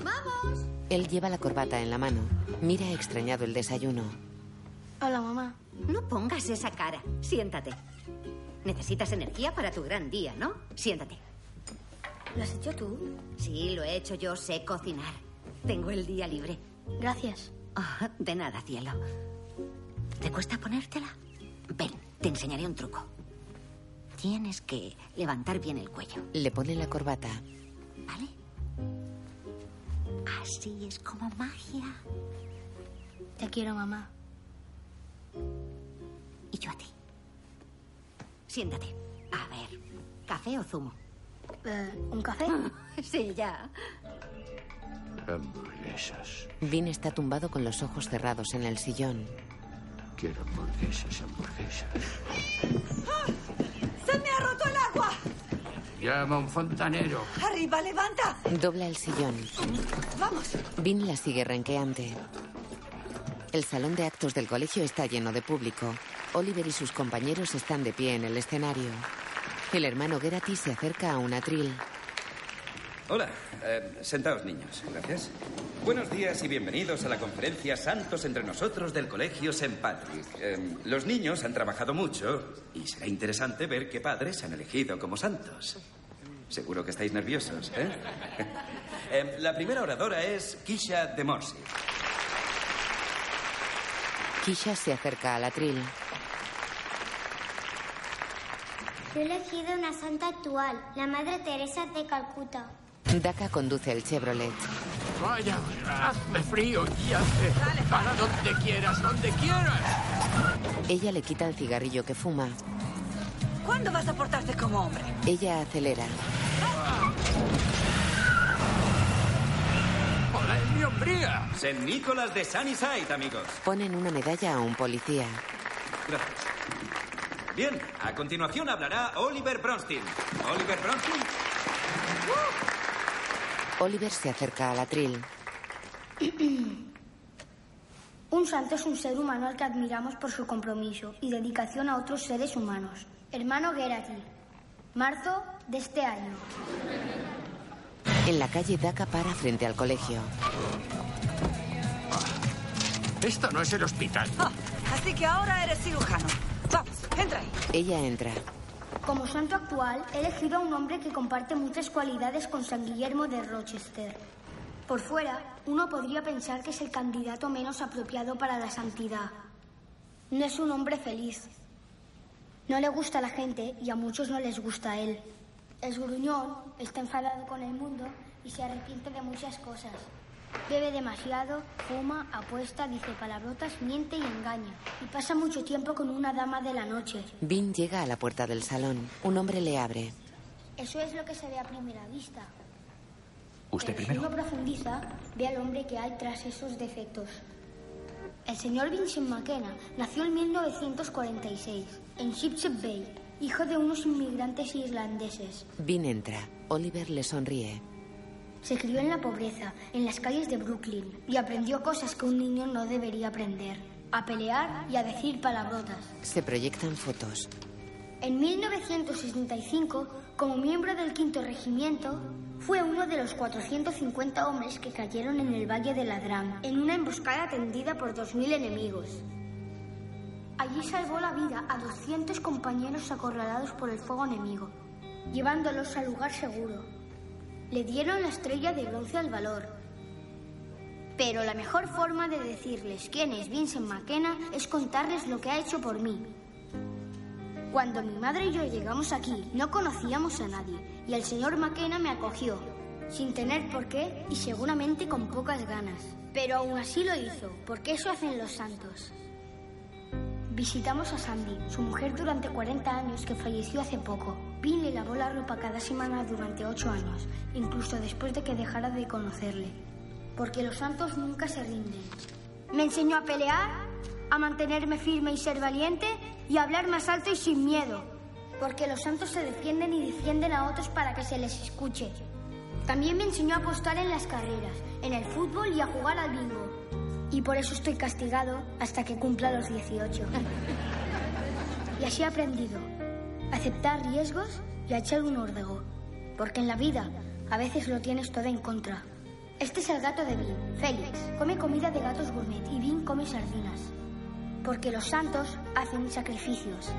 [SPEAKER 13] ¡Vamos!
[SPEAKER 3] Él lleva la corbata en la mano. Mira extrañado el desayuno.
[SPEAKER 14] Hola, mamá.
[SPEAKER 13] No pongas esa cara. Siéntate. Necesitas energía para tu gran día, ¿no? Siéntate.
[SPEAKER 14] ¿Lo has hecho tú?
[SPEAKER 13] Sí, lo he hecho yo. Sé cocinar. Tengo el día libre.
[SPEAKER 14] Gracias.
[SPEAKER 13] Ah, de nada, cielo. ¿Te cuesta ponértela? Ven, te enseñaré un truco. Tienes que levantar bien el cuello.
[SPEAKER 3] Le pone la corbata.
[SPEAKER 13] ¿Vale? Así es como magia.
[SPEAKER 14] Te quiero, mamá.
[SPEAKER 13] Y yo a ti. Siéntate. A ver, ¿café o zumo?
[SPEAKER 14] Eh, ¿Un café?
[SPEAKER 13] sí, ya.
[SPEAKER 35] Hamburguesas.
[SPEAKER 3] Vin está tumbado con los ojos cerrados en el sillón.
[SPEAKER 35] Quiero hamburguesas, hamburguesas.
[SPEAKER 6] ¡Se me ha roto el agua!
[SPEAKER 35] Llama a un fontanero.
[SPEAKER 6] ¡Arriba, levanta!
[SPEAKER 3] Dobla el sillón.
[SPEAKER 6] ¡Vamos!
[SPEAKER 3] Vin la sigue renqueante. El salón de actos del colegio está lleno de público. Oliver y sus compañeros están de pie en el escenario. El hermano Gerati se acerca a un atril.
[SPEAKER 15] Hola, eh, sentaos niños, gracias. Buenos días y bienvenidos a la conferencia Santos entre nosotros del Colegio St. Patrick. Eh, los niños han trabajado mucho y será interesante ver qué padres han elegido como santos. Seguro que estáis nerviosos, ¿eh? [laughs] Eh, la primera oradora es Kisha de Morsi.
[SPEAKER 3] Kisha se acerca al atril.
[SPEAKER 14] Yo he elegido una santa actual, la Madre Teresa de Calcuta.
[SPEAKER 3] Daka conduce el Chevrolet.
[SPEAKER 4] Vaya, hazme frío y hazme para donde quieras, donde quieras.
[SPEAKER 3] Ella le quita el cigarrillo que fuma.
[SPEAKER 6] ¿Cuándo vas a portarte como hombre?
[SPEAKER 3] Ella acelera.
[SPEAKER 15] ¡Hola, es mi hombría! St. Nicolás de Sunnyside, amigos.
[SPEAKER 3] Ponen una medalla a un policía.
[SPEAKER 15] Gracias. Bien, a continuación hablará Oliver Bronstein. Oliver Bronstein. ¡Uh!
[SPEAKER 3] Oliver se acerca al atril.
[SPEAKER 14] [clears throat] Un santo es un ser humano al que admiramos por su compromiso y dedicación a otros seres humanos. Hermano Gerati, marzo de este año.
[SPEAKER 3] En la calle Daka para frente al colegio.
[SPEAKER 4] Esto no es el hospital.
[SPEAKER 6] Así que ahora eres cirujano. Vamos, entra ahí.
[SPEAKER 3] Ella entra.
[SPEAKER 14] Como santo actual, he elegido a un hombre que comparte muchas cualidades con San Guillermo de Rochester. Por fuera, uno podría pensar que es el candidato menos apropiado para la santidad. No es un hombre feliz. No le gusta a la gente y a muchos no les gusta a él. Es gruñón, está enfadado con el mundo y se arrepiente de muchas cosas. Bebe demasiado, fuma, apuesta, dice palabrotas, miente y engaña. Y pasa mucho tiempo con una dama de la noche.
[SPEAKER 3] Vin llega a la puerta del salón. Un hombre le abre.
[SPEAKER 14] Eso es lo que se ve a primera vista.
[SPEAKER 36] Usted
[SPEAKER 14] Pero Si uno profundiza, ve al hombre que hay tras esos defectos. El señor Vincent McKenna nació en 1946 en Shipship Bay, hijo de unos inmigrantes irlandeses.
[SPEAKER 3] Vin entra. Oliver le sonríe.
[SPEAKER 14] Se crió en la pobreza, en las calles de Brooklyn, y aprendió cosas que un niño no debería aprender, a pelear y a decir palabrotas.
[SPEAKER 3] Se proyectan fotos.
[SPEAKER 14] En 1965, como miembro del quinto regimiento, fue uno de los 450 hombres que cayeron en el Valle de Ladrán, en una emboscada tendida por 2.000 enemigos. Allí salvó la vida a 200 compañeros acorralados por el fuego enemigo, llevándolos al lugar seguro. Le dieron la estrella de bronce al valor. Pero la mejor forma de decirles quién es Vincent McKenna es contarles lo que ha hecho por mí. Cuando mi madre y yo llegamos aquí, no conocíamos a nadie y el señor McKenna me acogió, sin tener por qué y seguramente con pocas ganas. Pero aún así lo hizo, porque eso hacen los santos. Visitamos a Sandy, su mujer durante 40 años que falleció hace poco. Vin le lavó la ropa cada semana durante 8 años, incluso después de que dejara de conocerle. Porque los santos nunca se rinden. Me enseñó a pelear, a mantenerme firme y ser valiente y a hablar más alto y sin miedo. Porque los santos se defienden y defienden a otros para que se les escuche. También me enseñó a apostar en las carreras, en el fútbol y a jugar al bingo. Y por eso estoy castigado hasta que cumpla los 18. [laughs] Y así he aprendido a aceptar riesgos y a echar un órdego. Porque en la vida a veces lo tienes todo en contra. Este es el gato de Vin, Félix. Come comida de gatos gourmet y Vin come sardinas. Porque los santos hacen sacrificios.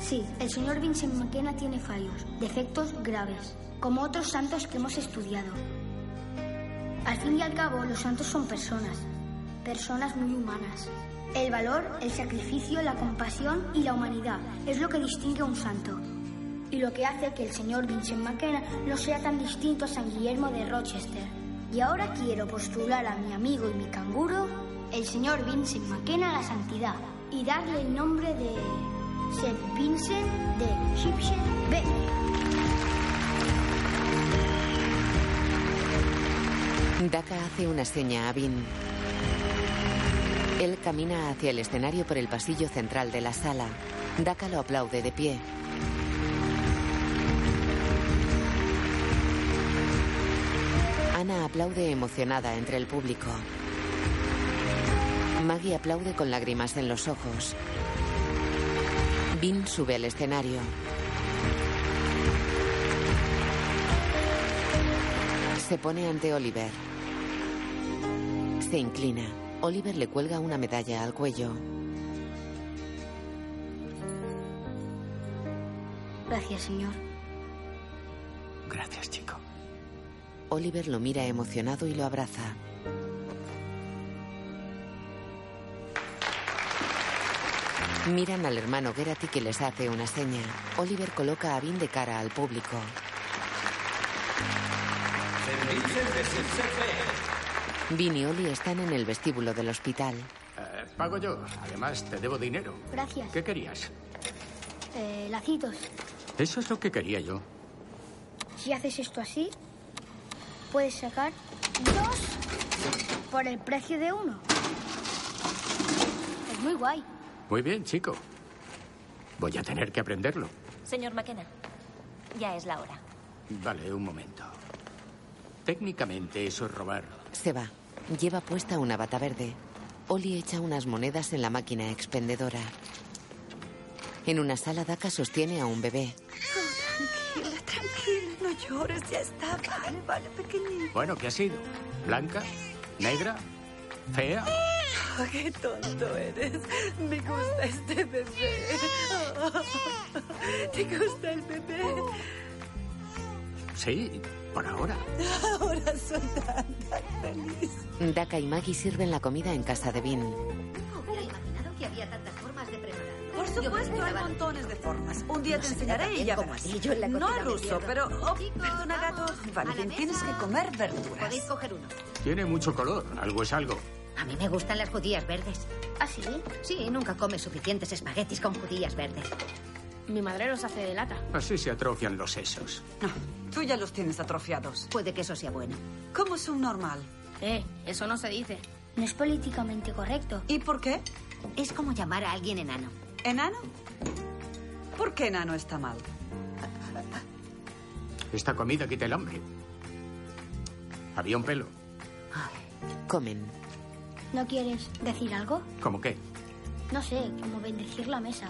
[SPEAKER 14] Sí, el señor Vincent McKenna tiene fallos, defectos graves, como otros santos que hemos estudiado. Al fin y al cabo, los santos son personas, personas muy humanas. El valor, el sacrificio, la compasión y la humanidad es lo que distingue a un santo. Y lo que hace que el señor Vincent McKenna no sea tan distinto a San Guillermo de Rochester. Y ahora quiero postular a mi amigo y mi canguro, el señor Vincent McKenna, a la santidad y darle el nombre de St. Vincent de Gibson
[SPEAKER 3] Daka hace una seña a Vin. Él camina hacia el escenario por el pasillo central de la sala. Daka lo aplaude de pie. Ana aplaude emocionada entre el público. Maggie aplaude con lágrimas en los ojos. Vin sube al escenario. Se pone ante Oliver. Se inclina. Oliver le cuelga una medalla al cuello.
[SPEAKER 14] Gracias, señor.
[SPEAKER 3] Gracias, chico. Oliver lo mira emocionado y lo abraza. Miran al hermano Gerati que les hace una seña. Oliver coloca a Vin de cara al público. Vin y Oli están en el vestíbulo del hospital.
[SPEAKER 4] Eh, pago yo. Además, te debo dinero.
[SPEAKER 14] Gracias.
[SPEAKER 4] ¿Qué querías?
[SPEAKER 14] Eh, lacitos,
[SPEAKER 4] Eso es lo que quería yo.
[SPEAKER 14] si haces esto así, puedes sacar dos por el precio de uno. Es muy guay.
[SPEAKER 4] Muy bien, chico. Voy a tener que aprenderlo.
[SPEAKER 16] Señor McKenna, ya es la hora.
[SPEAKER 4] Vale, un momento. Técnicamente eso es robar.
[SPEAKER 3] Se va. Lleva puesta una bata verde. Oli echa unas monedas en la máquina expendedora. En una sala, Daka sostiene a un bebé.
[SPEAKER 6] Tranquila, tranquila, no llores, ya está. Vale, vale, pequeñito.
[SPEAKER 4] Bueno, ¿qué ha sido? ¿Blanca? ¿Negra? ¿Fea?
[SPEAKER 6] Oh, qué tonto eres. Me gusta este bebé. Oh, [laughs] ¿Te gusta el bebé?
[SPEAKER 4] Sí, por ahora.
[SPEAKER 6] Ahora soy tan, tan feliz.
[SPEAKER 3] Daka y Maggie sirven la comida en casa de Vin.
[SPEAKER 8] Hubiera imaginado que había tantas formas de preparar.
[SPEAKER 6] Por supuesto, hay montones de formas. Un día te ensearé y ya verás. No ruso, pero... Oh, perdona, gato. Valentín, tienes que comer verduras.
[SPEAKER 8] Podéis coger uno.
[SPEAKER 4] Tiene mucho color. Algo es algo.
[SPEAKER 8] A mí me gustan las judías verdes.
[SPEAKER 14] ¿Ah, sí?
[SPEAKER 8] Sí, nunca come suficientes espaguetis con judías verdes.
[SPEAKER 18] Mi madre los hace de lata.
[SPEAKER 4] Así se atrofian los sesos.
[SPEAKER 6] Tú ya los tienes atrofiados.
[SPEAKER 8] Puede que eso sea bueno.
[SPEAKER 6] ¿Cómo es un normal?
[SPEAKER 18] Eh, eso no se dice.
[SPEAKER 14] No es políticamente correcto.
[SPEAKER 6] ¿Y por qué?
[SPEAKER 8] Es como llamar a alguien enano.
[SPEAKER 6] ¿Enano? ¿Por qué enano está mal?
[SPEAKER 4] Esta comida quita el hambre. Había un pelo.
[SPEAKER 3] Comen.
[SPEAKER 14] ¿No quieres decir algo?
[SPEAKER 4] ¿Cómo qué?
[SPEAKER 14] No sé, como bendecir la mesa.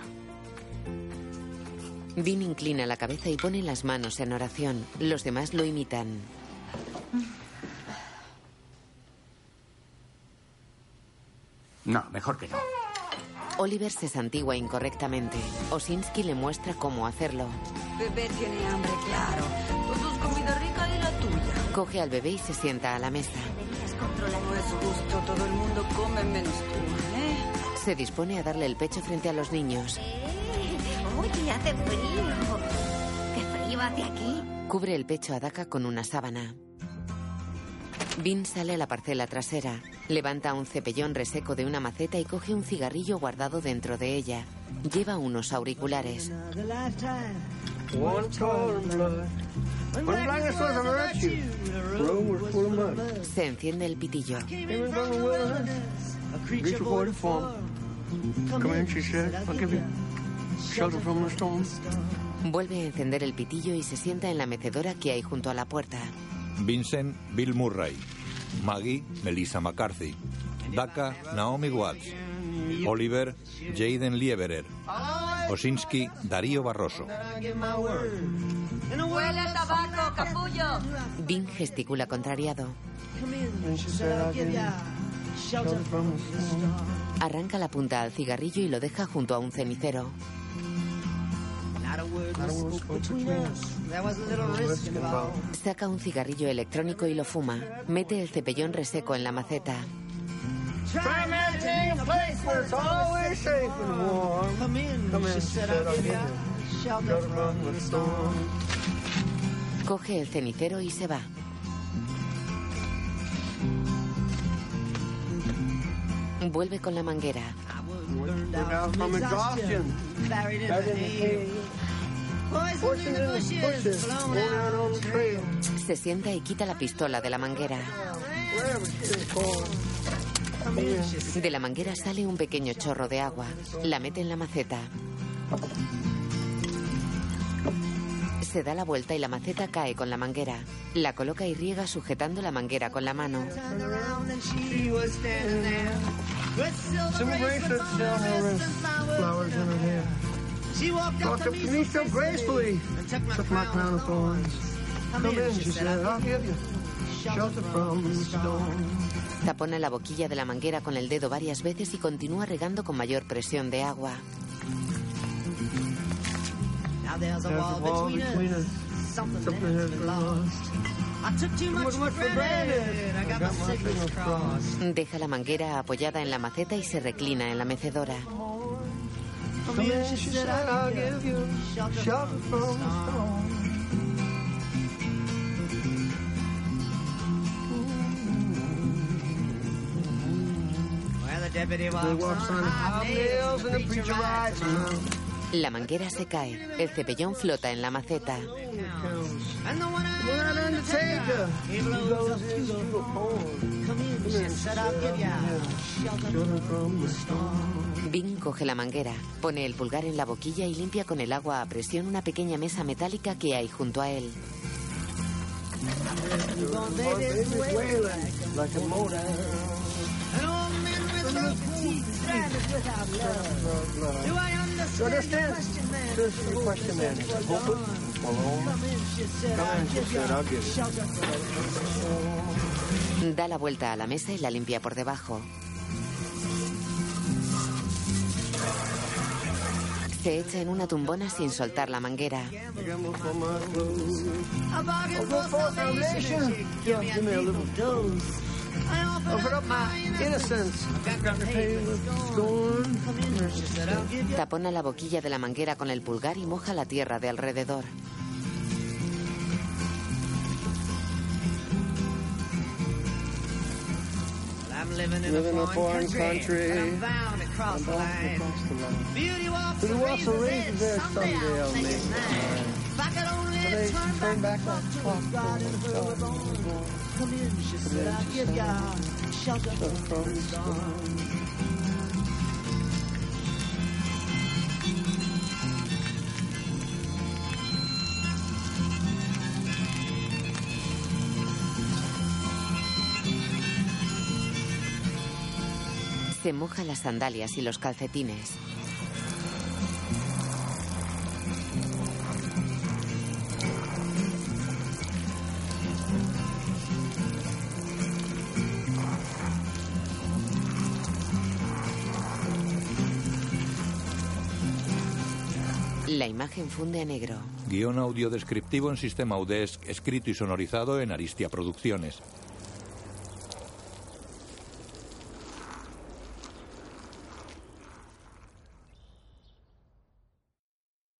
[SPEAKER 3] Vin inclina la cabeza y pone las manos en oración. Los demás lo imitan.
[SPEAKER 4] No, mejor que no.
[SPEAKER 3] Oliver se santigua incorrectamente. Osinski le muestra cómo hacerlo.
[SPEAKER 6] Bebé tiene hambre, claro. Pues es comida rica y la tuya.
[SPEAKER 3] Coge al bebé y se sienta a la mesa.
[SPEAKER 6] No es justo, todo el mundo come menos tú, ¿eh?
[SPEAKER 3] Se dispone a darle el pecho frente a los niños.
[SPEAKER 8] Oye, hace frío. Qué frío hace aquí.
[SPEAKER 3] Cubre el pecho a Daka con una sábana. Vin sale a la parcela trasera, levanta un cepellón reseco de una maceta y coge un cigarrillo guardado dentro de ella. Lleva unos auriculares. Se enciende el pitillo. Vuelve a encender el pitillo y se sienta en la mecedora que hay junto a la puerta.
[SPEAKER 19] Vincent Bill Murray. Maggie Melissa McCarthy. Daka Naomi Watts. Oliver Jaden Lieberer. Osinski, Darío Barroso.
[SPEAKER 10] Huele a tabaco, capullo.
[SPEAKER 3] Bing gesticula contrariado. Arranca la punta al cigarrillo y lo deja junto a un cenicero. Saca un cigarrillo electrónico y lo fuma. Mete el cepellón reseco en la maceta. Coge el cenicero y se va. Vuelve con la manguera. Se sienta y quita la pistola de la manguera. De la manguera sale un pequeño chorro de agua. La mete en la maceta. Se da la vuelta y la maceta cae con la manguera. La coloca y riega sujetando la manguera con la mano.
[SPEAKER 11] Walked up to me so gracefully. Took my crown of thorns. Come in, she said, I'll give you shelter from the storm.
[SPEAKER 3] Tapona la boquilla de la manguera con el dedo varias veces y continúa regando con mayor presión de agua.
[SPEAKER 11] Now there's a wall between us. Something that we lost. I took too much for granted. I got my fingers crossed.
[SPEAKER 3] Deja la manguera apoyada en la maceta y se reclina en la mecedora.
[SPEAKER 11] Come in, she said, I'll give you shelter from the storm.
[SPEAKER 20] Well, the deputy
[SPEAKER 11] They walks on hobnails and the preacher rides around.
[SPEAKER 3] La manguera se cae. El cepellón flota en la maceta.
[SPEAKER 20] And the one
[SPEAKER 11] We're an undertaker. He goes into a pond. Come in, she said, I'll give you shelter from the storm.
[SPEAKER 3] Bing coge la manguera, pone el pulgar en la boquilla y limpia con el agua a presión una pequeña mesa metálica que hay junto a él.
[SPEAKER 11] My baby's wailing like a motor.
[SPEAKER 20] Do I understand,
[SPEAKER 11] understand?
[SPEAKER 20] the question, man?
[SPEAKER 11] This is the question, man. Is it open or on?
[SPEAKER 20] Come in, she said,
[SPEAKER 11] Come
[SPEAKER 20] I'll
[SPEAKER 11] in, she
[SPEAKER 20] give you
[SPEAKER 11] said, I'll give you.
[SPEAKER 20] shelter from the storm.
[SPEAKER 3] Da la vuelta a la mesa y la limpia por debajo. Se echa en una tumbona sin soltar la manguera.
[SPEAKER 11] Gamble for my clothes.
[SPEAKER 20] I bargain
[SPEAKER 11] Offer
[SPEAKER 20] for
[SPEAKER 11] up for
[SPEAKER 20] salvation.
[SPEAKER 11] salvation. Give me a little dose.
[SPEAKER 20] I
[SPEAKER 11] Offer up my innocence. To pay with scorn.
[SPEAKER 3] Tapona la boquilla de la manguera con el pulgar y moja la tierra de alrededor.
[SPEAKER 20] Well, I'm living in
[SPEAKER 11] Living
[SPEAKER 20] a foreign country. but I'm bound to cross
[SPEAKER 11] I'm
[SPEAKER 20] the line.
[SPEAKER 11] bound to cross the line.
[SPEAKER 20] Beauty walks
[SPEAKER 11] Beauty
[SPEAKER 20] the
[SPEAKER 11] walks the
[SPEAKER 20] razor's
[SPEAKER 11] razor's edge.
[SPEAKER 20] edge. Someday I'll
[SPEAKER 11] Someday
[SPEAKER 20] make
[SPEAKER 11] I'll
[SPEAKER 20] it
[SPEAKER 11] make
[SPEAKER 20] mine. If I could only turn back
[SPEAKER 11] Turn back
[SPEAKER 20] the clock to God and where we're born. Come in, she said, I'll give ya shelter from the storm.
[SPEAKER 3] Se moja las sandalias y los calcetines. La imagen funde a negro.
[SPEAKER 19] Guión audio descriptivo en sistema UDESC, escrito y sonorizado en Aristia Producciones.